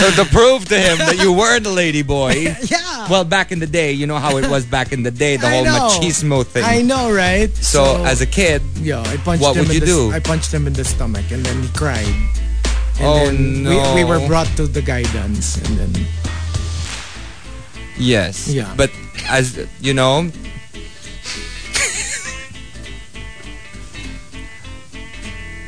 [SPEAKER 6] so to prove to him that you weren't a lady boy.
[SPEAKER 5] yeah.
[SPEAKER 6] (laughs) Well, back in the day, you know how it was back in the day, the
[SPEAKER 5] I
[SPEAKER 6] whole
[SPEAKER 5] know.
[SPEAKER 6] machismo thing.
[SPEAKER 5] I know, right?
[SPEAKER 6] So, as a kid,
[SPEAKER 5] Yeah, I punched
[SPEAKER 6] What
[SPEAKER 5] him
[SPEAKER 6] would
[SPEAKER 5] in
[SPEAKER 6] you
[SPEAKER 5] the,
[SPEAKER 6] do?
[SPEAKER 5] I punched him in the stomach and then he cried. And
[SPEAKER 6] Oh,
[SPEAKER 5] then
[SPEAKER 6] no.
[SPEAKER 5] We, we were brought to the guidance and then
[SPEAKER 6] yes.
[SPEAKER 5] Yeah.
[SPEAKER 6] But as you know,
[SPEAKER 5] (laughs)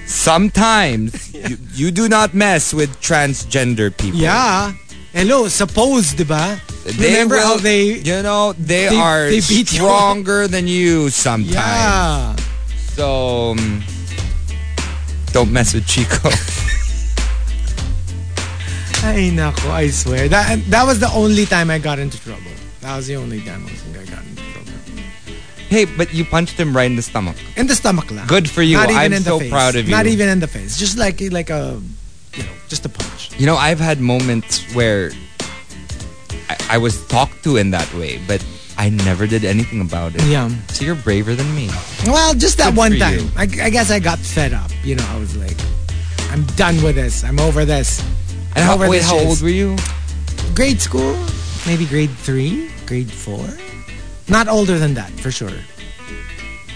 [SPEAKER 6] sometimes you, you do not mess with transgender people.
[SPEAKER 5] yeah. Hello, suppose, di ba?
[SPEAKER 6] They
[SPEAKER 5] Remember
[SPEAKER 6] will-
[SPEAKER 5] how they
[SPEAKER 6] you know, they,
[SPEAKER 5] they-
[SPEAKER 6] are
[SPEAKER 5] they beat you up.
[SPEAKER 6] stronger than you sometimes.
[SPEAKER 5] yeah.
[SPEAKER 6] So, um, don't mess with Chico. (laughs)
[SPEAKER 5] Ay nako, I swear. That that was the only time I got into trouble. That was the only time I think I got into trouble.
[SPEAKER 6] hey, but you punched him right in the stomach.
[SPEAKER 5] In the stomach lang.
[SPEAKER 6] Good for you.
[SPEAKER 5] Not even
[SPEAKER 6] I'm
[SPEAKER 5] in the
[SPEAKER 6] so
[SPEAKER 5] face.
[SPEAKER 6] proud of you.
[SPEAKER 5] Not even in the face. Just like like a you know, just a punch.
[SPEAKER 6] You know, I've had moments where I, I was talked to in that way, but I never did anything about it.
[SPEAKER 5] Yeah.
[SPEAKER 6] So you're braver than me.
[SPEAKER 5] Well, just that
[SPEAKER 6] Good
[SPEAKER 5] one
[SPEAKER 6] for
[SPEAKER 5] time.
[SPEAKER 6] you.
[SPEAKER 5] I, I guess I got fed up. You know, I was like, I'm done with this. I'm over this.
[SPEAKER 6] And how,
[SPEAKER 5] Over
[SPEAKER 6] wait,
[SPEAKER 5] the
[SPEAKER 6] how
[SPEAKER 5] shits.
[SPEAKER 6] old were you?
[SPEAKER 5] Grade school, maybe grade three, grade four. Not older than that, for sure.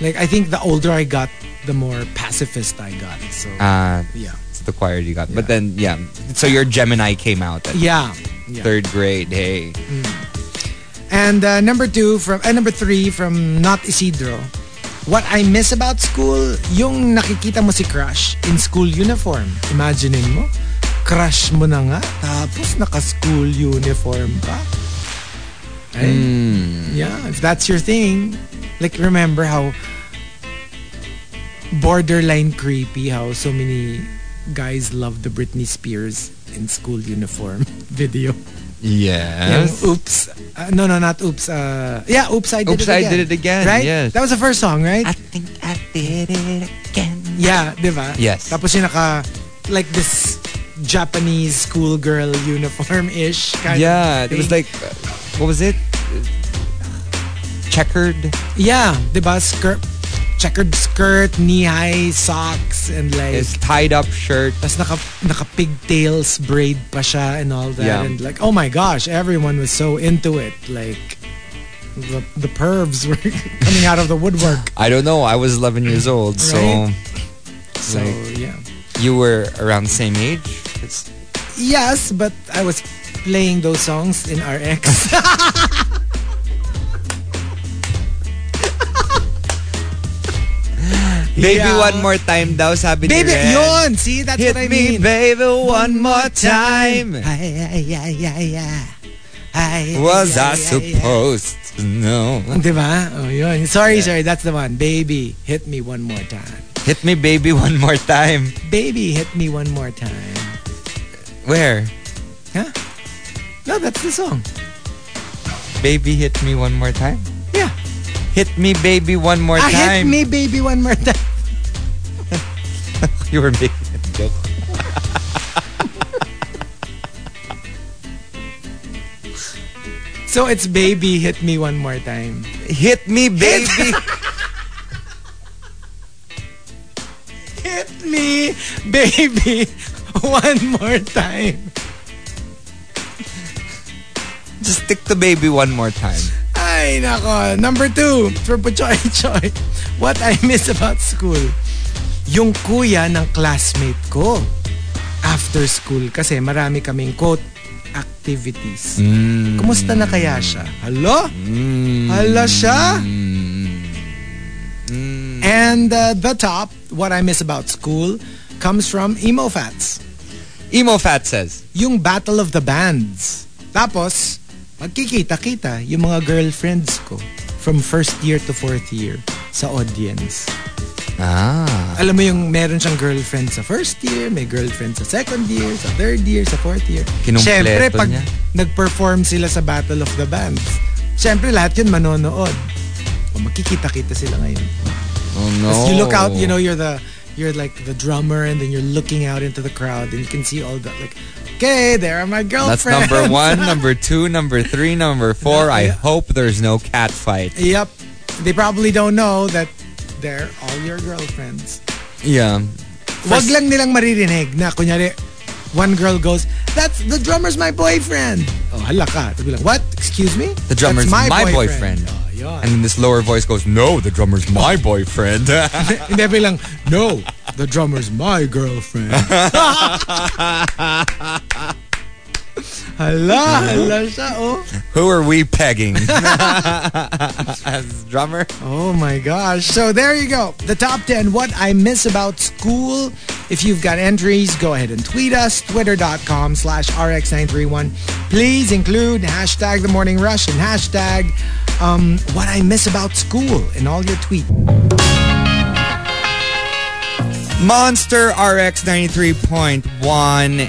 [SPEAKER 5] Like, I think the older I got, the more pacifist I got. So,
[SPEAKER 6] Uh,
[SPEAKER 5] yeah.
[SPEAKER 6] it's the choir you got. But then, yeah. So your Gemini came out at
[SPEAKER 5] Yeah. yeah.
[SPEAKER 6] third grade. Hey.
[SPEAKER 5] And uh, number two from uh, number three from Not Isidro. What I miss about school, yung nakikita mo si crush in school uniform. Imaginein mo, crush mo na nga, tapos naka-school uniform pa. Ay, Yeah, if that's your thing. Like, remember how borderline creepy how so many guys love the Britney Spears in school uniform (laughs) video.
[SPEAKER 6] Yes.
[SPEAKER 5] Yes. oops. Uh, no, no, not oops. Uh, yeah, oops, I did
[SPEAKER 6] Oops,
[SPEAKER 5] it again.
[SPEAKER 6] I Did It Again,
[SPEAKER 5] Right?
[SPEAKER 6] yes.
[SPEAKER 5] That was the first song, right?
[SPEAKER 6] I think I did it again.
[SPEAKER 5] yeah, di ba?
[SPEAKER 6] Yes.
[SPEAKER 5] Tapos yung naka, like this Japanese schoolgirl uniform-ish kind
[SPEAKER 6] Yeah,
[SPEAKER 5] of
[SPEAKER 6] it was
[SPEAKER 5] thing.
[SPEAKER 6] like, uh, what was it? Checkered.
[SPEAKER 5] Yeah, di ba? Skirt, checkered skirt, knee-high socks, and like...
[SPEAKER 6] It's tied up shirt.
[SPEAKER 5] Tapos naka, naka pigtails braid pa siya and all that.
[SPEAKER 6] Yeah.
[SPEAKER 5] And like, oh my gosh, everyone was so into it. Like, the, the pervs were (laughs) coming out of the
[SPEAKER 6] (laughs)
[SPEAKER 5] woodwork.
[SPEAKER 6] I don't know. I was 11 years old, so
[SPEAKER 5] Right. So,
[SPEAKER 6] Like-
[SPEAKER 5] yeah.
[SPEAKER 6] you were around the same age. It's-
[SPEAKER 5] Yes, but I was playing those songs in RX.
[SPEAKER 6] Baby,
[SPEAKER 5] Yeah.
[SPEAKER 6] one more time daw, sabi
[SPEAKER 5] (laughs) baby,
[SPEAKER 6] ni Ren.
[SPEAKER 5] yun! See, that's
[SPEAKER 6] Hit
[SPEAKER 5] what I
[SPEAKER 6] me,
[SPEAKER 5] mean.
[SPEAKER 6] baby, one more time.
[SPEAKER 5] Ay, ay, ay, ay, ay. Ay,
[SPEAKER 6] Was
[SPEAKER 5] ay, ay, ay,
[SPEAKER 6] I supposed to know?
[SPEAKER 5] ay. Diba? Oh, yun. Sorry, sorry. That's the one. Baby, hit me one more time.
[SPEAKER 6] Hit me, baby, (laughs) one more time.
[SPEAKER 5] Baby, hit me one more time.
[SPEAKER 6] Where?
[SPEAKER 5] Huh? No, that's the song.
[SPEAKER 6] Baby, hit me one more time.
[SPEAKER 5] Yeah.
[SPEAKER 6] Hit me, baby, one more
[SPEAKER 5] Ah, hit
[SPEAKER 6] time.
[SPEAKER 5] me, baby, one more time.
[SPEAKER 6] (laughs)
[SPEAKER 5] (laughs)
[SPEAKER 6] You were making a joke.
[SPEAKER 5] So it's baby, hit me one more time.
[SPEAKER 6] Hit me, baby. (laughs)
[SPEAKER 5] Hit me, baby, (laughs) one more time.
[SPEAKER 6] Just stick to baby one more time.
[SPEAKER 5] Ay, nako. Number two, for Puchoy Choy. (laughs) What I miss about school, yung kuya ng classmate ko. After school, kasi marami kaming quote, activities. Kumusta na kaya siya? Hello? Hala siya? And uh, the top, what I miss about school, comes from Emo Fats.
[SPEAKER 6] Emo Fat says,
[SPEAKER 5] Yung Battle of the Bands. Tapos, magkikita-kita yung mga girlfriends ko from first year to fourth year sa audience.
[SPEAKER 6] Ah.
[SPEAKER 5] Alam mo yung meron siyang girlfriend sa first year, may girlfriend sa second year, sa third year, sa fourth year.
[SPEAKER 6] Kinumpleto
[SPEAKER 5] Siyempre, pag
[SPEAKER 6] niya.
[SPEAKER 5] nag-perform sila sa Battle of the Bands, siyempre lahat yun manonood. O magkikita-kita sila ngayon.
[SPEAKER 6] Oh no.
[SPEAKER 5] Because you look out, you know, you're the you're like the drummer, and then you're looking out into the crowd, and you can see all the like, okay, there are my girlfriends.
[SPEAKER 6] That's number one, number two, number three, number four. I hope there's no cat fight.
[SPEAKER 5] Yep, they probably don't know that they're all your girlfriends.
[SPEAKER 6] Yeah.
[SPEAKER 5] Wag lang nilang maririnig na kunyari one girl goes, that's the drummer's my boyfriend. Oh, hala ka. Sabi lang, what? Excuse me?
[SPEAKER 6] The drummer's
[SPEAKER 5] That's
[SPEAKER 6] my boyfriend.
[SPEAKER 5] Oh, yun.
[SPEAKER 6] And then this lower voice goes, No, the drummer's my boyfriend. (laughs)
[SPEAKER 5] Hindi, bilang, no, the drummer's my girlfriend.
[SPEAKER 6] (laughs)
[SPEAKER 5] hala, hala siya, oh.
[SPEAKER 6] Who are we pegging? (laughs) As drummer?
[SPEAKER 5] Oh my gosh. So there you go. The top 10 what I miss about school. If you've got entries, go ahead and tweet us. Twitter.com slash RX931. Please include hashtag the morning rush and hashtag um, what I miss about school in all your tweets.
[SPEAKER 6] Monster RX 93.1.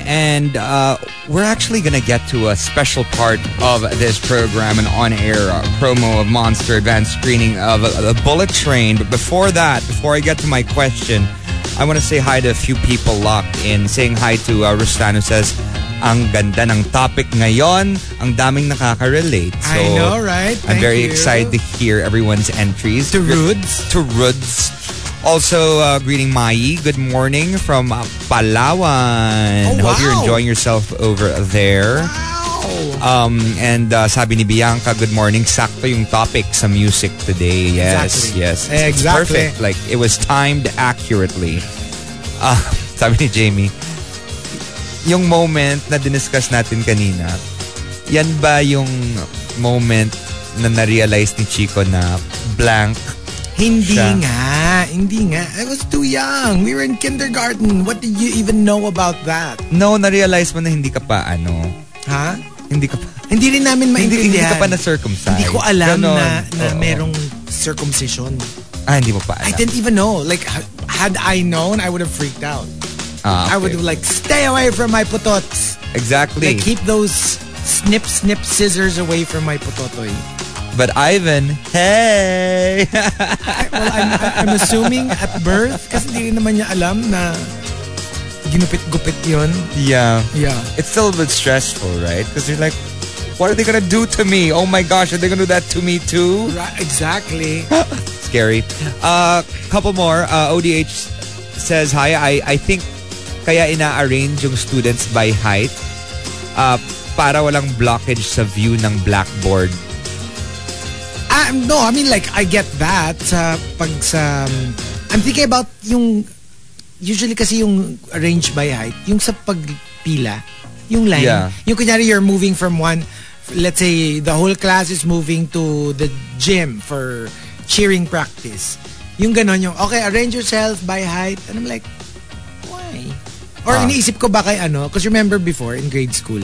[SPEAKER 6] And uh, we're actually going to get to a special part of this program, an on air uh, promo of Monster Advanced Screening of uh, The Bullet Train. But before that, before I get to my question, I want to say hi to a few people locked in. Saying hi to uh, Ruslan who says, ang ganda ng topic ngayon. Ang daming nakaka-relate. So,
[SPEAKER 5] I know, right? Thank
[SPEAKER 6] I'm very
[SPEAKER 5] you.
[SPEAKER 6] excited to hear everyone's entries.
[SPEAKER 5] To Rudes.
[SPEAKER 6] To Rudes. Also, uh, greeting Mai. Good morning from uh, Palawan.
[SPEAKER 5] Oh,
[SPEAKER 6] Hope you're
[SPEAKER 5] wow.
[SPEAKER 6] enjoying yourself over there.
[SPEAKER 5] Wow.
[SPEAKER 6] Um, and uh, sabi ni Bianca, good morning. Sakto yung topic sa music today. Yes,
[SPEAKER 5] Exactly.
[SPEAKER 6] yes.
[SPEAKER 5] Exactly.
[SPEAKER 6] perfect. Like, it was timed accurately. Ah, (laughs) sabi ni Jamie, yung moment na diniscuss natin kanina, yan ba yung moment na na-realize ni Chico na blank
[SPEAKER 5] Hindi
[SPEAKER 6] Siya.
[SPEAKER 5] nga. Hindi nga. I was too young. We were in kindergarten. What did you even know about that?
[SPEAKER 6] No, na-realize mo na hindi ka pa ano.
[SPEAKER 5] Ha?
[SPEAKER 6] Hindi ka pa
[SPEAKER 5] (laughs) Hindi rin namin maintindihan.
[SPEAKER 6] hindi, hindi ka pa na circumcised.
[SPEAKER 5] Hindi ko alam
[SPEAKER 6] Ganon.
[SPEAKER 5] na, na
[SPEAKER 6] Oo.
[SPEAKER 5] merong circumcision.
[SPEAKER 6] Ah, hindi mo pa alam.
[SPEAKER 5] I didn't even know. Like, h- had I known, I would have freaked out.
[SPEAKER 6] Ah,
[SPEAKER 5] I would
[SPEAKER 6] okay.
[SPEAKER 5] have like, stay away from my putots.
[SPEAKER 6] Exactly.
[SPEAKER 5] Like, keep those snip, snip scissors away from my putotoy.
[SPEAKER 6] But Ivan, hey! (laughs)
[SPEAKER 5] Well, I'm, I'm assuming at birth, kasi hindi rin naman niya alam na ginupit-gupit yun.
[SPEAKER 6] yeah.
[SPEAKER 5] Yeah.
[SPEAKER 6] It's still a bit stressful, right? Because you're like, what are they gonna do to me? Oh my gosh, are they gonna do that to me too?
[SPEAKER 5] Right, exactly.
[SPEAKER 6] Scary. Uh, couple more. Uh, ODH says, hi, I, I think kaya ina-arrange yung students by height uh, para walang blockage sa view ng blackboard.
[SPEAKER 5] Ah, no, I mean like I get that sa pag sa I'm thinking about yung usually kasi yung arranged by height, yung sa pagpila, yung line.
[SPEAKER 6] Yeah.
[SPEAKER 5] Yung kunyari you're moving from one let's say the whole class is moving to the gym for cheering practice. Yung ganon yung okay, arrange yourself by height and I'm like why? Or
[SPEAKER 6] Ah.
[SPEAKER 5] iniisip ko ba kay ano? Because remember before in grade school,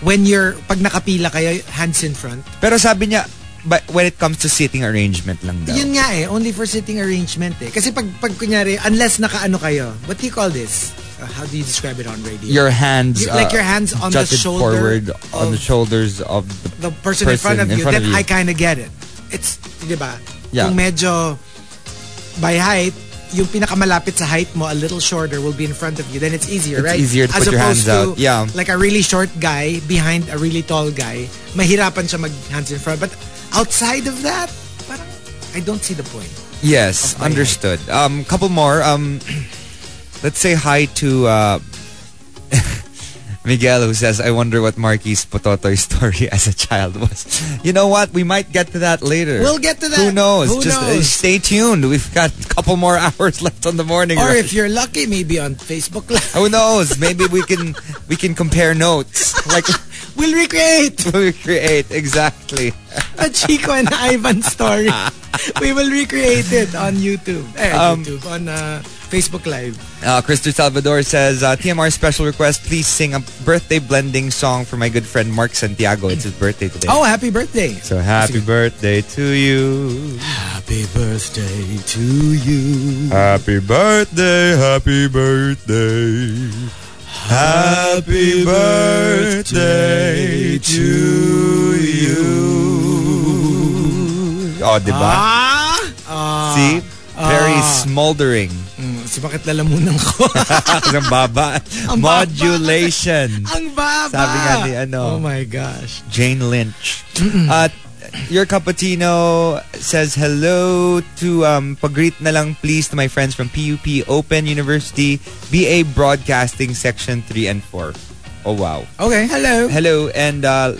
[SPEAKER 5] when you're, pag nakapila kayo, hands in front,
[SPEAKER 6] Pero sabi niya, but when it comes to seating arrangement lang daw.
[SPEAKER 5] Yun nga eh, only for sitting arrangement eh. Kasi pag, pag kunyari, unless nakaano kayo, what do you call this? Uh, how do you describe it on radio?
[SPEAKER 6] your hands uh,
[SPEAKER 5] You- like your hands on the
[SPEAKER 6] jutted
[SPEAKER 5] shoulder
[SPEAKER 6] forward on
[SPEAKER 5] of-
[SPEAKER 6] the shoulders of the
[SPEAKER 5] the person, in front of
[SPEAKER 6] person in
[SPEAKER 5] you,
[SPEAKER 6] front
[SPEAKER 5] then
[SPEAKER 6] of you.
[SPEAKER 5] I kinda get it. It's, di ba?
[SPEAKER 6] Yeah.
[SPEAKER 5] Kung medyo by height, yung pinakamalapit sa height mo, a little shorter, will be in front of you. Then it's easier,
[SPEAKER 6] It's
[SPEAKER 5] right?
[SPEAKER 6] easier to
[SPEAKER 5] As
[SPEAKER 6] put your
[SPEAKER 5] opposed
[SPEAKER 6] hands out.
[SPEAKER 5] to,
[SPEAKER 6] Yeah.
[SPEAKER 5] Like a really short guy behind a really tall guy, mahirapan siya mag hands in front. But outside of that, parang, I don't see the point.
[SPEAKER 6] yes
[SPEAKER 5] my
[SPEAKER 6] understood um couple more um let's say hi to uh (laughs) Miguel who says I wonder what Marky's pototoy (laughs) story as a child was you know what we might get to that later
[SPEAKER 5] We'll get to that.
[SPEAKER 6] who knows
[SPEAKER 5] Who
[SPEAKER 6] just uh,
[SPEAKER 5] knows?
[SPEAKER 6] stay tuned we've got a couple more (laughs) hours left on the morning
[SPEAKER 5] Or
[SPEAKER 6] rush.
[SPEAKER 5] if you're lucky, maybe on Facebook Live. (laughs)
[SPEAKER 6] who knows maybe we can we can compare notes like (laughs)
[SPEAKER 5] We'll recreate
[SPEAKER 6] we create exactly
[SPEAKER 5] a Chico and (laughs) Ivan
[SPEAKER 6] (laughs)
[SPEAKER 5] story. we will recreate it on YouTube. Eh,
[SPEAKER 6] Um,
[SPEAKER 5] YouTube. On uh, Facebook Live.
[SPEAKER 6] Uh, Christo Salvador says, uh, TMR special request, please sing a birthday blending song for my good friend Mark Santiago. It's his birthday today.
[SPEAKER 5] Oh, happy birthday.
[SPEAKER 6] So happy birthday to you.
[SPEAKER 5] Happy birthday to you.
[SPEAKER 6] Happy birthday, happy birthday. Happy birthday to you. Oh, diba?
[SPEAKER 5] Ah! Ah!
[SPEAKER 6] See? Very
[SPEAKER 5] ah.
[SPEAKER 6] smoldering. (laughs)
[SPEAKER 5] Mm, so bakit lalamunan ko?
[SPEAKER 6] Ang baba.
[SPEAKER 5] Ang baba.
[SPEAKER 6] Modulation.
[SPEAKER 5] Ang baba!
[SPEAKER 6] Sabi nga ni
[SPEAKER 5] Oh
[SPEAKER 6] ano.
[SPEAKER 5] my gosh.
[SPEAKER 6] Jane Lynch. At your cappuccino says hello to um pagreet na lang please to my friends from PUP Open University BA Broadcasting Section 3 and 4. Oh wow.
[SPEAKER 5] Okay, hello.
[SPEAKER 6] Hello and uh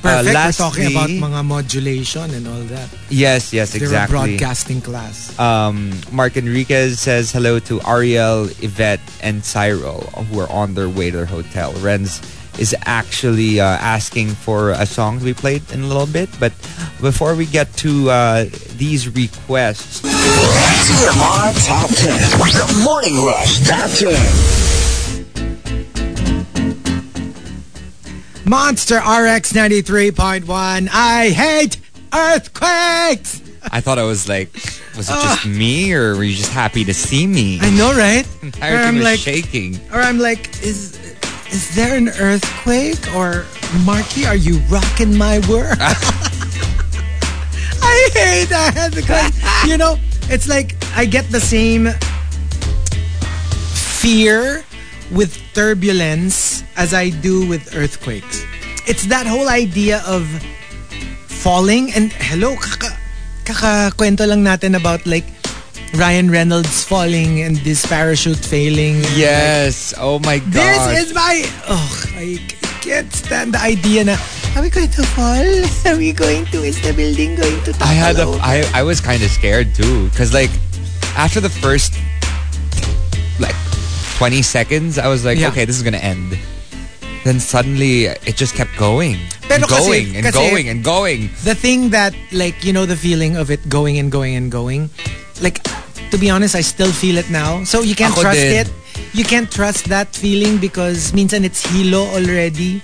[SPEAKER 5] Perfect.
[SPEAKER 6] Uh,
[SPEAKER 5] We're talking
[SPEAKER 6] lastly-
[SPEAKER 5] about mga modulation and all that.
[SPEAKER 6] yes, yes,
[SPEAKER 5] They're a
[SPEAKER 6] exactly.
[SPEAKER 5] broadcasting class.
[SPEAKER 6] Um Mark Enriquez says hello to Ariel, Yvette and Cyril who are on their way to their hotel. Renz is actually uh, asking for a song to be played in a little bit, but before we get to uh, these requests,
[SPEAKER 3] TMR Top 10. The Morning Rush Top 10.
[SPEAKER 5] Monster RX 93.1. I hate earthquakes.
[SPEAKER 6] I thought I was like, was it just me or were you just happy to see me?
[SPEAKER 5] I know, right?
[SPEAKER 6] Entire thing
[SPEAKER 5] I'm
[SPEAKER 6] was
[SPEAKER 5] like-
[SPEAKER 6] shaking.
[SPEAKER 5] Or I'm like, is is there an earthquake? Or Marky, are you rocking my world? (laughs) I hate that because you know, it's like I get the same fear with turbulence as I do with earthquakes. It's that whole idea of falling and hello kaka kakakwento lang natin about like Ryan Reynolds falling and this parachute failing.
[SPEAKER 6] Yes. Oh my god.
[SPEAKER 5] This is my... Oh, I c- can't stand the idea na, are we going to fall? (laughs) Are we going to... Is the building going to
[SPEAKER 6] I had a,
[SPEAKER 5] topple over?
[SPEAKER 6] I, I was kind of scared too because like after the first like 20 seconds I was like
[SPEAKER 5] Yeah.
[SPEAKER 6] okay this is gonna end then suddenly it just kept going
[SPEAKER 5] Pero
[SPEAKER 6] and going
[SPEAKER 5] kasi-
[SPEAKER 6] and
[SPEAKER 5] kasi-
[SPEAKER 6] going and going
[SPEAKER 5] the thing that like you know the feeling of it going and going and going like to be honest i still feel it now so you can't
[SPEAKER 6] Ako
[SPEAKER 5] trust
[SPEAKER 6] din.
[SPEAKER 5] it you can't trust that feeling because minsan it's hilo already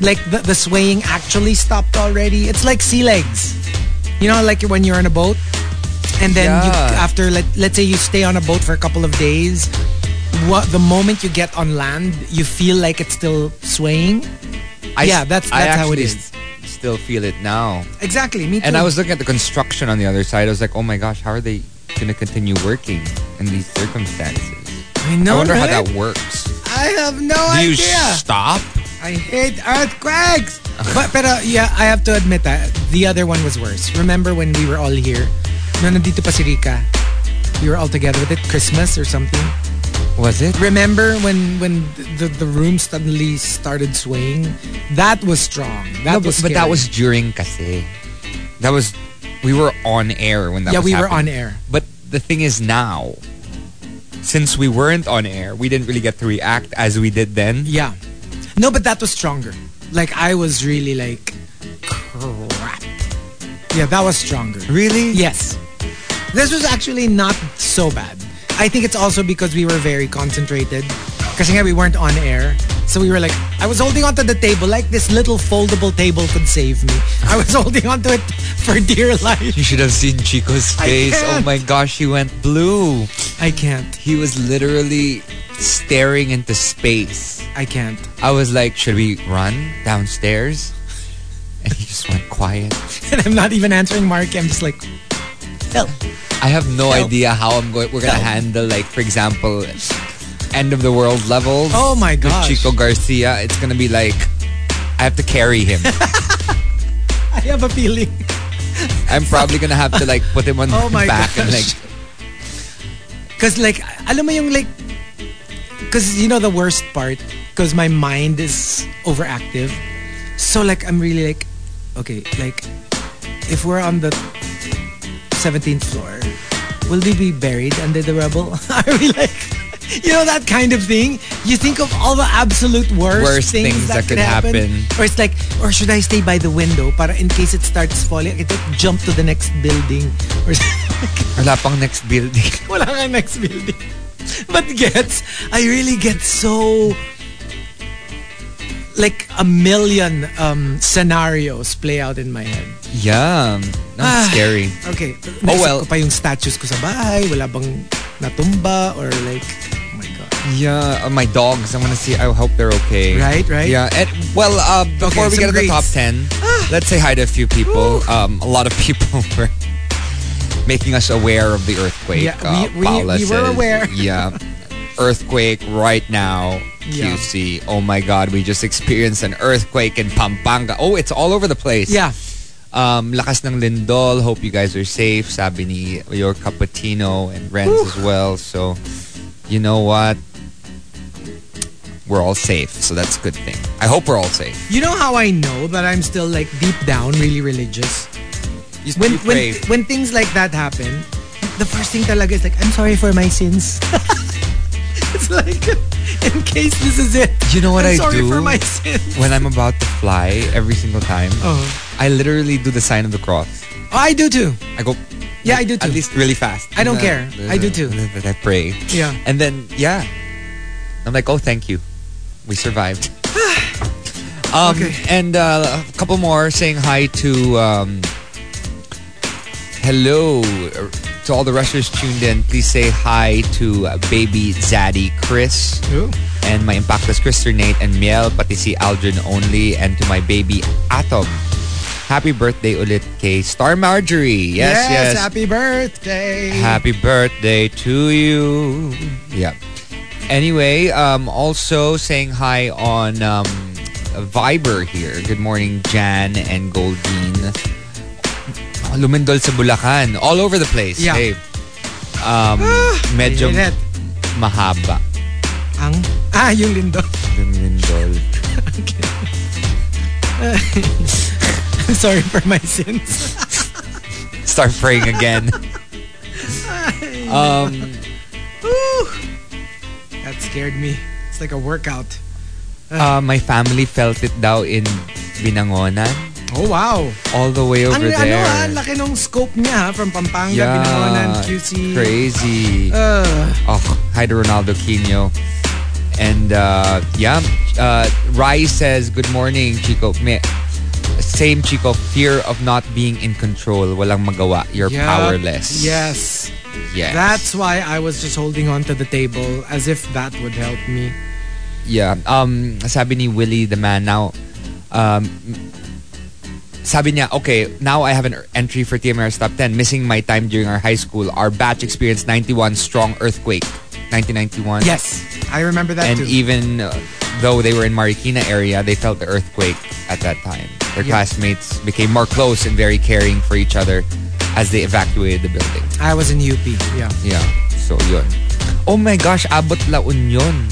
[SPEAKER 5] like the, the swaying actually stopped already it's like sea legs you know like when you're on a boat and then you,
[SPEAKER 6] Yeah.
[SPEAKER 5] after let, let's say you stay on a boat for a couple of days what the moment you get on land you feel like it's still swaying
[SPEAKER 6] I,
[SPEAKER 5] Yeah,
[SPEAKER 6] s-
[SPEAKER 5] that's-
[SPEAKER 6] I
[SPEAKER 5] that's how it
[SPEAKER 6] actually
[SPEAKER 5] is.
[SPEAKER 6] s- still feel it now
[SPEAKER 5] exactly me too
[SPEAKER 6] and I was looking at the construction on the other side I was like oh my gosh how are they gonna continue working in these circumstances
[SPEAKER 5] i know
[SPEAKER 6] I wonder
[SPEAKER 5] right?
[SPEAKER 6] how that works
[SPEAKER 5] i have no
[SPEAKER 6] do
[SPEAKER 5] idea
[SPEAKER 6] you stop
[SPEAKER 5] I hate earthquakes. but pero yeah, I have to admit that the other one was worse. Remember when we were all here? No, nandito pa si Rika. We were all together with it, Christmas or something.
[SPEAKER 6] was it
[SPEAKER 5] Remember when when the the room suddenly started swaying? That was strong. That
[SPEAKER 6] No,
[SPEAKER 5] was
[SPEAKER 6] but, but that
[SPEAKER 5] scary.
[SPEAKER 6] was during kasi. That was we were on air when that
[SPEAKER 5] yeah, we
[SPEAKER 6] was
[SPEAKER 5] were on
[SPEAKER 6] happening.
[SPEAKER 5] air.
[SPEAKER 6] But the thing is now since we weren't on air, we didn't really get to react as we did then.
[SPEAKER 5] Yeah, no, but that was stronger. Like I was really like crap. Yeah, that was stronger.
[SPEAKER 6] Really?
[SPEAKER 5] Yes. This was actually not so bad. I think it's also because we were very concentrated. Kasi nga we weren't on air. So we were like, I was holding onto the table like this little foldable table could save me. I was (laughs) holding onto it for dear life.
[SPEAKER 6] You should have seen Chico's
[SPEAKER 5] I
[SPEAKER 6] face. Oh
[SPEAKER 5] can't.
[SPEAKER 6] my gosh, he went blue.
[SPEAKER 5] I can't.
[SPEAKER 6] He was literally staring into space.
[SPEAKER 5] I can't.
[SPEAKER 6] I was like, should we run downstairs? And he just went quiet.
[SPEAKER 5] (laughs) And I'm not even answering Mark. I'm just like, help.
[SPEAKER 6] I have no
[SPEAKER 5] Help.
[SPEAKER 6] idea how I'm going. We're gonna handle like, for example, end of the world levels.
[SPEAKER 5] Oh my
[SPEAKER 6] with
[SPEAKER 5] gosh.
[SPEAKER 6] Chico Garcia. It's gonna be like I have to carry
[SPEAKER 5] (laughs)
[SPEAKER 6] him.
[SPEAKER 5] I have a feeling.
[SPEAKER 6] I'm probably gonna have to like put him on
[SPEAKER 5] Oh
[SPEAKER 6] my
[SPEAKER 5] my
[SPEAKER 6] back and like
[SPEAKER 5] gosh. Cause like, alam mo yung like, cause you know the worst part, cause my mind is overactive. So like, I'm really like, okay, like, if we're on the 17th floor, will we be buried under the rubble? (laughs) Are we like, you know that kind of thing? You think of all the absolute worst,
[SPEAKER 6] Worst
[SPEAKER 5] things,
[SPEAKER 6] things that
[SPEAKER 5] that,
[SPEAKER 6] could happen.
[SPEAKER 5] Or it's like, or should I stay by the window? Para in case it starts falling, I can jump to the next building
[SPEAKER 6] (laughs)
[SPEAKER 5] or (laughs)
[SPEAKER 6] wala pang next building. (laughs)
[SPEAKER 5] wala kang next building. But gets, I really get so like a million um, scenarios play out in my head.
[SPEAKER 6] Yeah,
[SPEAKER 5] Ah. (sighs)
[SPEAKER 6] not scary.
[SPEAKER 5] Okay.
[SPEAKER 6] Oh,
[SPEAKER 5] naisip
[SPEAKER 6] well.
[SPEAKER 5] Ko pa yung statues ko sa bahay, wala bang natumba or like, oh my God.
[SPEAKER 6] Yeah, uh, my dogs. I want to see. I hope they're okay.
[SPEAKER 5] Right, right.
[SPEAKER 6] Yeah. And well, uh, before
[SPEAKER 5] Okay, some Ah.
[SPEAKER 6] we get to the
[SPEAKER 5] greets.
[SPEAKER 6] top ten, let's say hi to a few people. Um, a lot of people (laughs) were making us aware of the earthquake.
[SPEAKER 5] Yeah,
[SPEAKER 6] uh,
[SPEAKER 5] we- we-
[SPEAKER 6] Paula
[SPEAKER 5] we were
[SPEAKER 6] says.
[SPEAKER 5] aware. (laughs)
[SPEAKER 6] Yeah, earthquake right now.
[SPEAKER 5] Yeah.
[SPEAKER 6] QC. Oh my God, we just experienced an earthquake in Pampanga. Oh, it's all over the place.
[SPEAKER 5] Yeah.
[SPEAKER 6] Um, lakas ng lindol. Hope you guys are safe. Sabi ni your cappuccino and Renz as well. So, you know what? We're all safe. So that's a good thing. I hope we're all safe.
[SPEAKER 5] You know how I know that I'm still like deep down really religious?
[SPEAKER 6] You,
[SPEAKER 5] When,
[SPEAKER 6] you
[SPEAKER 5] when,
[SPEAKER 6] pray.
[SPEAKER 5] when things like that happen, the first thing talaga is like, I'm sorry for my sins. (laughs) it's like, (laughs) in case this is it.
[SPEAKER 6] you know what
[SPEAKER 5] I'm
[SPEAKER 6] I
[SPEAKER 5] sorry
[SPEAKER 6] do?
[SPEAKER 5] for my sins.
[SPEAKER 6] when I'm about to fly every single time,
[SPEAKER 5] Oh.
[SPEAKER 6] I literally do the sign of the cross.
[SPEAKER 5] Oh, I do too.
[SPEAKER 6] I go.
[SPEAKER 5] Yeah, I do too.
[SPEAKER 6] At least really fast.
[SPEAKER 5] I don't care. I do too.
[SPEAKER 6] And I pray.
[SPEAKER 5] Yeah.
[SPEAKER 6] And then yeah, I'm like, oh, thank you, we
[SPEAKER 5] (sighs)
[SPEAKER 6] survived. um,
[SPEAKER 5] Okay.
[SPEAKER 6] And uh, a couple more saying hi to um, hello uh, to all the rushers tuned in. Please say hi to uh, baby Zaddy Chris. And my impactless Krister Nate and Miel, pati si Aldrin only, and to my baby Atom. Happy birthday ulit kay Star Marjorie. Yes, yes.
[SPEAKER 5] Happy birthday.
[SPEAKER 6] Happy birthday to you. Yeah. Anyway, um, also saying hi on um, Viber here. Good morning, Jan and Goldine. Oh, Lumindol sa Bulacan. All over the place.
[SPEAKER 5] Yeah. Ah,
[SPEAKER 6] Hey. um, medyo
[SPEAKER 5] Inet.
[SPEAKER 6] mahaba.
[SPEAKER 5] Ang, ah, yung lindol.
[SPEAKER 6] Yung lindol.
[SPEAKER 5] (laughs) I'm sorry for my sins. (laughs)
[SPEAKER 6] Start praying again. um,
[SPEAKER 5] That scared me. It's like a workout.
[SPEAKER 6] uh, my family felt it daw in Binangonan.
[SPEAKER 5] Oh, wow.
[SPEAKER 6] All the way over
[SPEAKER 5] Ang ano
[SPEAKER 6] there.
[SPEAKER 5] ah, laki nung scope niya ha, from Pampanga, Binangonan, QC.
[SPEAKER 6] Crazy.
[SPEAKER 5] Uh,
[SPEAKER 6] oh, hi to Ronaldo Quino. And uh, yeah, uh, Rai says, Good morning, Chico. Me, same, Chico. Fear of not being in control. Walang magawa. You're
[SPEAKER 5] yeah.
[SPEAKER 6] powerless.
[SPEAKER 5] Yes.
[SPEAKER 6] Yes.
[SPEAKER 5] That's why I was just holding on to the table as if that would help me.
[SPEAKER 6] Yeah. Um, sabi ni Willie the man now, um, sabi niya, okay, now I have an entry for TMR's Top 10, missing my time during our high school. Our batch experienced 91 strong earthquake, 1991.
[SPEAKER 5] Yes. I remember that
[SPEAKER 6] And
[SPEAKER 5] too.
[SPEAKER 6] even uh, though they were in Marikina area, they felt the earthquake at that time. Their
[SPEAKER 5] Yeah.
[SPEAKER 6] classmates became more close and very caring for each other as they evacuated the building.
[SPEAKER 5] I was in UP. Yeah.
[SPEAKER 6] Yeah. So yun. Oh my gosh, abot La Union.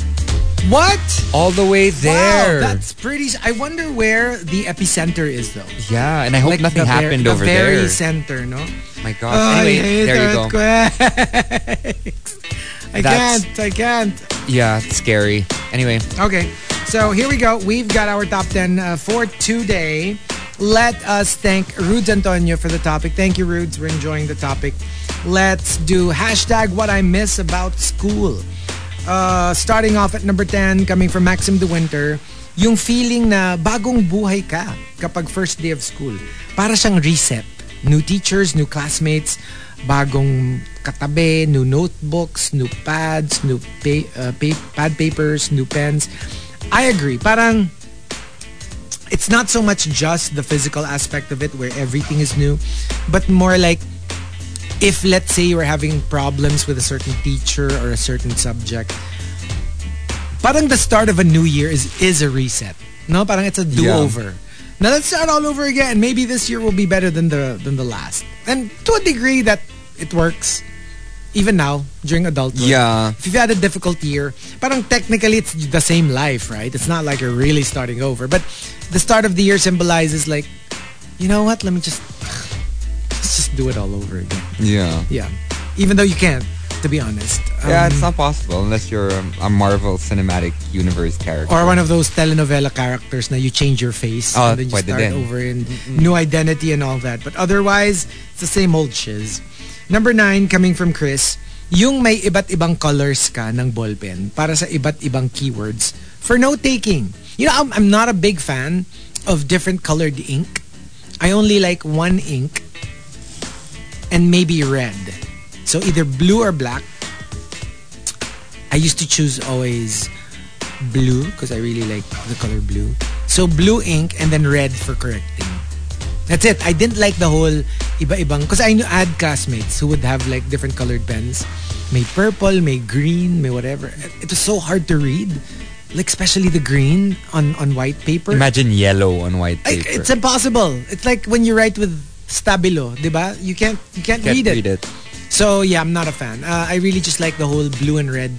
[SPEAKER 5] What?
[SPEAKER 6] All the way there.
[SPEAKER 5] Wow, that's pretty. s- I wonder where the epicenter is though.
[SPEAKER 6] Yeah, and I hope
[SPEAKER 5] Like
[SPEAKER 6] nothing
[SPEAKER 5] the ver-
[SPEAKER 6] happened
[SPEAKER 5] the
[SPEAKER 6] over
[SPEAKER 5] very
[SPEAKER 6] there.
[SPEAKER 5] center, no?
[SPEAKER 6] My
[SPEAKER 5] Oh,
[SPEAKER 6] God.
[SPEAKER 5] I
[SPEAKER 6] anyway,
[SPEAKER 5] hate
[SPEAKER 6] there you go.
[SPEAKER 5] earthquakes. (laughs) I
[SPEAKER 6] That's-
[SPEAKER 5] can't. I can't.
[SPEAKER 6] Yeah, it's scary. Anyway,
[SPEAKER 5] Okay, so here we go. We've got our top 10 uh, for today. Let us thank Rudes Antonio for the topic. Thank you, Rudes. We're enjoying the topic. Let's do hashtag what I miss about school. Uh, starting off at number 10, coming from Maxim De Winter, yung feeling na bagong buhay ka kapag first day of school. Para siyang reset. New teachers, new classmates, bagong katabi, new notebooks, new pads, new pa- uh, pa- pad papers, new pens. I agree. Parang it's not so much just the physical aspect of it where everything is new, but more like if let's say you were having problems with a certain teacher or a certain subject, parang the start of a new year is is a reset. No, parang it's a do-over. Now let's start all over again. Maybe this year will be better than the than the last. And to a degree that it works. Even now, during adulthood.
[SPEAKER 6] Yeah.
[SPEAKER 5] If you've had a difficult year, parang technically it's the same life, right? It's not like you're really starting over. But the start of the year symbolizes like, you know what? Let me just let's just do it all over again.
[SPEAKER 6] yeah.
[SPEAKER 5] Yeah. Even though you can't, to be honest. Um,
[SPEAKER 6] Yeah, it's not possible unless you're um, a Marvel Cinematic Universe character.
[SPEAKER 5] Or one of those telenovela characters na you change your face
[SPEAKER 6] Oh,
[SPEAKER 5] and then you
[SPEAKER 6] pwede
[SPEAKER 5] start
[SPEAKER 6] din.
[SPEAKER 5] over in new identity and all that. But otherwise, it's the same old shiz. Number nine, coming from Chris, yung may iba't ibang colors ka ng ballpen para sa iba't ibang keywords for note-taking. You know, I'm, I'm not a big fan of different colored ink. I only like one ink and maybe red. So either blue or black. I used to choose always blue because I really like the color blue. So blue ink and then red for correcting. That's it. I didn't like the whole iba-ibang because I knew I had classmates who would have like different colored pens. May purple, may green, may whatever. It was so hard to read. Like especially the green on on white paper.
[SPEAKER 6] Imagine yellow on white
[SPEAKER 5] Like,
[SPEAKER 6] paper.
[SPEAKER 5] it's impossible. It's like when you write with stabilo, diba? You can't you can't,
[SPEAKER 6] Can't
[SPEAKER 5] read, it. So yeah, I'm not a fan. Uh, I really just like the whole blue and red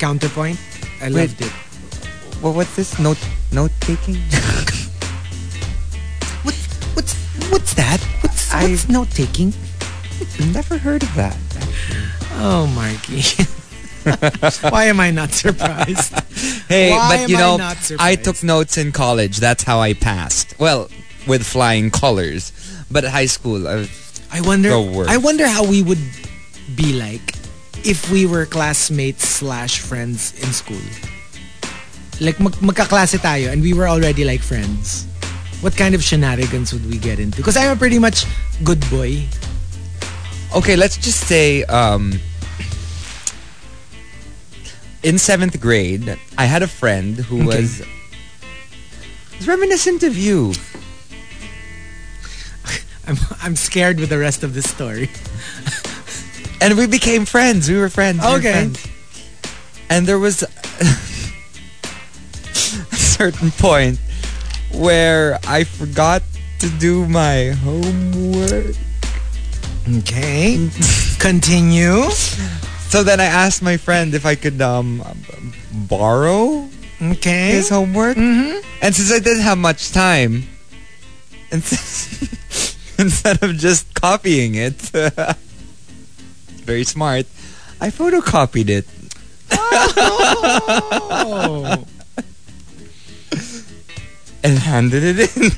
[SPEAKER 5] counterpoint. I
[SPEAKER 6] Wait.
[SPEAKER 5] loved it.
[SPEAKER 6] Well, what's this note note taking?
[SPEAKER 5] What what's what's that? What's
[SPEAKER 6] I-
[SPEAKER 5] what's note taking?
[SPEAKER 6] (laughs) Never heard of that.
[SPEAKER 5] Oh, Marky. (laughs) Why am I not surprised?
[SPEAKER 6] Hey,
[SPEAKER 5] Why
[SPEAKER 6] but
[SPEAKER 5] am
[SPEAKER 6] you
[SPEAKER 5] I
[SPEAKER 6] know,
[SPEAKER 5] not
[SPEAKER 6] I
[SPEAKER 5] surprised?
[SPEAKER 6] took notes in college. That's how I passed. Well, with flying colors. But at high school, I was,
[SPEAKER 5] I wonder.
[SPEAKER 6] The worst.
[SPEAKER 5] I wonder how we would be like if we were classmates slash friends in school. Like mag magkaklase tayo and we were already like friends. What kind of shenanigans would we get into? Because I'm a pretty much good boy.
[SPEAKER 6] okay, let's just say um, in seventh grade, I had a friend who
[SPEAKER 5] Okay.
[SPEAKER 6] was, was reminiscent of you.
[SPEAKER 5] I'm (laughs) I'm scared with the rest of this story.
[SPEAKER 6] And we became friends. We were friends. We were
[SPEAKER 5] Okay.
[SPEAKER 6] friends. And there was (laughs) a certain point where I forgot to do my homework.
[SPEAKER 5] (laughs) Okay. Continue.
[SPEAKER 6] So then I asked my friend if I could um, borrow
[SPEAKER 5] Okay.
[SPEAKER 6] his homework. Eh? Mm-hmm. And since I didn't have much time, (laughs) and s- instead of just copying it, (laughs) very smart, I photocopied it.
[SPEAKER 5] Oh.
[SPEAKER 6] and (laughs) handed it in.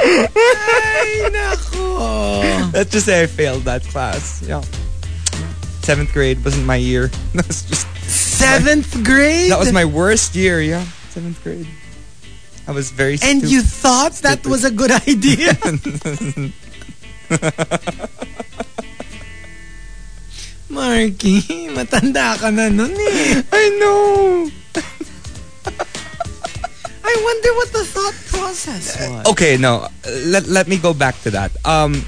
[SPEAKER 5] Ay, nako.
[SPEAKER 6] Let's just say I failed that class. Yeah. Seventh grade wasn't my year. (laughs) That was just
[SPEAKER 5] Seventh grade?
[SPEAKER 6] that was my worst year. Yeah, seventh grade. I was very.
[SPEAKER 5] and
[SPEAKER 6] stupid.
[SPEAKER 5] you thought that
[SPEAKER 6] Stupid.
[SPEAKER 5] was a good idea? (laughs) Marky, matanda ka na nun eh.
[SPEAKER 6] I know.
[SPEAKER 5] (laughs) I wonder what the thought process was.
[SPEAKER 6] Okay, no. uh, Let let me go back to that. Um,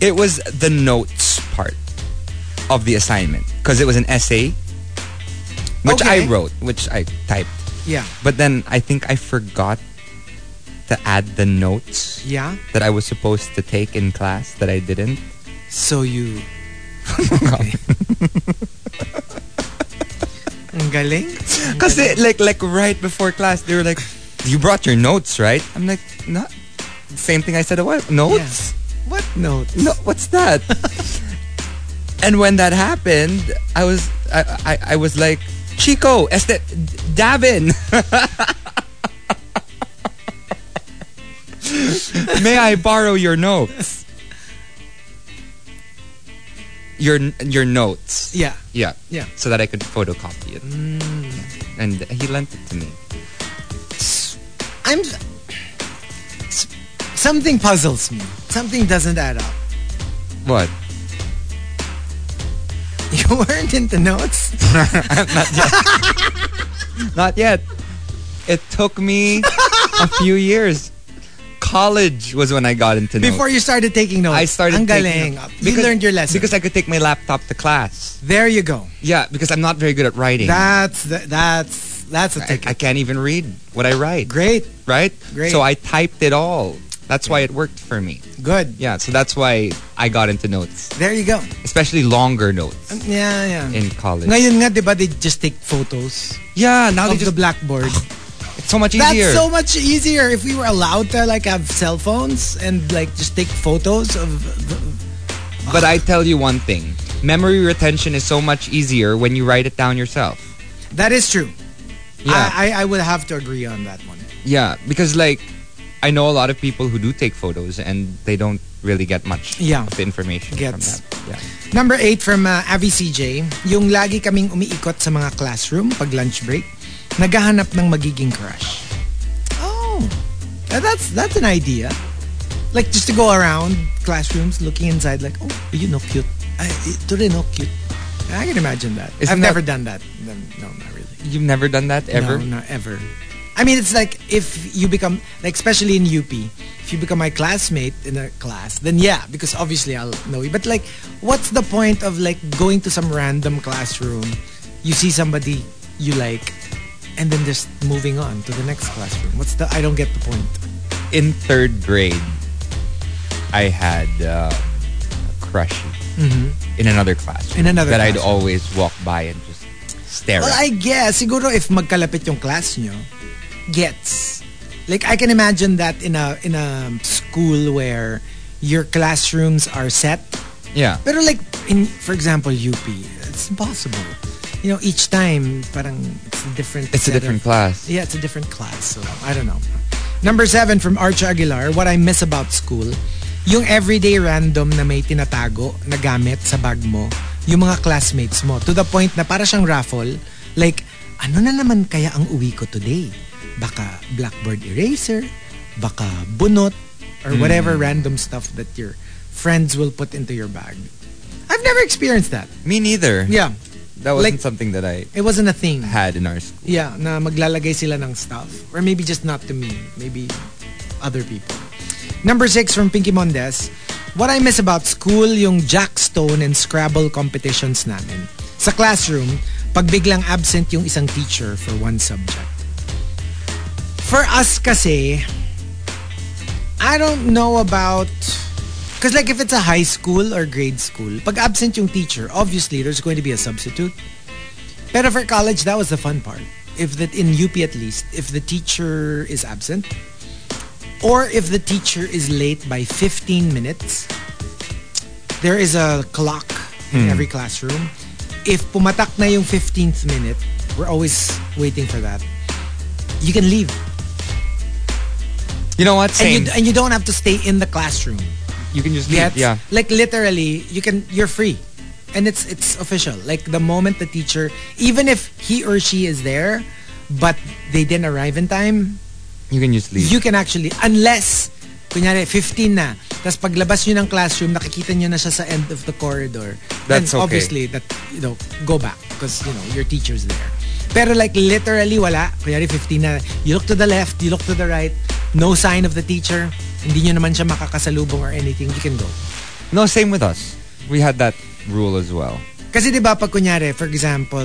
[SPEAKER 6] it was the notes part of the assignment because it was an essay, which
[SPEAKER 5] Okay.
[SPEAKER 6] I wrote, which I typed.
[SPEAKER 5] Yeah.
[SPEAKER 6] But then I think I forgot to add the notes
[SPEAKER 5] Yeah?
[SPEAKER 6] that I was supposed to take in class that I didn't. (laughs)
[SPEAKER 5] So you... Okay. Ang galing.
[SPEAKER 6] Cause they, like like right before class they were like, "You brought your notes, right?" I'm like, "No." Same thing I said. What notes?
[SPEAKER 5] What notes?
[SPEAKER 6] No, what's that? and when that happened, I was I I, I was like, "Chico, este, Davin." (laughs) May I borrow your notes? Your your notes.
[SPEAKER 5] Yeah.
[SPEAKER 6] Yeah.
[SPEAKER 5] Yeah.
[SPEAKER 6] So that I could photocopy it.
[SPEAKER 5] Mm.
[SPEAKER 6] And he lent it to me.
[SPEAKER 5] I'm. s- Something puzzles me. Something doesn't add up. (laughs)
[SPEAKER 6] What?
[SPEAKER 5] You weren't into notes?
[SPEAKER 6] Not yet. It took me a few years. College was when I got into notes.
[SPEAKER 5] Before you started taking notes.
[SPEAKER 6] I started
[SPEAKER 5] Ang
[SPEAKER 6] taking
[SPEAKER 5] galing. you learned your lesson.
[SPEAKER 6] Because I could take my laptop to class.
[SPEAKER 5] there you go.
[SPEAKER 6] Yeah, because I'm not very good at writing.
[SPEAKER 5] That's the, that's that's a
[SPEAKER 6] I, I
[SPEAKER 5] ticket.
[SPEAKER 6] can't even read what I write.
[SPEAKER 5] Great.
[SPEAKER 6] Right?
[SPEAKER 5] Great.
[SPEAKER 6] So I typed it all. That's why it worked for me.
[SPEAKER 5] Good.
[SPEAKER 6] Yeah, so that's why I got into notes.
[SPEAKER 5] There you go.
[SPEAKER 6] Especially longer notes
[SPEAKER 5] Yeah, yeah.
[SPEAKER 6] in college.
[SPEAKER 5] Ngayon nga, di ba, they just take photos
[SPEAKER 6] Yeah, now they
[SPEAKER 5] of
[SPEAKER 6] just
[SPEAKER 5] the blackboard.
[SPEAKER 6] it's so much
[SPEAKER 5] That's
[SPEAKER 6] easier.
[SPEAKER 5] so much easier if we were allowed to like have cell phones and like just take photos of the,
[SPEAKER 6] but I tell you one thing. Memory retention is so much easier when you write it down yourself.
[SPEAKER 5] That is true.
[SPEAKER 6] Yeah.
[SPEAKER 5] I, I, I would have to agree on that one.
[SPEAKER 6] Yeah, because like I know a lot of people who do take photos and they don't really get much
[SPEAKER 5] Yeah.
[SPEAKER 6] of the information
[SPEAKER 5] Gets.
[SPEAKER 6] from that. Yeah.
[SPEAKER 5] Number eight from uh, Avi CJ, yung lagi kaming umiikot sa mga classroom pag lunch break, naghahanap ng magiging crush. Oh, uh, that's that's an idea. Like just to go around classrooms looking inside like, oh, you know, cute. I, ito rin, oh, cute. I can imagine that.
[SPEAKER 6] Isn't
[SPEAKER 5] I've
[SPEAKER 6] that-
[SPEAKER 5] never done that. No, no, not really.
[SPEAKER 6] You've never done that ever?
[SPEAKER 5] No, not ever. I mean, it's like if you become, like especially in UP, if you become my classmate in a class, then yeah, because obviously I'll know you. But like, what's the point of like going to some random classroom, you see somebody you like, and then just moving on to the next classroom? What's the? I don't get the point.
[SPEAKER 6] In third grade, I had uh, a crush Mm-hmm. in another class.
[SPEAKER 5] In another
[SPEAKER 6] that I'd
[SPEAKER 5] classroom.
[SPEAKER 6] always walk by and just stare
[SPEAKER 5] Well,
[SPEAKER 6] at.
[SPEAKER 5] I guess siguro if magkalapit yung class nyo, gets. Like I can imagine that in a in a school where your classrooms are set
[SPEAKER 6] yeah.
[SPEAKER 5] Pero like, in, for example, UP, it's impossible. You know, each time, parang it's a different.
[SPEAKER 6] It's a
[SPEAKER 5] set of-
[SPEAKER 6] different class.
[SPEAKER 5] Yeah, it's a different class. So I don't know. Number seven from Arch Aguilar, what I miss about school, yung everyday random na may tinatago na gamit sa bag mo, yung mga classmates mo, to the point na para siyang raffle, like, ano na naman kaya ang uwi ko today? Baka blackboard eraser, baka bunot, or whatever random stuff that your friends will put into your bag. I've never experienced that.
[SPEAKER 6] Me neither.
[SPEAKER 5] Yeah,
[SPEAKER 6] That wasn't
[SPEAKER 5] like-
[SPEAKER 6] something that I
[SPEAKER 5] it wasn't a thing.
[SPEAKER 6] had in our school.
[SPEAKER 5] Yeah, na maglalagay sila ng stuff. Or maybe just not to me. Maybe other people. Number six from Pinky Mondes. What I miss about school, yung jackstone and Scrabble competitions namin. Sa classroom, pag biglang absent yung isang teacher for one subject. for us kasi, I don't know about... Because like if it's a high school or grade school, pag absent yung teacher, obviously there's going to be a substitute. Pero for college, that was the fun part. If that in UP at least, if the teacher is absent, or if the teacher is late by 15 minutes, there is a clock in every classroom. If pumatak na yung 15th minute, we're always waiting for that. You can leave.
[SPEAKER 6] You know what? Same.
[SPEAKER 5] And you, and you don't have to stay in the classroom.
[SPEAKER 6] you can just leave.
[SPEAKER 5] Gets?
[SPEAKER 6] Yeah.
[SPEAKER 5] Like literally, you can you're free. And it's it's official. Like the moment the teacher even if he or she is there but they didn't arrive in time,
[SPEAKER 6] You can just leave.
[SPEAKER 5] you can actually unless kunyari 15 na tapos paglabas nyo ng classroom nakikita nyo na siya sa end of the corridor
[SPEAKER 6] That's
[SPEAKER 5] then
[SPEAKER 6] okay.
[SPEAKER 5] obviously that you know go back because you know your teacher's there pero like literally wala kunyari 15 na you look to the left you look to the right no sign of the teacher hindi nyo naman siya makakasalubong or anything you can go
[SPEAKER 6] no, same with us. We had that rule as well.
[SPEAKER 5] Kasi 'di ba pag kunyari, for example,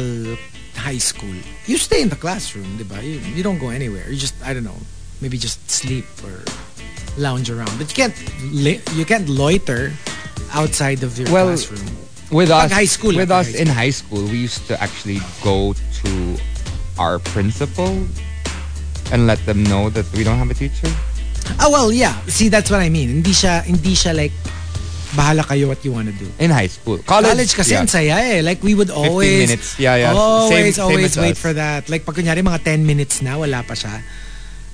[SPEAKER 5] high school, you stay in the classroom, 'di ba? You, you don't go anywhere. You just I don't know, maybe just sleep or lounge around. But you can't li- you can't loiter outside of your
[SPEAKER 6] Well,
[SPEAKER 5] classroom.
[SPEAKER 6] With
[SPEAKER 5] Pag
[SPEAKER 6] us,
[SPEAKER 5] high school,
[SPEAKER 6] with
[SPEAKER 5] pag
[SPEAKER 6] us
[SPEAKER 5] high
[SPEAKER 6] in high school, we used to actually go to our principal and let them know that we don't have a teacher.
[SPEAKER 5] Ah well, yeah. See, that's what I mean. Hindi siya hindi siya like bahala kayo what you wanna do.
[SPEAKER 6] In high school, college,
[SPEAKER 5] College kasi
[SPEAKER 6] yeah.
[SPEAKER 5] ang saya eh. Like we would always
[SPEAKER 6] minutes. Yeah, yeah. Same-
[SPEAKER 5] Always
[SPEAKER 6] same
[SPEAKER 5] always
[SPEAKER 6] as
[SPEAKER 5] wait
[SPEAKER 6] us.
[SPEAKER 5] for that. Like pag kunyari mga 10 minutes na wala pa siya.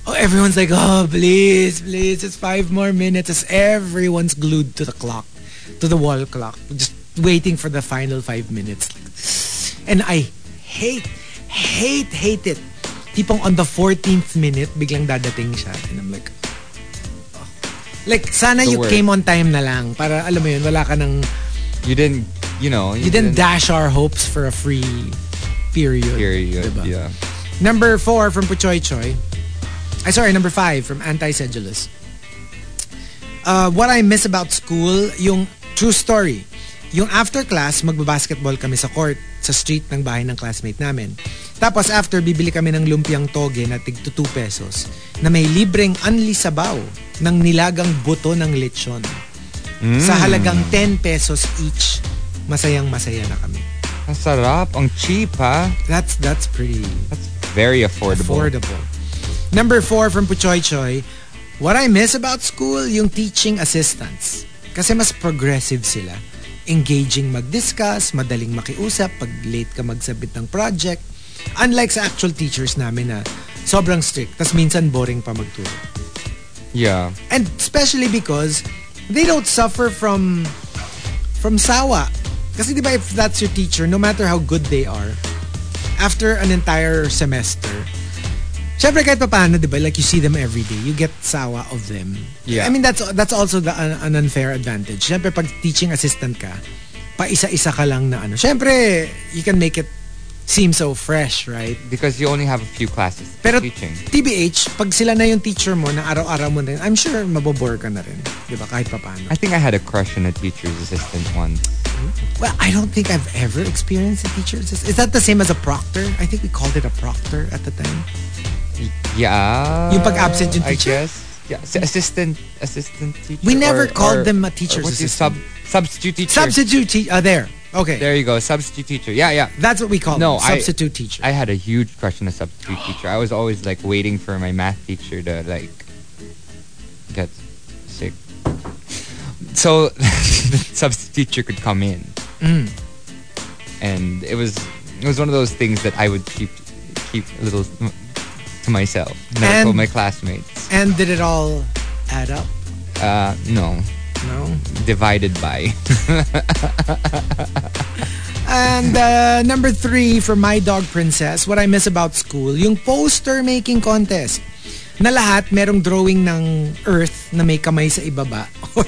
[SPEAKER 5] Oh, everyone's like, "Oh, please, please, it's five more minutes." As everyone's glued to the clock, to the wall clock, just waiting for the final five minutes. And I hate hate hate it. Tipong on the 14th minute biglang dadating siya and I'm like oh. Like, sana
[SPEAKER 6] The
[SPEAKER 5] you
[SPEAKER 6] worst.
[SPEAKER 5] came on time na lang para alam mo yun, wala ka ng
[SPEAKER 6] You didn't, you know,
[SPEAKER 5] you didn't dash our hopes for a free period.
[SPEAKER 6] Period.
[SPEAKER 5] diba?
[SPEAKER 6] Yeah.
[SPEAKER 5] Number four from Puchoy Choy. I sorry, number five from Anti Sedulous. Uh, what I miss about school, yung true story. Yung after class, magbabasketball kami sa court, sa street ng bahay ng classmate namin. Tapos after, bibili kami ng lumpiang toge na tig 2 pesos na may libreng anli sabaw ng nilagang buto ng lechon. Sa halagang 10 pesos each, masayang masaya na kami.
[SPEAKER 6] Ang sarap. Ang cheap, ha?
[SPEAKER 5] That's that's pretty
[SPEAKER 6] That's very affordable.
[SPEAKER 5] affordable. Number four from Puchoy Choy, what I miss about school, yung teaching assistants. Kasi mas progressive sila. Engaging mag-discuss, madaling makiusap pag late ka magsabit ng project. Unlike sa actual teachers namin na sobrang strict, tas minsan boring pa magturo.
[SPEAKER 6] Yeah.
[SPEAKER 5] And especially because they don't suffer from from sawa. Kasi di ba if that's your teacher, no matter how good they are, after an entire semester, syempre kahit papaano, di ba, like you see them every day, you get sawa of them. I
[SPEAKER 6] Yeah.
[SPEAKER 5] mean, that's that's also the, an, an unfair advantage. Syempre pag teaching assistant ka, pa isa-isa ka lang na ano. Syempre, you can make it seem so fresh, right?
[SPEAKER 6] Because you only have a few classes
[SPEAKER 5] Pero
[SPEAKER 6] teaching.
[SPEAKER 5] TBH, pag sila na yung teacher mo na araw-araw mo na yun, I'm sure mabobore ka na rin. Di ba? Kahit papaano.
[SPEAKER 6] I think I had a crush on a teacher's assistant once.
[SPEAKER 5] Well, I don't think I've ever experienced a teacher assistant. Is that the same as a proctor? I think we called it a proctor at the time.
[SPEAKER 6] Yeah.
[SPEAKER 5] Yung pag-absent yung teacher?
[SPEAKER 6] I guess. Yeah. s- assistant, assistant teacher.
[SPEAKER 5] We never
[SPEAKER 6] or-
[SPEAKER 5] called
[SPEAKER 6] or-
[SPEAKER 5] them a
[SPEAKER 6] or
[SPEAKER 5] teacher's
[SPEAKER 6] what's it,
[SPEAKER 5] assistant.
[SPEAKER 6] Sub, substitute teacher.
[SPEAKER 5] Substitute teacher. Uh, there. Okay.
[SPEAKER 6] There you go. Substitute teacher. Yeah, yeah.
[SPEAKER 5] That's what we call them.
[SPEAKER 6] No, I-
[SPEAKER 5] Substitute teacher.
[SPEAKER 6] I had a huge crush on a substitute teacher. I was always like waiting for my math teacher to like get sick. So (laughs) the substitute teacher could come in.
[SPEAKER 5] Mm.
[SPEAKER 6] And it was it was one of those things that I would keep keep a little to myself. Never
[SPEAKER 5] And-
[SPEAKER 6] told my classmates.
[SPEAKER 5] and did it all add up?
[SPEAKER 6] Uh, no.
[SPEAKER 5] No.
[SPEAKER 6] Divided by. (laughs)
[SPEAKER 5] And uh, number three for My Dog Princess, what I miss about school, yung poster making contest. Na lahat merong drawing ng earth na may kamay sa ibaba (laughs) or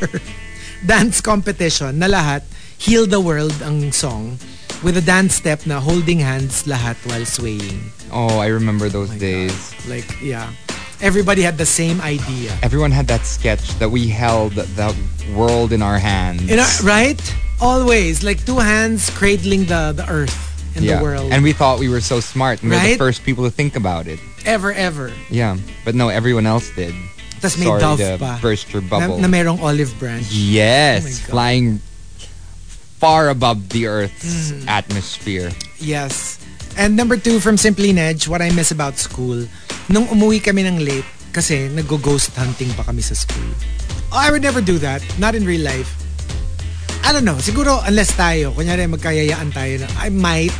[SPEAKER 5] dance competition na lahat Heal the World ang song with a dance step na holding hands lahat while swaying.
[SPEAKER 6] Oh, I remember those
[SPEAKER 5] My
[SPEAKER 6] days.
[SPEAKER 5] God. Like, yeah. Everybody had the same idea.
[SPEAKER 6] Everyone had that sketch that we held the world in our hands.
[SPEAKER 5] You know, right? Always. Like two hands cradling the, the earth. in the world.
[SPEAKER 6] And we thought we were so smart. And We were the
[SPEAKER 5] Right?
[SPEAKER 6] first people to think about it.
[SPEAKER 5] ever, ever.
[SPEAKER 6] Yeah. But no, everyone else did.
[SPEAKER 5] Tapos may
[SPEAKER 6] Sorry
[SPEAKER 5] Dove
[SPEAKER 6] to
[SPEAKER 5] pa.
[SPEAKER 6] burst your
[SPEAKER 5] Na,
[SPEAKER 6] bubble.
[SPEAKER 5] na merong olive branch.
[SPEAKER 6] yes.
[SPEAKER 5] Oh my God.
[SPEAKER 6] flying far above the Earth's
[SPEAKER 5] Mm.
[SPEAKER 6] atmosphere.
[SPEAKER 5] Yes. And number two from Simply Nedge, what I miss about school. Nung umuwi kami ng late, kasi nag-ghost hunting pa kami sa school. Oh, I would never do that. Not in real life. I don't know. Siguro, unless tayo, kunyari magkayayaan tayo, na, I might.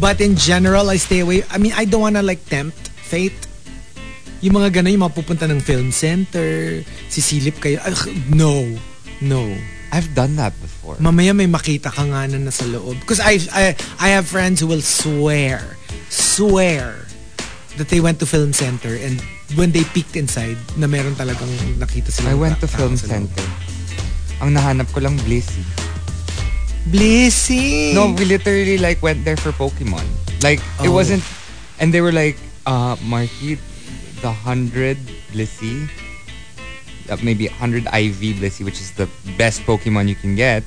[SPEAKER 5] But in general, I stay away. I mean, I don't wanna like tempt fate. Yung mga ganun, yung mga pupunta ng film center, sisilip kayo. Ugh, no. No.
[SPEAKER 6] I've done that before.
[SPEAKER 5] Mamaya may makita ka nga na nasa loob. Because I, I, I have friends who will swear, swear that they went to film center and when they peeked inside, na meron talagang nakita sila.
[SPEAKER 6] I went to film center. Ang nahanap ko lang Blissey.
[SPEAKER 5] Blissy!
[SPEAKER 6] No, we literally like went there for Pokemon. Like it
[SPEAKER 5] Oh.
[SPEAKER 6] wasn't, and they were like, uh, Marky, the hundred Blissey, uh, maybe hundred IV Blissey, which is the best Pokemon you can get,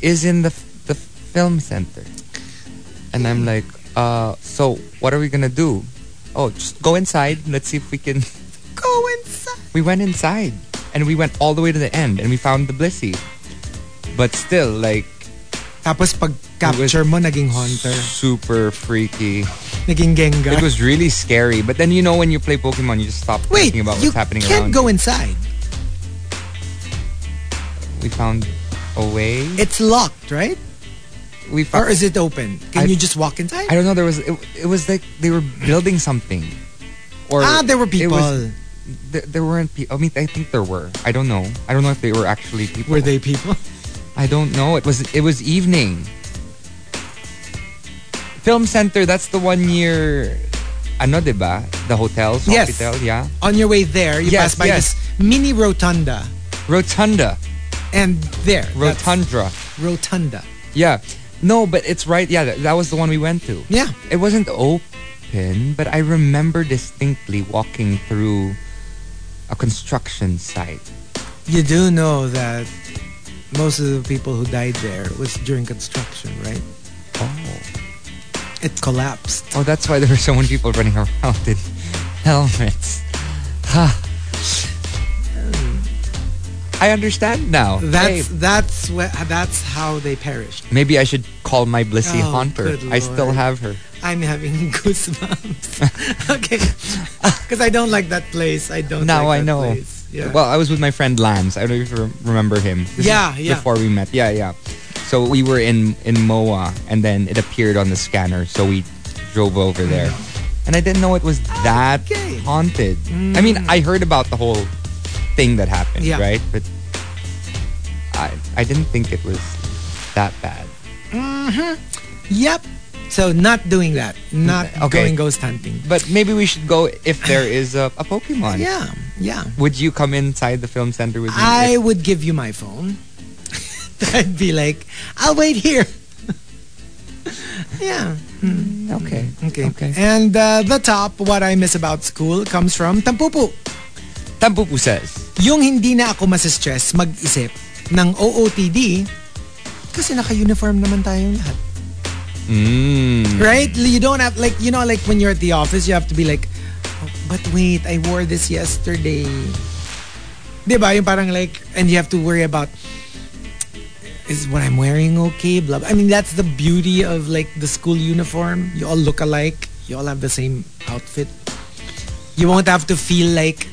[SPEAKER 6] is in the the film center. And I'm like, uh, so what are we gonna do? Oh, just go inside. Let's see if we can. (laughs)
[SPEAKER 5] go inside.
[SPEAKER 6] We went inside and we went all the way to the end and we found the Blissey. But still, like,
[SPEAKER 5] Tapos pag capture mo, naging haunter.
[SPEAKER 6] super freaky.
[SPEAKER 5] Naging Gengar.
[SPEAKER 6] It was really scary. But then you know when you play Pokemon, you just stop
[SPEAKER 5] Wait,
[SPEAKER 6] thinking about
[SPEAKER 5] you
[SPEAKER 6] what's happening
[SPEAKER 5] can't
[SPEAKER 6] around.
[SPEAKER 5] go inside.
[SPEAKER 6] you. We found a way.
[SPEAKER 5] It's locked, right?
[SPEAKER 6] we
[SPEAKER 5] Or
[SPEAKER 6] found.
[SPEAKER 5] is it open? Can
[SPEAKER 6] Uh, I-
[SPEAKER 5] you just walk inside?
[SPEAKER 6] I don't know. There was it, it. was like they were building something. Or
[SPEAKER 5] ah, there were
[SPEAKER 6] it
[SPEAKER 5] people.
[SPEAKER 6] was- th- there weren't people. I mean, I think there were. I don't know. I don't know if they were actually people.
[SPEAKER 5] were they people?
[SPEAKER 6] I don't know. It was. It was evening. Film center. That's the one year. Ano diba? The hotel.
[SPEAKER 5] Yes.
[SPEAKER 6] Sofitel, yeah.
[SPEAKER 5] On your way there, you pass
[SPEAKER 6] Yes,
[SPEAKER 5] by
[SPEAKER 6] yes.
[SPEAKER 5] this mini rotunda.
[SPEAKER 6] Rotunda.
[SPEAKER 5] And there. that's-
[SPEAKER 6] Rotundra.
[SPEAKER 5] Rotunda.
[SPEAKER 6] Yeah. No, but it's right. Yeah, that, that was the one we went to.
[SPEAKER 5] Yeah.
[SPEAKER 6] It wasn't open, but I remember distinctly walking through a construction site.
[SPEAKER 5] You do know that most of the people who died there was during construction, right?
[SPEAKER 6] Oh.
[SPEAKER 5] It collapsed.
[SPEAKER 6] Oh, that's why there were so many people running around in (laughs) helmets. Ha. I understand now.
[SPEAKER 5] That's
[SPEAKER 6] Hey,
[SPEAKER 5] that's where that's how they perished.
[SPEAKER 6] maybe I should call my Blissy
[SPEAKER 5] Oh,
[SPEAKER 6] Haunter.
[SPEAKER 5] good
[SPEAKER 6] I still
[SPEAKER 5] lord.
[SPEAKER 6] have her.
[SPEAKER 5] I'm having (laughs) goosebumps. (laughs) okay, because I don't like that place. I don't.
[SPEAKER 6] Now
[SPEAKER 5] like
[SPEAKER 6] I
[SPEAKER 5] that
[SPEAKER 6] know.
[SPEAKER 5] Place. Yeah.
[SPEAKER 6] Well, I was with my friend Lance. I don't know if you rem- remember him. This is
[SPEAKER 5] Yeah, yeah.
[SPEAKER 6] Before we met. Yeah, yeah. So we were in in Moa, and then it appeared on the scanner. So we drove over there, and I didn't know it was that
[SPEAKER 5] Mm. Okay. Mm.
[SPEAKER 6] haunted. I mean, I heard about the whole thing that happened,
[SPEAKER 5] Yeah.
[SPEAKER 6] right? But I I didn't think it was that bad.
[SPEAKER 5] yep. So not doing that. Not
[SPEAKER 6] Okay.
[SPEAKER 5] going ghost hunting.
[SPEAKER 6] But maybe we should go if there is a, a Pokemon.
[SPEAKER 5] Yeah, yeah.
[SPEAKER 6] Would you come inside the film center with me?
[SPEAKER 5] I would give you my phone. (laughs) I'd be like, I'll wait here. (laughs) yeah.
[SPEAKER 6] okay.
[SPEAKER 5] Okay.
[SPEAKER 6] Okay.
[SPEAKER 5] And uh, the top, what I miss about school, comes from Tampupu.
[SPEAKER 6] Tampupu says.
[SPEAKER 5] Yung hindi na ako masistress mag-isip ng OOTD kasi naka-uniform naman tayong lahat.
[SPEAKER 6] Mm.
[SPEAKER 5] Right? You don't have, like, you know, like when you're at the office, you have to be like, "Oh, but wait, I wore this yesterday. Diba? Yung parang like, and you have to worry about, is what I'm wearing okay? Blah, blah. I mean, that's the beauty of like the school uniform. You all look alike. You all have the same outfit. You won't have to feel like,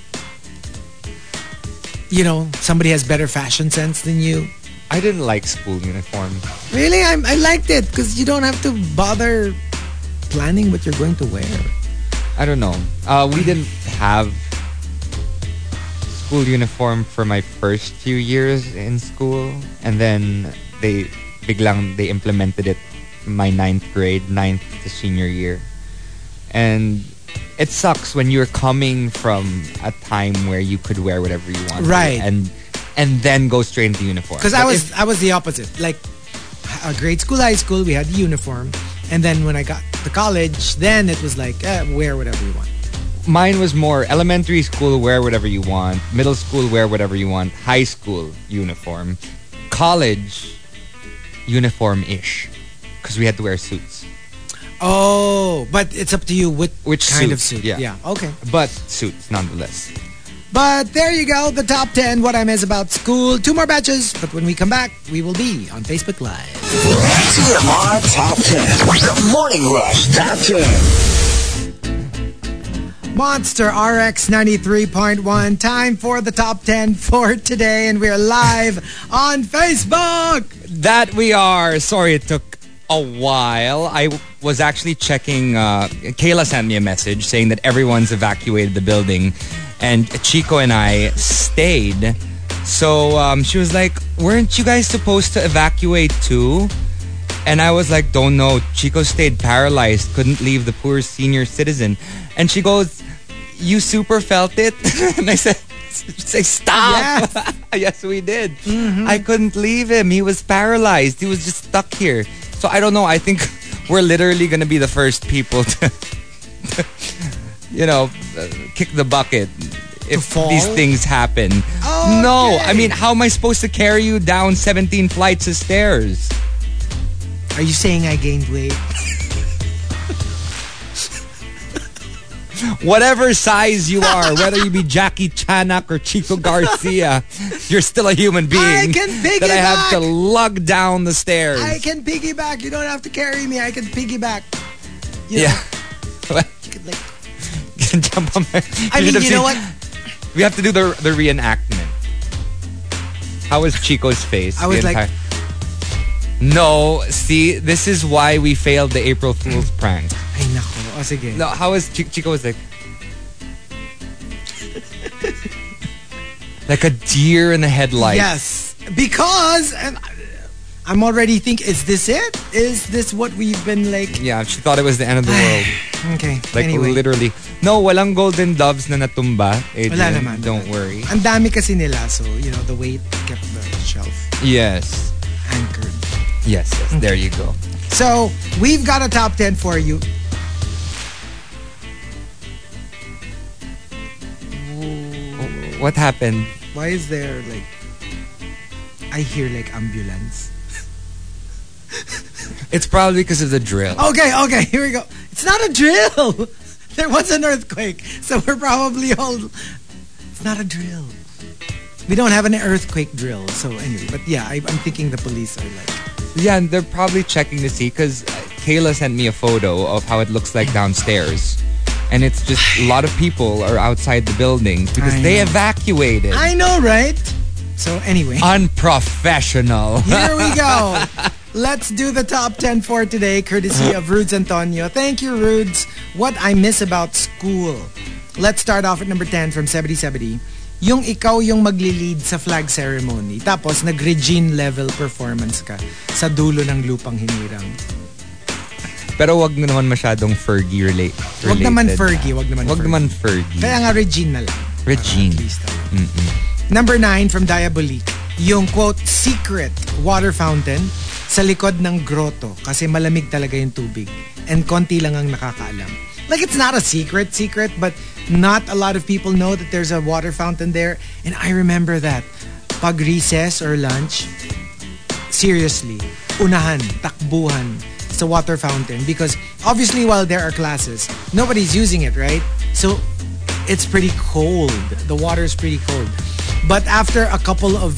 [SPEAKER 5] you know, somebody has better fashion sense than you.
[SPEAKER 6] I didn't like school uniform.
[SPEAKER 5] Really, I, I liked it because you don't have to bother planning what you're going to wear.
[SPEAKER 6] I don't know. Uh, we didn't have school uniform for my first few years in school, and then they biglang they implemented it my ninth grade, ninth to senior year, and it sucks when you're coming from a time where you could wear whatever you want,
[SPEAKER 5] Right.
[SPEAKER 6] And and then go straight into uniform.
[SPEAKER 5] Because
[SPEAKER 6] But
[SPEAKER 5] I
[SPEAKER 6] if
[SPEAKER 5] was I was the opposite. Like a grade school, high school, we had the uniform, and then when I got to college, then it was like eh, wear whatever you want.
[SPEAKER 6] mine was more elementary school wear whatever you want middle school wear whatever you want high school uniform college uniform ish because because we had to wear suits.
[SPEAKER 5] Oh, but it's up to you what
[SPEAKER 6] Which
[SPEAKER 5] kind
[SPEAKER 6] suits,
[SPEAKER 5] of suit.
[SPEAKER 6] yeah.
[SPEAKER 5] yeah. Okay.
[SPEAKER 6] But suits, nonetheless.
[SPEAKER 5] But there you go, the top 10 What I Miss About School. Two more batches, but when we come back, we will be on Facebook Live.
[SPEAKER 3] TMR Top 10. The Morning Rush Top 10.
[SPEAKER 5] Monster RX 93.1, time for the top 10 for today, and we're live on Facebook.
[SPEAKER 6] That we are. Sorry it took a while. I w- was actually checking. Uh, Kayla sent me a message saying that everyone's evacuated the building, and Chico and I stayed. So um, she was like, "Weren't you guys supposed to evacuate too?" And I was like, "Don't know." Chico stayed paralyzed, couldn't leave the poor senior citizen, and she goes, "You super felt it," (laughs) and I said. Say stop! (laughs) yes, we did. I couldn't leave him. He was paralyzed. He was just stuck here. So I don't know. I think (laughs) we're literally going to be the first people (laughs) to, you know, uh, kick the bucket if
[SPEAKER 5] fall?
[SPEAKER 6] these things happen. No, I mean, how am I supposed to carry you down 17 flights of stairs?
[SPEAKER 5] Are you saying I gained weight?
[SPEAKER 6] Whatever size you are, whether
[SPEAKER 5] (laughs)
[SPEAKER 6] you be Jackie Chanak or Chico Garcia, you're still a human being
[SPEAKER 5] I can
[SPEAKER 6] that I have to
[SPEAKER 5] piggyback.
[SPEAKER 6] lug down the stairs.
[SPEAKER 5] I can piggyback. You don't have to carry me. I can piggyback. You know,
[SPEAKER 6] Yeah.
[SPEAKER 5] you could, like,
[SPEAKER 6] Can (laughs) jump on my- You
[SPEAKER 5] I
[SPEAKER 6] should
[SPEAKER 5] mean,
[SPEAKER 6] have
[SPEAKER 5] you know
[SPEAKER 6] seen- (laughs)
[SPEAKER 5] what?
[SPEAKER 6] We have to do the the reenactment. How was Chico's face?
[SPEAKER 5] I was
[SPEAKER 6] the
[SPEAKER 5] like-
[SPEAKER 6] no. See, this is why we failed the
[SPEAKER 5] (laughs)
[SPEAKER 6] April Fool's prank.
[SPEAKER 5] Ay, nako. O, sige.
[SPEAKER 6] No, how was Chi- Chico
[SPEAKER 5] (laughs)
[SPEAKER 6] was like, like a deer in the headlights.
[SPEAKER 5] Yes. Because and I- I'm already thinking, is this it? Is this what we've been like?
[SPEAKER 6] Yeah, she thought it was the end of the world.
[SPEAKER 5] (sighs) Okay.
[SPEAKER 6] Like
[SPEAKER 5] anyway.
[SPEAKER 6] literally. No, walang golden doves na natumba. Adrian.
[SPEAKER 5] Wala naman.
[SPEAKER 6] Don't worry.
[SPEAKER 5] Ang dami kasi nila, so, you know, the weight kept the shelf
[SPEAKER 6] Yes.
[SPEAKER 5] anchored.
[SPEAKER 6] Yes, yes. There you go.
[SPEAKER 5] So, we've got a top 10 for you.
[SPEAKER 6] What happened?
[SPEAKER 5] Why is there, like, I hear, like, ambulance?
[SPEAKER 6] It's probably because of the drill.
[SPEAKER 5] Okay, okay, (laughs) here we go. It's not a drill. (laughs) There was an earthquake, so we're probably all. It's not a drill. We don't have an earthquake drill, so anyway. But yeah, I, I'm thinking the police are like.
[SPEAKER 6] Yeah, and they're probably checking to see because Kayla sent me a photo of how it looks like downstairs. And it's just a lot of people are outside the building because
[SPEAKER 5] I
[SPEAKER 6] they
[SPEAKER 5] know.
[SPEAKER 6] evacuated.
[SPEAKER 5] I know, right? So anyway,
[SPEAKER 6] Unprofessional.
[SPEAKER 5] here we go. Let's do the top 10 for today, courtesy of Rudes Antonio. Thank you, Rudes. What I miss about school. Let's start off at number 10 from 7070. Yung ikaw yung maglilid sa flag ceremony. Tapos nag-Regine level performance ka sa dulo ng lupang hinirang.
[SPEAKER 6] (laughs) Pero wag na naman masyadong Fergie relate.
[SPEAKER 5] Wag
[SPEAKER 6] related.
[SPEAKER 5] naman Fergie, wag naman
[SPEAKER 6] Wag
[SPEAKER 5] Fergie.
[SPEAKER 6] naman Fergie.
[SPEAKER 5] Kaya nga Regine na lang. At
[SPEAKER 6] Regine.
[SPEAKER 5] least, ano. Number 9 from Diabolique. Yung quote, secret water fountain sa likod ng grotto kasi malamig talaga yung tubig and konti lang ang nakakaalam. Like it's not a secret secret but not a lot of people know that there's a water fountain there and I remember that pag recess or lunch seriously, unahan, takbuhan sa water fountain because obviously while there are classes, nobody's using it, right? So it's pretty cold. The water is pretty cold. But after a couple of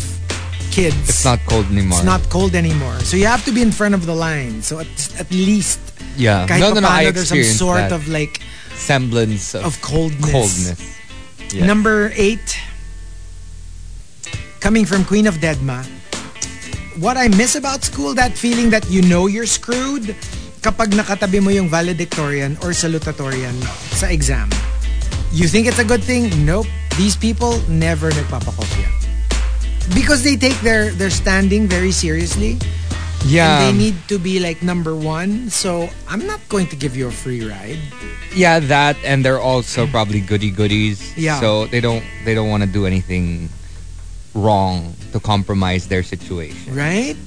[SPEAKER 5] kids,
[SPEAKER 6] It's not cold anymore.
[SPEAKER 5] it's not cold anymore. So you have to be in front of the line. So at, at least
[SPEAKER 6] Yeah.
[SPEAKER 5] kahit
[SPEAKER 6] no, no, no. I
[SPEAKER 5] papaano, there's some
[SPEAKER 6] experienced
[SPEAKER 5] sort
[SPEAKER 6] that
[SPEAKER 5] of like
[SPEAKER 6] semblance of,
[SPEAKER 5] of coldness.
[SPEAKER 6] coldness. Yeah.
[SPEAKER 5] Number eight, coming from Queen of Deadma, what I miss about school, that feeling that you know you're screwed kapag nakatabi mo yung valedictorian or salutatorian sa exam. You think it's a good thing? Nope. These people never nagpapakopya. Because they take their, their standing very seriously
[SPEAKER 6] Yeah.
[SPEAKER 5] and they need to be like number one. So I'm not going to give you a free ride.
[SPEAKER 6] Yeah, that and they're also probably goody goodies.
[SPEAKER 5] Yeah.
[SPEAKER 6] So they don't they don't want to do anything wrong to compromise their situation.
[SPEAKER 5] Right?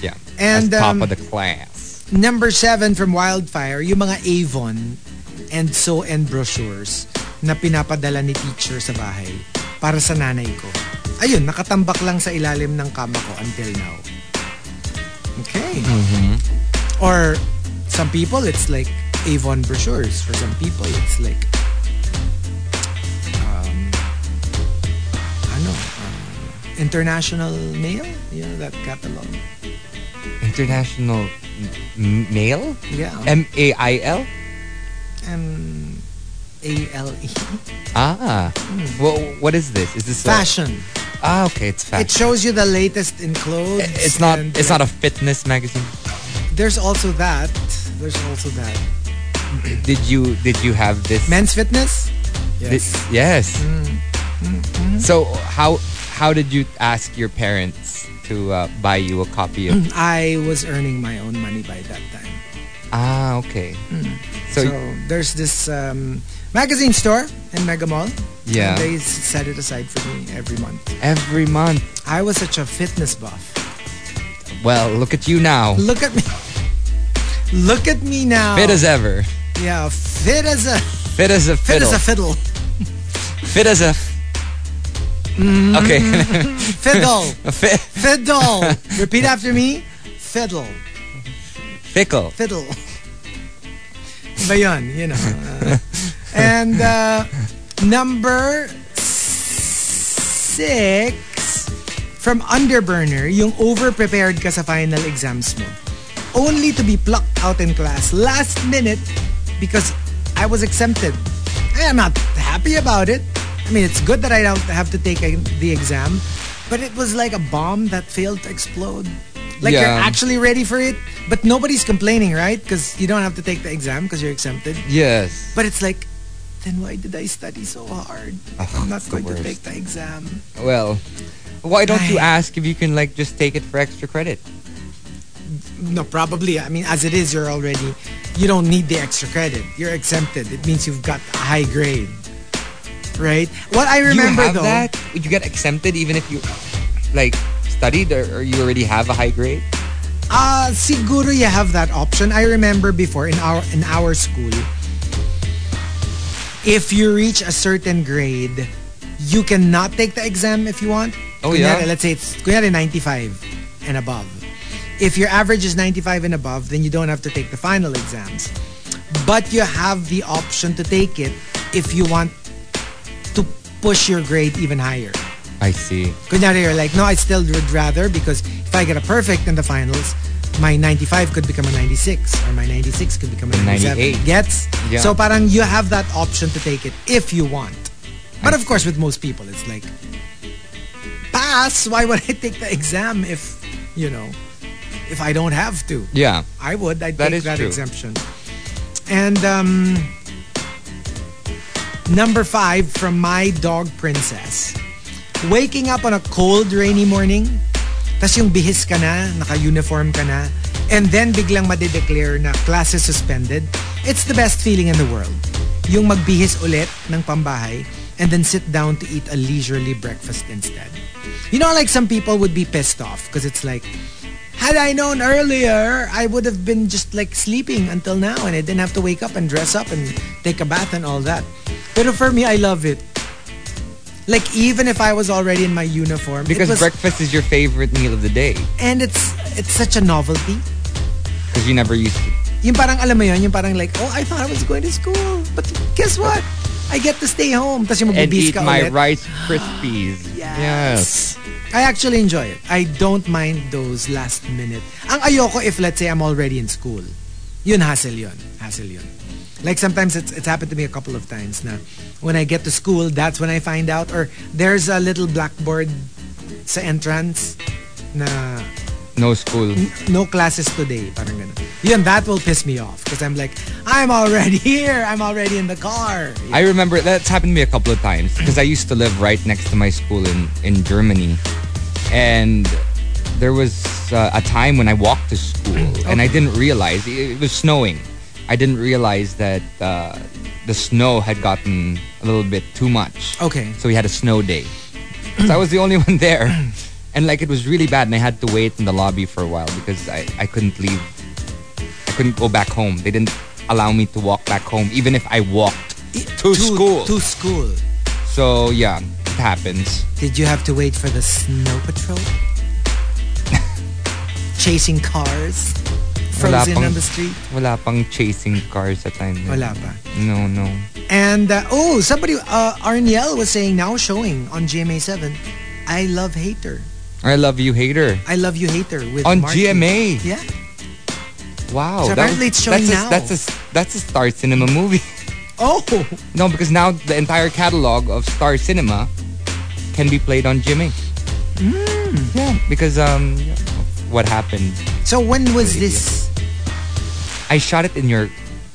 [SPEAKER 6] Yeah.
[SPEAKER 5] And,
[SPEAKER 6] As top
[SPEAKER 5] um,
[SPEAKER 6] of the class.
[SPEAKER 5] Number seven from Wildfire, yung mga Avon and so and brochures na pinapadala ni teacher sa bahay para sa nanay ko. Ayun, nakatambak lang sa ilalim ng kama ko until now. Okay. Or some people, it's like Avon brochures. For some people, it's like um, ano, um, international mail. You know that catalog.
[SPEAKER 6] International m- mail?
[SPEAKER 5] Yeah.
[SPEAKER 6] M A I L?
[SPEAKER 5] M A L E.
[SPEAKER 6] Ah. Well, what is this? Is this a-
[SPEAKER 5] Hmm. Fashion.
[SPEAKER 6] ah, okay, it's fashion.
[SPEAKER 5] It shows you the latest in clothes.
[SPEAKER 6] it's not.
[SPEAKER 5] and-
[SPEAKER 6] It's not a fitness magazine.
[SPEAKER 5] There's also that. There's also that.
[SPEAKER 6] Did you? Did you have this?
[SPEAKER 5] Men's fitness.
[SPEAKER 6] thi- yes.
[SPEAKER 5] Mm.
[SPEAKER 6] So how how did you ask your parents to uh, buy you a copy of?
[SPEAKER 5] I was earning my own money by that time.
[SPEAKER 6] ah, okay. So,
[SPEAKER 5] Mm. So, there's this um, magazine store in Mega Mall.
[SPEAKER 6] Yeah.
[SPEAKER 5] And they s- set it aside for me every month.
[SPEAKER 6] every month.
[SPEAKER 5] I was such a fitness buff.
[SPEAKER 6] Well, look at you now,
[SPEAKER 5] Look at me. (laughs) Look at me now.
[SPEAKER 6] fit as ever,
[SPEAKER 5] yeah, fit as a
[SPEAKER 6] fit as a
[SPEAKER 5] fit
[SPEAKER 6] fiddle,
[SPEAKER 5] as a fiddle.
[SPEAKER 6] fit as a.
[SPEAKER 5] Mm.
[SPEAKER 6] Okay, (laughs)
[SPEAKER 5] Fiddle.
[SPEAKER 6] a fi- (laughs)
[SPEAKER 5] fiddle. Repeat after me. Fiddle.
[SPEAKER 6] fickle.
[SPEAKER 5] fiddle. (laughs) Ba yun, you know. uh, and uh, number six, from Underburner, yung over-prepared ka sa final exams mo. Only to be plucked out in class last minute because I was exempted. I am not happy about it. I mean, it's good that I don't have to take uh, the exam, but it was like a bomb that failed to explode. Like you're
[SPEAKER 6] Yeah.
[SPEAKER 5] actually ready for it, but nobody's complaining, right? Because you don't have to take the exam because you're exempted.
[SPEAKER 6] Yes.
[SPEAKER 5] But it's like, then why did I study so hard? I'm not
[SPEAKER 6] Oh, it's the
[SPEAKER 5] going to
[SPEAKER 6] worst.
[SPEAKER 5] take the exam.
[SPEAKER 6] Well, why don't you
[SPEAKER 5] Ay.
[SPEAKER 6] ask if you can like just take it for extra credit?
[SPEAKER 5] No, probably. I mean, as it is, you're already, you don't need the extra credit. You're exempted. It means you've got a high grade. Right? What I remember
[SPEAKER 6] you have
[SPEAKER 5] though,
[SPEAKER 6] that? Would you get exempted even if you like studied or, or you already have a high grade?
[SPEAKER 5] uh, siguro you have that option. I remember before in our in our school, if you reach a certain grade, you cannot take the exam if you want.
[SPEAKER 6] Oh,
[SPEAKER 5] Kunyari,
[SPEAKER 6] yeah?
[SPEAKER 5] Let's say it's kunyari 95 and above. If your average is 95 and above, then you don't have to take the final exams. But you have the option to take it if you want to push your grade even higher.
[SPEAKER 6] I see.
[SPEAKER 5] Kunyari, you're like, no, I still would rather because if I get a perfect in the finals, my 95 could become a 96 or my 96 could become a 97.
[SPEAKER 6] 98.
[SPEAKER 5] Gets?
[SPEAKER 6] Yeah.
[SPEAKER 5] So parang you have that option to take it if you want. But of course, with most people, it's like, pass. Why would I take the exam if, you know, if I don't have to?
[SPEAKER 6] Yeah.
[SPEAKER 5] I would. I'd
[SPEAKER 6] That
[SPEAKER 5] take
[SPEAKER 6] is
[SPEAKER 5] that
[SPEAKER 6] true.
[SPEAKER 5] exemption. And um, number five from my dog princess. Waking up on a cold, rainy morning, tas yung bihis ka na, naka-uniform ka na, and then biglang madideclare na class is suspended, it's the best feeling in the world. Yung magbihis ulit ng pambahay and then sit down to eat a leisurely breakfast instead. You know, like some people would be pissed off because it's like, had I known earlier, I would have been just like sleeping until now and I didn't have to wake up and dress up and take a bath and all that. But for me, I love it. Like even if I was already in my uniform, it
[SPEAKER 6] Because
[SPEAKER 5] was-
[SPEAKER 6] breakfast is your favorite meal of the day
[SPEAKER 5] and it's it's such a novelty.
[SPEAKER 6] because you never used to.
[SPEAKER 5] Yung parang alam mo yun, yung parang like, oh, I thought I was going to school, but guess what? I get to stay home. Tapos yung
[SPEAKER 6] And
[SPEAKER 5] magbibis
[SPEAKER 6] eat
[SPEAKER 5] ka
[SPEAKER 6] my
[SPEAKER 5] ulit.
[SPEAKER 6] Rice Krispies.
[SPEAKER 5] (gasps) Yes. I actually enjoy it. I don't mind those last minute. Ang ayoko if let's say I'm already in school. Yun hassle yun. Hassle yun. Like sometimes it's, it's happened to me a couple of times na when I get to school, that's when I find out or there's a little blackboard sa entrance na
[SPEAKER 6] No school.
[SPEAKER 5] no classes today. Parang ganun. Yun, that will piss me off because I'm like, I'm already (laughs) here. I'm already in the car.
[SPEAKER 6] I remember that's happened to me a couple of times because I used to live right next to my school in in Germany, and there was uh, a time when I walked to school and I didn't realize it, it was snowing. I didn't realize that uh, the snow had gotten a little bit too much.
[SPEAKER 5] Okay.
[SPEAKER 6] So we had a snow day. so I was the only one there, and like it was really bad, and I had to wait in the lobby for a while because I I couldn't leave. I couldn't go back home. They didn't allow me to walk back home, even if I walked to, school.
[SPEAKER 5] To school.
[SPEAKER 6] so yeah, it happens.
[SPEAKER 5] Did you have to wait for the (laughs) snow patrol? Chasing cars?
[SPEAKER 6] Wala
[SPEAKER 5] frozen
[SPEAKER 6] pang-
[SPEAKER 5] on the street?
[SPEAKER 6] Wala pang chasing cars at time. na
[SPEAKER 5] Wala
[SPEAKER 6] yun.
[SPEAKER 5] pa.
[SPEAKER 6] No, no.
[SPEAKER 5] And uh, oh, somebody, uh, Arniel was saying now showing on GMA7, I love hater.
[SPEAKER 6] I love you, hater.
[SPEAKER 5] I love you hater with
[SPEAKER 6] On
[SPEAKER 5] Marky.
[SPEAKER 6] GMA.
[SPEAKER 5] Yeah, So
[SPEAKER 6] Wow. that
[SPEAKER 5] apparently it's showing
[SPEAKER 6] that's
[SPEAKER 5] now.
[SPEAKER 6] A, that's a that's a Star Cinema movie.
[SPEAKER 5] Oh,
[SPEAKER 6] No, because now the entire catalog of Star Cinema can be played on GMA.
[SPEAKER 5] Mm.
[SPEAKER 6] Yeah, because um, what happened?
[SPEAKER 5] so when was this?
[SPEAKER 6] I shot it in your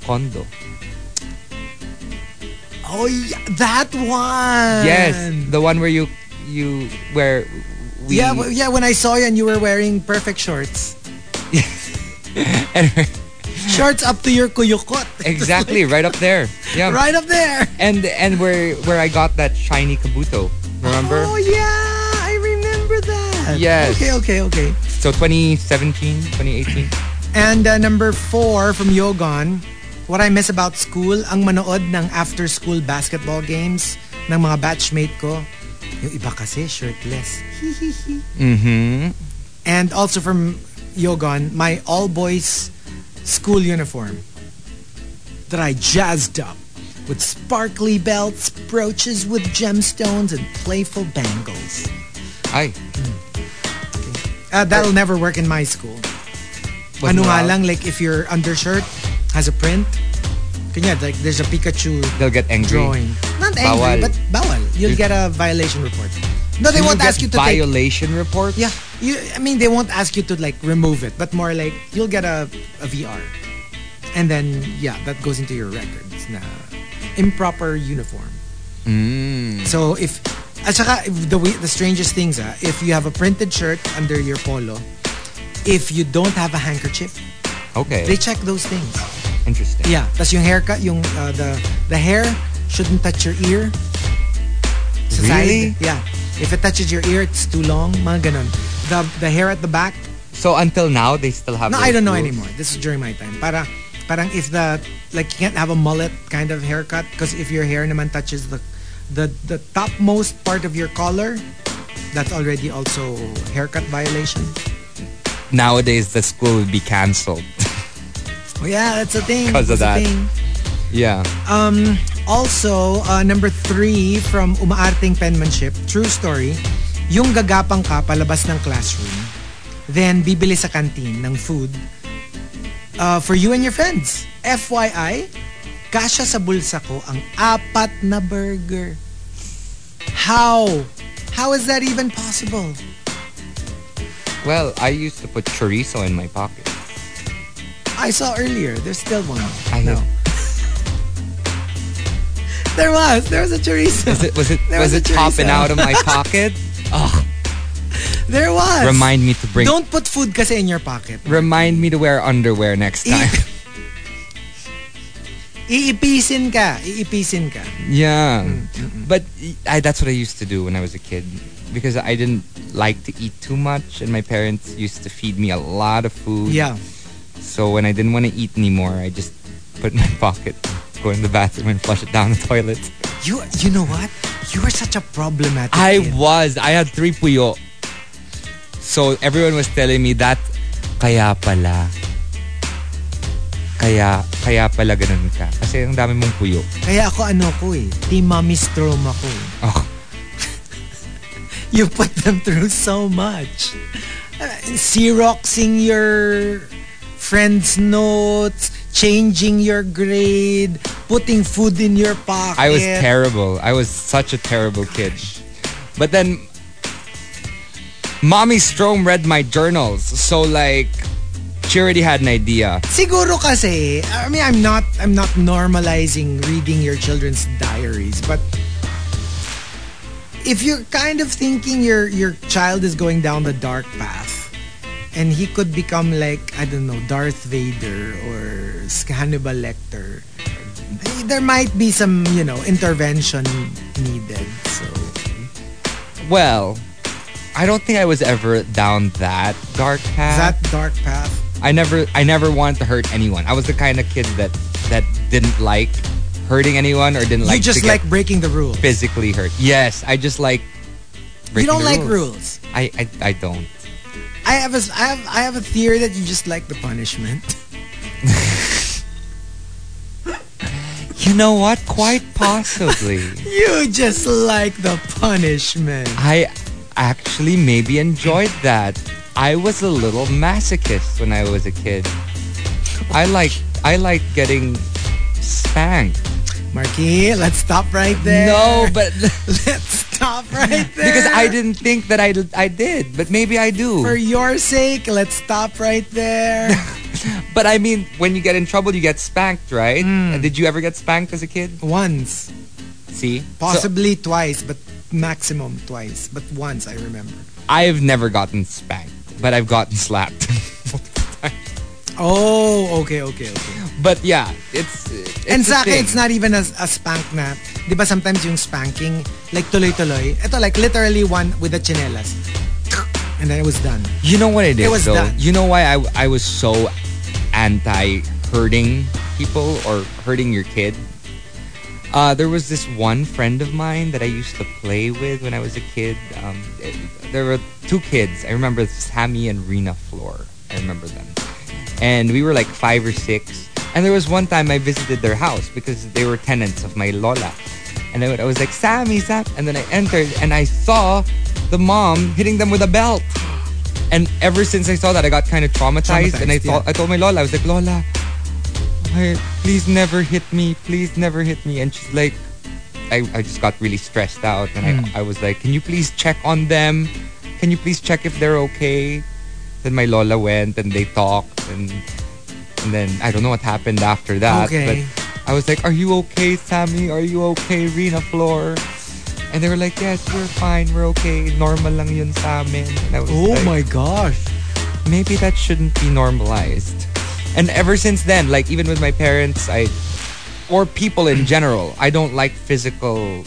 [SPEAKER 6] condo.
[SPEAKER 5] Oh, yeah, that one.
[SPEAKER 6] Yes, the one where you you where we
[SPEAKER 5] yeah, w- yeah. When I saw you and you were wearing perfect shorts, shorts up to your kuyukot,
[SPEAKER 6] (laughs) exactly right up there. Yeah,
[SPEAKER 5] right up there.
[SPEAKER 6] and and where where I got that shiny kabuto. Remember?
[SPEAKER 5] Oh yeah, I remember that.
[SPEAKER 6] Yes.
[SPEAKER 5] Okay, okay, okay.
[SPEAKER 6] So 2017, 2018.
[SPEAKER 5] And uh, number four from Yogon, what I miss about school, ang manood ng after-school basketball games ng mga batchmate ko. Yung iba kasi shirtless.
[SPEAKER 6] Mm-hmm.
[SPEAKER 5] And also from Yogon, my all-boys school uniform that I jazzed up with sparkly belts, brooches with gemstones, and playful bangles.
[SPEAKER 6] Ay,
[SPEAKER 5] Uh, that'll never work in my school.
[SPEAKER 6] was
[SPEAKER 5] ano nga
[SPEAKER 6] not-
[SPEAKER 5] lang, like if your undershirt has a print, kanya, like there's a Pikachu
[SPEAKER 6] They'll get angry.
[SPEAKER 5] drawing. Not
[SPEAKER 6] Bawal.
[SPEAKER 5] angry, but bawal. You'll
[SPEAKER 6] You-
[SPEAKER 5] get a violation report. No, they
[SPEAKER 6] You
[SPEAKER 5] won't
[SPEAKER 6] get
[SPEAKER 5] ask you to take.
[SPEAKER 6] violation report.
[SPEAKER 5] Yeah, you, I mean they won't ask you to like remove it, but more like you'll get a, a VR, and then yeah, that goes into your records na improper uniform.
[SPEAKER 6] Mm.
[SPEAKER 5] So if at saka, if the wi- the strangest things ah, if you have a printed shirt under your polo, if you don't have a handkerchief,
[SPEAKER 6] Okay.
[SPEAKER 5] they check those things.
[SPEAKER 6] Interesting.
[SPEAKER 5] Yeah, tas yung haircut, yung uh, the the hair shouldn't touch your ear. Sa
[SPEAKER 6] Really?
[SPEAKER 5] Side. Yeah. If it touches your ear, it's too long. Mga ganun. The the hair at the back.
[SPEAKER 6] So until now, they still have.
[SPEAKER 5] No, I
[SPEAKER 6] those
[SPEAKER 5] don't know
[SPEAKER 6] rules?
[SPEAKER 5] anymore. This is during my time. Para parang if the like you can't have a mullet kind of haircut because if your hair naman touches the the the topmost part of your collar, that's already also haircut violation.
[SPEAKER 6] Nowadays, the school would be cancelled.
[SPEAKER 5] Oh yeah, that's a thing.
[SPEAKER 6] 'Cause of
[SPEAKER 5] That's a
[SPEAKER 6] that.
[SPEAKER 5] thing.
[SPEAKER 6] (laughs) yeah.
[SPEAKER 5] Also, uh, number three from Umaarting Penmanship, true story, yung gagapang ka palabas ng classroom, then bibili sa canteen ng food uh, for you and your friends. FYI, kasya sa bulsa ko ang apat na burger. How? How is that even possible?
[SPEAKER 6] Well, I used to put chorizo in my pocket.
[SPEAKER 5] I saw earlier, there's still one.
[SPEAKER 6] I
[SPEAKER 5] No. (laughs) There was. There was a chorizo.
[SPEAKER 6] Is it was it
[SPEAKER 5] There
[SPEAKER 6] was,
[SPEAKER 5] was
[SPEAKER 6] it
[SPEAKER 5] a
[SPEAKER 6] popping
[SPEAKER 5] chorizo. (laughs)
[SPEAKER 6] out of my pocket?
[SPEAKER 5] There was.
[SPEAKER 6] Remind me to bring.
[SPEAKER 5] Don't put food kasi in your pocket.
[SPEAKER 6] Remind me to wear underwear next time.
[SPEAKER 5] (laughs)
[SPEAKER 6] (laughs)
[SPEAKER 5] Iip- iipisin ka. Iipisin ka.
[SPEAKER 6] yeah.
[SPEAKER 5] Mm,
[SPEAKER 6] But I, that's what I used to do when I was a kid because I didn't like to eat too much, and my parents used to feed me a lot of food.
[SPEAKER 5] Yeah.
[SPEAKER 6] So when I didn't want to eat anymore, I just put it in my (laughs) pocket, go in the bathroom, and flush it down the toilet.
[SPEAKER 5] You you know what? You were such a problematic
[SPEAKER 6] I
[SPEAKER 5] kid.
[SPEAKER 6] was. I had three puyo. So everyone was telling me that kaya pala. Kaya, kaya pala ganun ka. Kasi ang dami mong puyo.
[SPEAKER 5] Kaya ako ano ko eh. Team Mommy Strom ako eh.
[SPEAKER 6] Oh,
[SPEAKER 5] You put them through so much. Uh, Xeroxing your friend's notes, changing your grade, putting food in your pocket.
[SPEAKER 6] I was terrible. I was such a terrible kid. But then, Mommy Strom read my journals. So like, she already had an idea.
[SPEAKER 5] Siguro kasi, I mean, I'm not, I'm not normalizing reading your children's diaries, but if you're kind of thinking your your child is going down the dark path, and he could become like I don't know Darth Vader or Hannibal Lecter, eh, there might be some you know intervention needed. So
[SPEAKER 6] Well, I don't think I was ever down that dark path.
[SPEAKER 5] that dark path,
[SPEAKER 6] I never I never wanted to hurt anyone. I was the kind of kid that that didn't like hurting anyone or didn't like
[SPEAKER 5] you just
[SPEAKER 6] to get
[SPEAKER 5] like breaking the rule.
[SPEAKER 6] physically hurt. Yes, I just like
[SPEAKER 5] You
[SPEAKER 6] breaking
[SPEAKER 5] don't
[SPEAKER 6] the
[SPEAKER 5] like
[SPEAKER 6] rules.
[SPEAKER 5] rules.
[SPEAKER 6] I, I I don't.
[SPEAKER 5] I have a, I have, I have a theory that you just like the punishment.
[SPEAKER 6] You know what? Quite
[SPEAKER 5] (laughs)
[SPEAKER 6] possibly.
[SPEAKER 5] You just like the punishment.
[SPEAKER 6] I actually maybe enjoyed that. I was a little masochist when I was a kid. I like I like getting spanked.
[SPEAKER 5] Marquis, let's stop right there. (laughs)
[SPEAKER 6] No, but
[SPEAKER 5] Let's stop (laughs) right there.
[SPEAKER 6] (laughs) because I didn't think that I I did, but maybe I do.
[SPEAKER 5] For your sake, let's stop right (laughs) there.
[SPEAKER 6] But I mean, when you get in trouble, you get spanked, right? Did you ever get spanked as a kid?
[SPEAKER 5] once.
[SPEAKER 6] See, So,
[SPEAKER 5] Possibly twice, but maximum twice. But once, I remember.
[SPEAKER 6] I've never gotten spanked, but I've gotten slapped. (laughs)
[SPEAKER 5] Oh, okay, okay, okay.
[SPEAKER 6] but yeah, it's, it's
[SPEAKER 5] And
[SPEAKER 6] a
[SPEAKER 5] sa akin,
[SPEAKER 6] thing.
[SPEAKER 5] it's not even a, a spank na. Di ba sometimes yung spanking, like tuloy-tuloy. Ito, like literally one with the chinelas. And then it was done.
[SPEAKER 6] You know what it is,
[SPEAKER 5] was
[SPEAKER 6] though?
[SPEAKER 5] done.
[SPEAKER 6] You know why I, I was so anti-hurting people or hurting your kid? Uh, there was this one friend of mine that I used to play with when I was a kid. Um, it- there were two kids. I remember Sammy and Rena Floor. I remember them. And we were like five or six. And there was one time I visited their house because they were tenants of my Lola. And I, would- I was like, Sammy, Sam. And then I entered and I saw the mom hitting them with a belt. And ever since I saw that, I got kind of traumatized. and I
[SPEAKER 5] Traumatized,
[SPEAKER 6] thought,
[SPEAKER 5] yeah.
[SPEAKER 6] I told my Lola, I was like, Lola, I, please never hit me. Please never hit me. And she's like, I, I just got really stressed out and I, I was like, can you please check on them? Can you please check if they're okay? Then my Lola went and they talked and and then I don't know what happened after that.
[SPEAKER 5] Okay.
[SPEAKER 6] But I was like, are you okay, Sammy? Are you okay, Rena Floor? And they were like, yes, we're fine. We're okay. Normal lang yun sa amin. And I was
[SPEAKER 5] Oh
[SPEAKER 6] like,
[SPEAKER 5] gosh.
[SPEAKER 6] maybe that shouldn't be normalized. And ever since then, like even with my parents, I or people in general, I don't like physical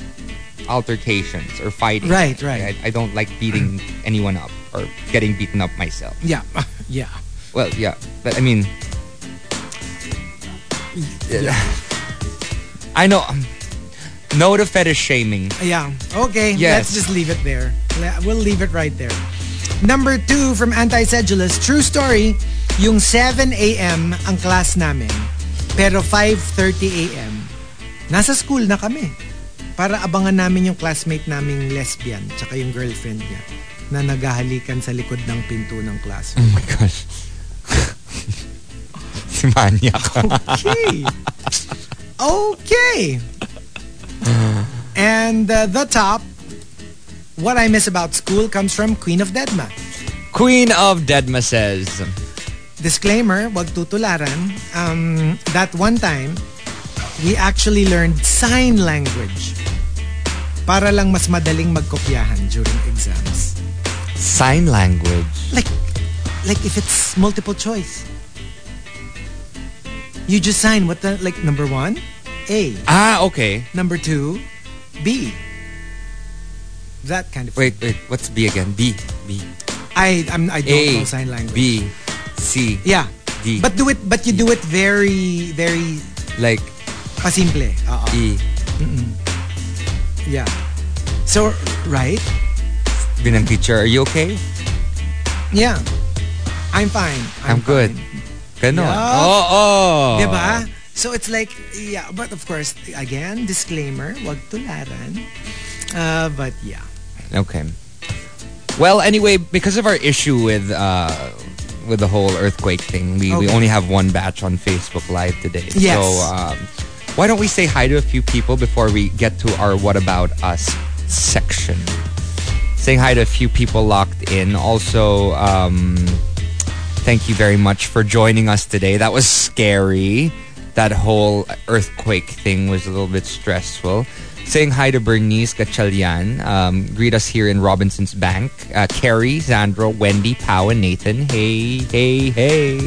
[SPEAKER 6] altercations or fighting.
[SPEAKER 5] Right, right.
[SPEAKER 6] I, I don't like beating anyone up or getting beaten up myself.
[SPEAKER 5] Yeah, (laughs) yeah.
[SPEAKER 6] Well, yeah, but I mean, I know. No to fetish shaming.
[SPEAKER 5] Yeah. Okay.
[SPEAKER 6] Yes.
[SPEAKER 5] Let's just leave it there. Le- We'll leave it right there. Number two from Anti-Sedulous. True story, yung 7 a.m. ang class namin. Pero 5.30 a.m. Nasa school na kami. Para abangan namin yung classmate naming lesbian tsaka yung girlfriend niya na naghahalikan sa likod ng pinto ng class.
[SPEAKER 6] Oh my (laughs) gosh. si Manyak.
[SPEAKER 5] Okay. okay. And uh, the top, what I miss about school comes from Queen of Deadma.
[SPEAKER 6] Queen of Deadma says.
[SPEAKER 5] Disclaimer, wag tutularan. Um, that one time, we actually learned sign language para lang mas madaling magkopyahan during exams.
[SPEAKER 6] sign language.
[SPEAKER 5] Like, like if it's multiple choice. You just sign what the, like number one, A.
[SPEAKER 6] Ah, okay.
[SPEAKER 5] Number two, B. That kind of
[SPEAKER 6] Wait, wait. What's B again? B, B,
[SPEAKER 5] I I'm, I don't
[SPEAKER 6] A,
[SPEAKER 5] know sign language.
[SPEAKER 6] B, C,
[SPEAKER 5] Yeah,
[SPEAKER 6] D.
[SPEAKER 5] but do it. But you do it very very
[SPEAKER 6] like
[SPEAKER 5] pasimple. Uh-uh.
[SPEAKER 6] E.
[SPEAKER 5] Yeah. So right?
[SPEAKER 6] Binang teacher, are you okay?
[SPEAKER 5] Yeah. I'm fine.
[SPEAKER 6] I'm,
[SPEAKER 5] I'm,
[SPEAKER 6] good. Ganon.
[SPEAKER 5] Yeah.
[SPEAKER 6] Oh, oh.
[SPEAKER 5] Diba? So it's like yeah, but of course again disclaimer, wag tularan. Uh, but yeah.
[SPEAKER 6] Okay. Well, anyway, because of our issue with uh, with the whole earthquake thing, we, we
[SPEAKER 5] Okay.
[SPEAKER 6] only have one batch on Facebook Live today.
[SPEAKER 5] Yes.
[SPEAKER 6] So um, why don't we say hi to a few people before we get to our What About Us section? Saying hi to a few people locked in. Also, um, thank you very much for joining us today. That was scary. That whole earthquake thing was a little bit stressful. Saying hi to Bernice Gachalian. Um, greet us here in Robinson's Bank. Uh, Carrie, Zandro, Wendy, Pow, and Nathan. Hey, hey, hey.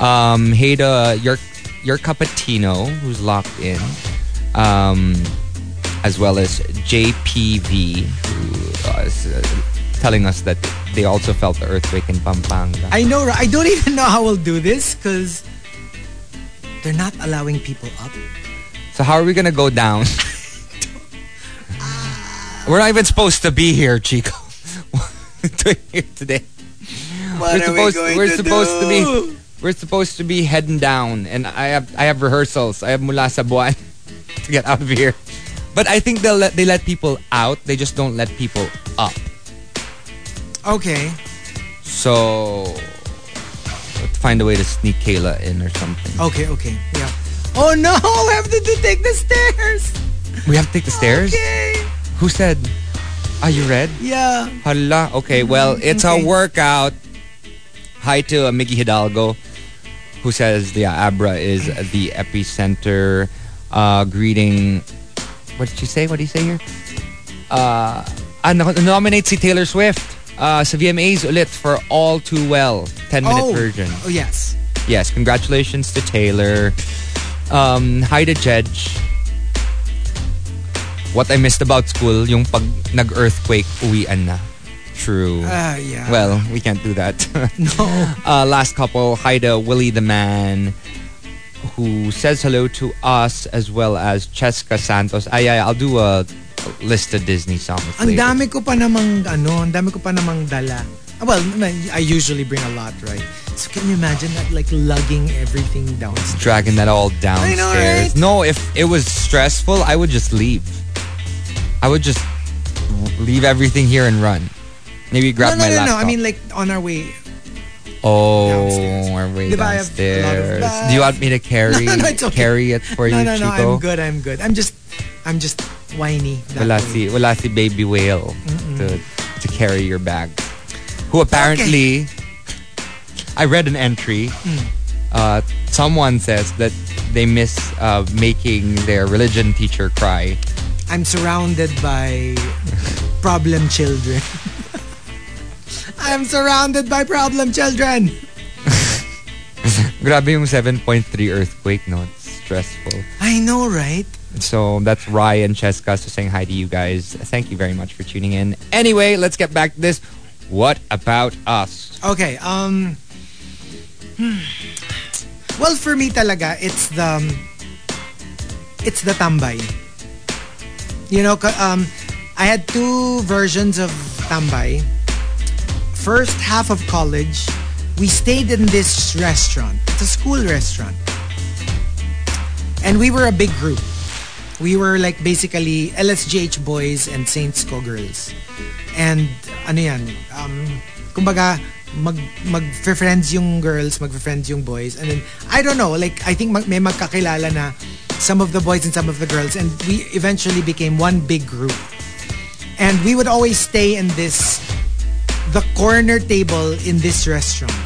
[SPEAKER 6] Um, hey to your, your Capatino, who's locked in. Um, as well as JPV, who uh, is uh, telling us that they also felt the earthquake in Pampanga.
[SPEAKER 5] I know. right? I don't even know how we'll do this because they're not allowing people up.
[SPEAKER 6] So how are we gonna go down? (laughs) We're not even supposed to be here, Chico. What are we doing here today.
[SPEAKER 7] What
[SPEAKER 6] we're
[SPEAKER 7] are we
[SPEAKER 6] supposed
[SPEAKER 7] going
[SPEAKER 6] we're
[SPEAKER 7] to
[SPEAKER 6] supposed to
[SPEAKER 7] do?
[SPEAKER 6] be we're supposed to be heading down and I have I have rehearsals. I have mula sa buwan (laughs) to get out of here. But I think they'll let they let people out. They just don't let people up.
[SPEAKER 5] Okay.
[SPEAKER 6] So let's find a way to sneak Kayla in or something.
[SPEAKER 5] Okay, okay. Yeah. Oh no, (laughs) I have to, to take the stairs.
[SPEAKER 6] We have to take the stairs?
[SPEAKER 5] Okay.
[SPEAKER 6] Who said? Are you red?
[SPEAKER 5] Yeah.
[SPEAKER 6] Hala. Okay, well, it's a
[SPEAKER 5] Mm-hmm. Okay.
[SPEAKER 6] workout. Hi to uh, Miggy Hidalgo, who says the Abra is the epicenter. Uh, greeting. What did you say? What did you say here? Uh, ah, no- nominate si Taylor Swift uh, sa VMAs ulit for All Too Well. 10-minute
[SPEAKER 5] oh.
[SPEAKER 6] version.
[SPEAKER 5] Oh yes.
[SPEAKER 6] Yes, congratulations to Taylor. Um, hi to Jedge. What I missed about school, yung pag nag-earthquake, uwian na. True.
[SPEAKER 5] Ah yeah. Oh,
[SPEAKER 6] well, we can't do that.
[SPEAKER 5] (laughs) no.
[SPEAKER 6] uh, last couple, hi to Willie the Man, who says hello to us as well as Cheska Santos. Ay, ay, I'll do a list of Disney songs.
[SPEAKER 5] Ang
[SPEAKER 6] later.
[SPEAKER 5] dami ko pa namang ano, ang dami ko pa namang dala. Ah, Well, man, I usually bring a lot, right? So can you imagine that like lugging everything downstairs?
[SPEAKER 6] dragging that all downstairs.
[SPEAKER 5] know, right?
[SPEAKER 6] No, if it was stressful, I would just leave. I would just leave everything here and run. Maybe
[SPEAKER 5] no,
[SPEAKER 6] grab
[SPEAKER 5] no,
[SPEAKER 6] my
[SPEAKER 5] no,
[SPEAKER 6] laptop.
[SPEAKER 5] no. I mean like on our way.
[SPEAKER 6] oh,
[SPEAKER 5] downstairs.
[SPEAKER 6] our way
[SPEAKER 5] Diba, I have a lot of
[SPEAKER 6] downstairs.
[SPEAKER 5] bags.
[SPEAKER 6] Do you want me to carry
[SPEAKER 5] (laughs) No, no, it's okay.
[SPEAKER 6] carry it for
[SPEAKER 5] no,
[SPEAKER 6] you,
[SPEAKER 5] no, no.
[SPEAKER 6] Chico?
[SPEAKER 5] I'm good. I'm good. I'm just I'm just whiny. that
[SPEAKER 6] Wala
[SPEAKER 5] way.
[SPEAKER 6] si, wala si baby whale to, to carry your bag. Who apparently, I read an entry.
[SPEAKER 5] Mm.
[SPEAKER 6] Uh, someone says that they miss uh, making their religion teacher cry.
[SPEAKER 5] I'm surrounded by problem children. (laughs) I'm surrounded by problem children.
[SPEAKER 6] Grabe yung 7.3 earthquake, no? It's stressful.
[SPEAKER 5] I know, right?
[SPEAKER 6] So that's Ryan Cheska so saying hi to you guys. Thank you very much for tuning in. Anyway, let's get back to this. What about us?
[SPEAKER 5] Okay, um hmm. Well, for me talaga, it's the um, it's the tambay. You know, ca- um I had two versions of tambay. First half of college, we stayed in this restaurant. It's a school restaurant. And we were a big group. We were like basically LSJH boys and Saints Co girls. And ano yan, um, kumbaga, mag, mag-friends yung girls, mag-friends yung boys. And then, I don't know, like, I think mag, may magkakilala na some of the boys and some of the girls. And we eventually became one big group. And we would always stay in this, the corner table in this restaurant.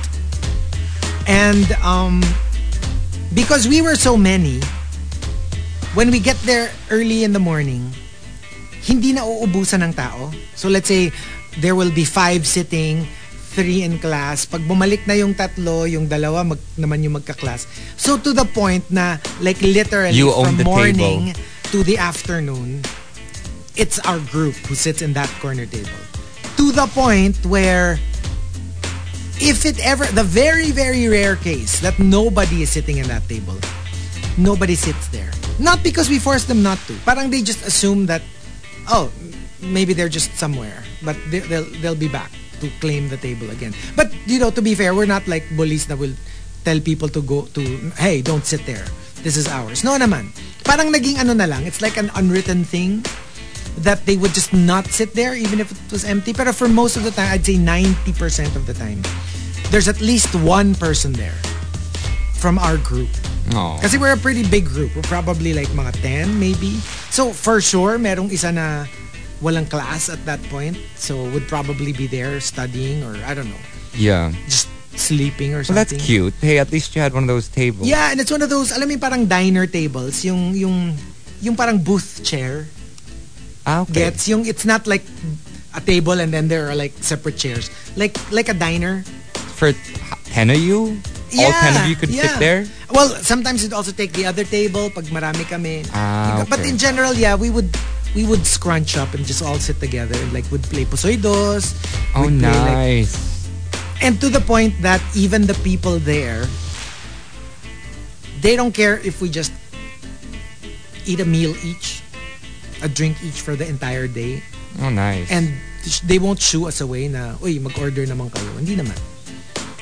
[SPEAKER 5] And um, because we were so many, when we get there early in the morning, hindi na uubusan ng tao. So let's say there will be five sitting, three in class. Pag bumalik na yung tatlo, yung dalawa mag, naman yung magka-class. So to the point na like literally
[SPEAKER 6] You own
[SPEAKER 5] from
[SPEAKER 6] the
[SPEAKER 5] morning to the afternoon, it's our group who sits in that corner table. To the point where if it ever, the very, very rare case that nobody is sitting in that table, nobody sits there. Not because we force them not to. Parang they just assume that, oh, m- maybe they're just somewhere, but they, they'll they'll be back to claim the table again. But you know, to be fair, we're not like bullies that will tell people to go to, hey, don't sit there. This is ours. No naman. Parang naging ano na lang. It's like an unwritten thing that they would just not sit there even if it was empty. Pero for most of the time, I'd say 90% of the time, there's at least one person there from our group.
[SPEAKER 6] Oh,
[SPEAKER 5] Kasi we're a pretty big group. We're probably like mga 10 maybe. So for sure, merong isa na walang class at that point. So would probably be there studying or I don't know,
[SPEAKER 6] yeah.
[SPEAKER 5] just sleeping or
[SPEAKER 6] Well, that's
[SPEAKER 5] something.
[SPEAKER 6] cute. Hey, at least you had one of those tables.
[SPEAKER 5] Yeah, and it's one of those, alam mo yung parang diner tables, yung, yung, yung parang booth chair.
[SPEAKER 6] Ah, okay.
[SPEAKER 5] Gets yung, it's not like a table and then there are like separate chairs. Like, like a diner.
[SPEAKER 6] For h- 10 of you? All 10 of you could
[SPEAKER 5] yeah.
[SPEAKER 6] sit there?
[SPEAKER 5] Well, sometimes you'd also take the other table pag marami kami.
[SPEAKER 6] Ah,
[SPEAKER 5] But
[SPEAKER 6] okay.
[SPEAKER 5] in general, yeah, we would we would scrunch up and just all sit together and like would play posoidos.
[SPEAKER 6] Oh,
[SPEAKER 5] we'd play, like-
[SPEAKER 6] nice.
[SPEAKER 5] and to the point that even the people there, they don't care if we just eat a meal each, a drink each for the entire day.
[SPEAKER 6] oh, nice.
[SPEAKER 5] And sh- they won't shoo us away na, uy, mag-order naman kayo. Hindi naman.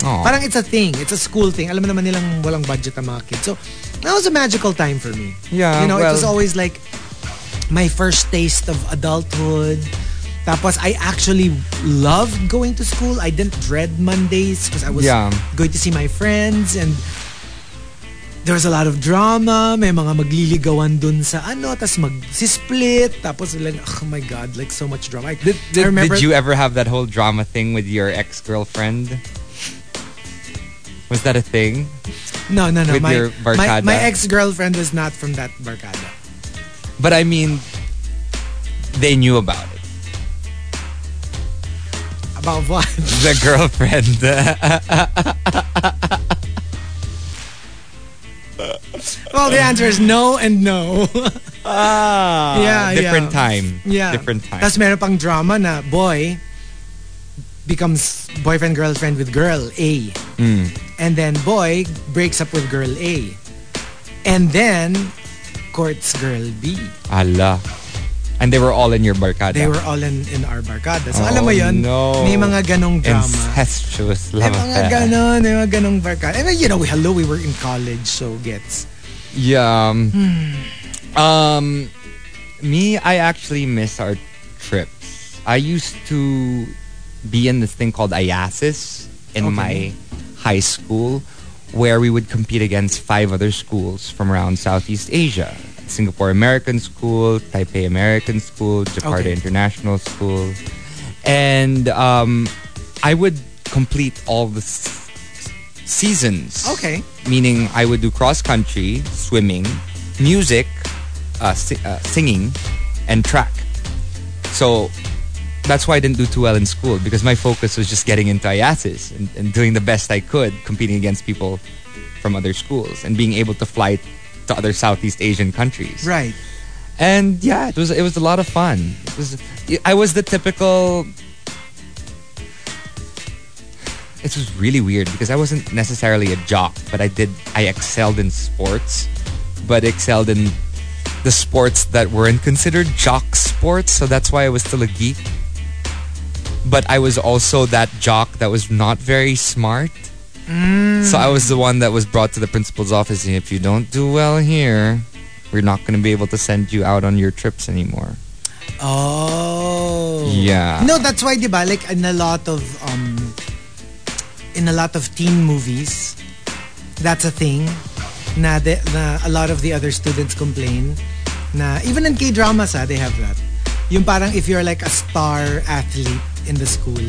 [SPEAKER 6] Aw.
[SPEAKER 5] Parang it's a thing. It's a school thing. Alam mo naman nilang walang budget ang mga kids. So, that was a magical time for me.
[SPEAKER 6] Yeah,
[SPEAKER 5] You know,
[SPEAKER 6] well-
[SPEAKER 5] it was always like my first taste of adulthood. Tapos, I actually loved going to school. I didn't dread Mondays because I was
[SPEAKER 6] Yeah.
[SPEAKER 5] going to see my friends and there was a lot of drama. May mga magliligawan dun sa ano, tas mag-split. Tapos, like, oh my God, like so much drama. I,
[SPEAKER 6] Did,
[SPEAKER 5] I
[SPEAKER 6] did,
[SPEAKER 5] remember
[SPEAKER 6] did you ever have that whole drama thing with your ex girlfriend? Was that a thing?
[SPEAKER 5] No, no, no.
[SPEAKER 6] With
[SPEAKER 5] my,
[SPEAKER 6] your
[SPEAKER 5] my
[SPEAKER 6] barkada?
[SPEAKER 5] my ex-girlfriend was not from that barkada.
[SPEAKER 6] But I mean, they knew about it.
[SPEAKER 5] About what? (laughs)
[SPEAKER 6] The girlfriend. (laughs)
[SPEAKER 5] well, the answer is no and no. (laughs)
[SPEAKER 6] ah,
[SPEAKER 5] Yeah,
[SPEAKER 6] different
[SPEAKER 5] yeah.
[SPEAKER 6] time.
[SPEAKER 5] yeah.
[SPEAKER 6] different time.
[SPEAKER 5] Tapos meron pang drama na boy becomes boyfriend girlfriend with girl A.
[SPEAKER 6] Hmm.
[SPEAKER 5] And then boy breaks up with girl A. And then courts girl B.
[SPEAKER 6] Allah. And they were all in your barkada.
[SPEAKER 5] They were all in, in our barkada. So alam
[SPEAKER 6] Oh,
[SPEAKER 5] mo yun,
[SPEAKER 6] no.
[SPEAKER 5] may mga ganong drama.
[SPEAKER 6] Incestuous
[SPEAKER 5] May
[SPEAKER 6] love
[SPEAKER 5] mga
[SPEAKER 6] affair.
[SPEAKER 5] ganon, may mga ganong barkada. I mean, you know, hello, we were in college, so gets.
[SPEAKER 6] Yeah. Um, um, me, I actually miss our trips. I used to be in this thing called IASIS in my high school where we would compete against five other schools from around Southeast Asia. Singapore American School, Taipei American School, Jakarta
[SPEAKER 5] Okay.
[SPEAKER 6] International School. And um, I would complete all the s- seasons.
[SPEAKER 5] Okay.
[SPEAKER 6] Meaning I would do cross country, swimming, music, uh, si- uh, singing, and track. So that's why I didn't do too well in school because my focus was just getting into IASIS and, and doing the best I could, competing against people from other schools and being able to fly to other Southeast Asian countries.
[SPEAKER 5] Right.
[SPEAKER 6] And yeah, it was it was a lot of fun. It was I was the typical. It was really weird because I wasn't necessarily a jock, but I did I excelled in sports, but excelled in the sports that weren't considered jock sports, so that's why I was still a geek. But I was also that jock that was not very smart. So I was the one that was brought to the principal's office and if you don't do well here, we're not going to be able to send you out on your trips anymore.
[SPEAKER 5] Oh.
[SPEAKER 6] Yeah.
[SPEAKER 5] No, that's why, di ba, like in a lot of, um, in a lot of teen movies, that's a thing na, de, na a lot of the other students complain na, even in K-dramas, ah, they have that. Yung parang if you're like a star athlete in the school,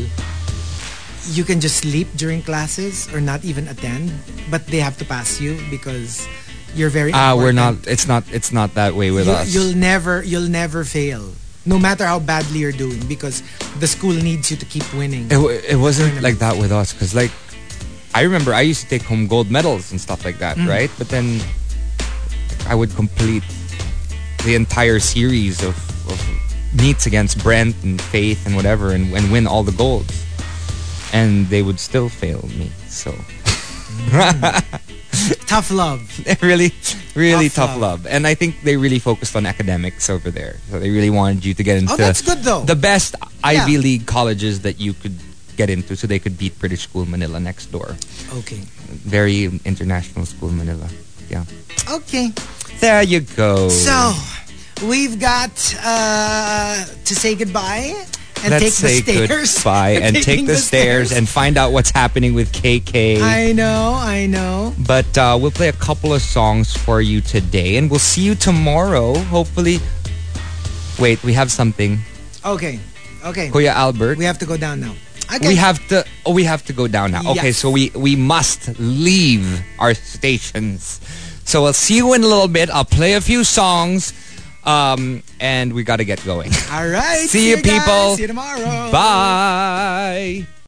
[SPEAKER 5] you can just sleep during classes or not even attend, but they have to pass you because you're very
[SPEAKER 6] Ah, we're
[SPEAKER 5] important.
[SPEAKER 6] not it's not it's not that way with
[SPEAKER 5] you,
[SPEAKER 6] us.
[SPEAKER 5] You'll never you'll never fail. No matter how badly you're doing because the school needs you to keep winning.
[SPEAKER 6] it, wa- it wasn't like that with us because like i remember i used to take home gold medals and stuff like that right but then i would complete the entire series of, of meets against brent and faith and whatever and, and win all the golds and they would still fail me so
[SPEAKER 5] Tough love.
[SPEAKER 6] (laughs) really really
[SPEAKER 5] Tough
[SPEAKER 6] tough,
[SPEAKER 5] love.
[SPEAKER 6] love. and i think they really focused on academics over there so they really wanted you to get into
[SPEAKER 5] Oh, that's good though.
[SPEAKER 6] the best ivy
[SPEAKER 5] Yeah.
[SPEAKER 6] league colleges that you could get into so they could beat british school manila next door
[SPEAKER 5] Okay.
[SPEAKER 6] very international school in Manila. Yeah.
[SPEAKER 5] Okay.
[SPEAKER 6] There you go.
[SPEAKER 5] So we've got uh, to say goodbye and
[SPEAKER 6] let's
[SPEAKER 5] take the
[SPEAKER 6] say
[SPEAKER 5] stairs. (laughs)
[SPEAKER 6] goodbye
[SPEAKER 5] We're
[SPEAKER 6] and take
[SPEAKER 5] taking
[SPEAKER 6] the, stairs, and find out what's happening with KK.
[SPEAKER 5] I know, I know.
[SPEAKER 6] but uh, we'll play a couple of songs for you today, and we'll see you tomorrow. Hopefully. Wait, we have something.
[SPEAKER 5] Okay. Okay.
[SPEAKER 6] Koya Albert.
[SPEAKER 5] We have to go down now. Okay.
[SPEAKER 6] We have to. Oh, we have to go down now. Okay,
[SPEAKER 5] Yes.
[SPEAKER 6] so we we must leave our stations. So we'll see you in a little bit. I'll play a few songs, um, and we got to get going.
[SPEAKER 5] All right.
[SPEAKER 6] See you,
[SPEAKER 5] guys.
[SPEAKER 6] people.
[SPEAKER 5] See you tomorrow.
[SPEAKER 6] Bye.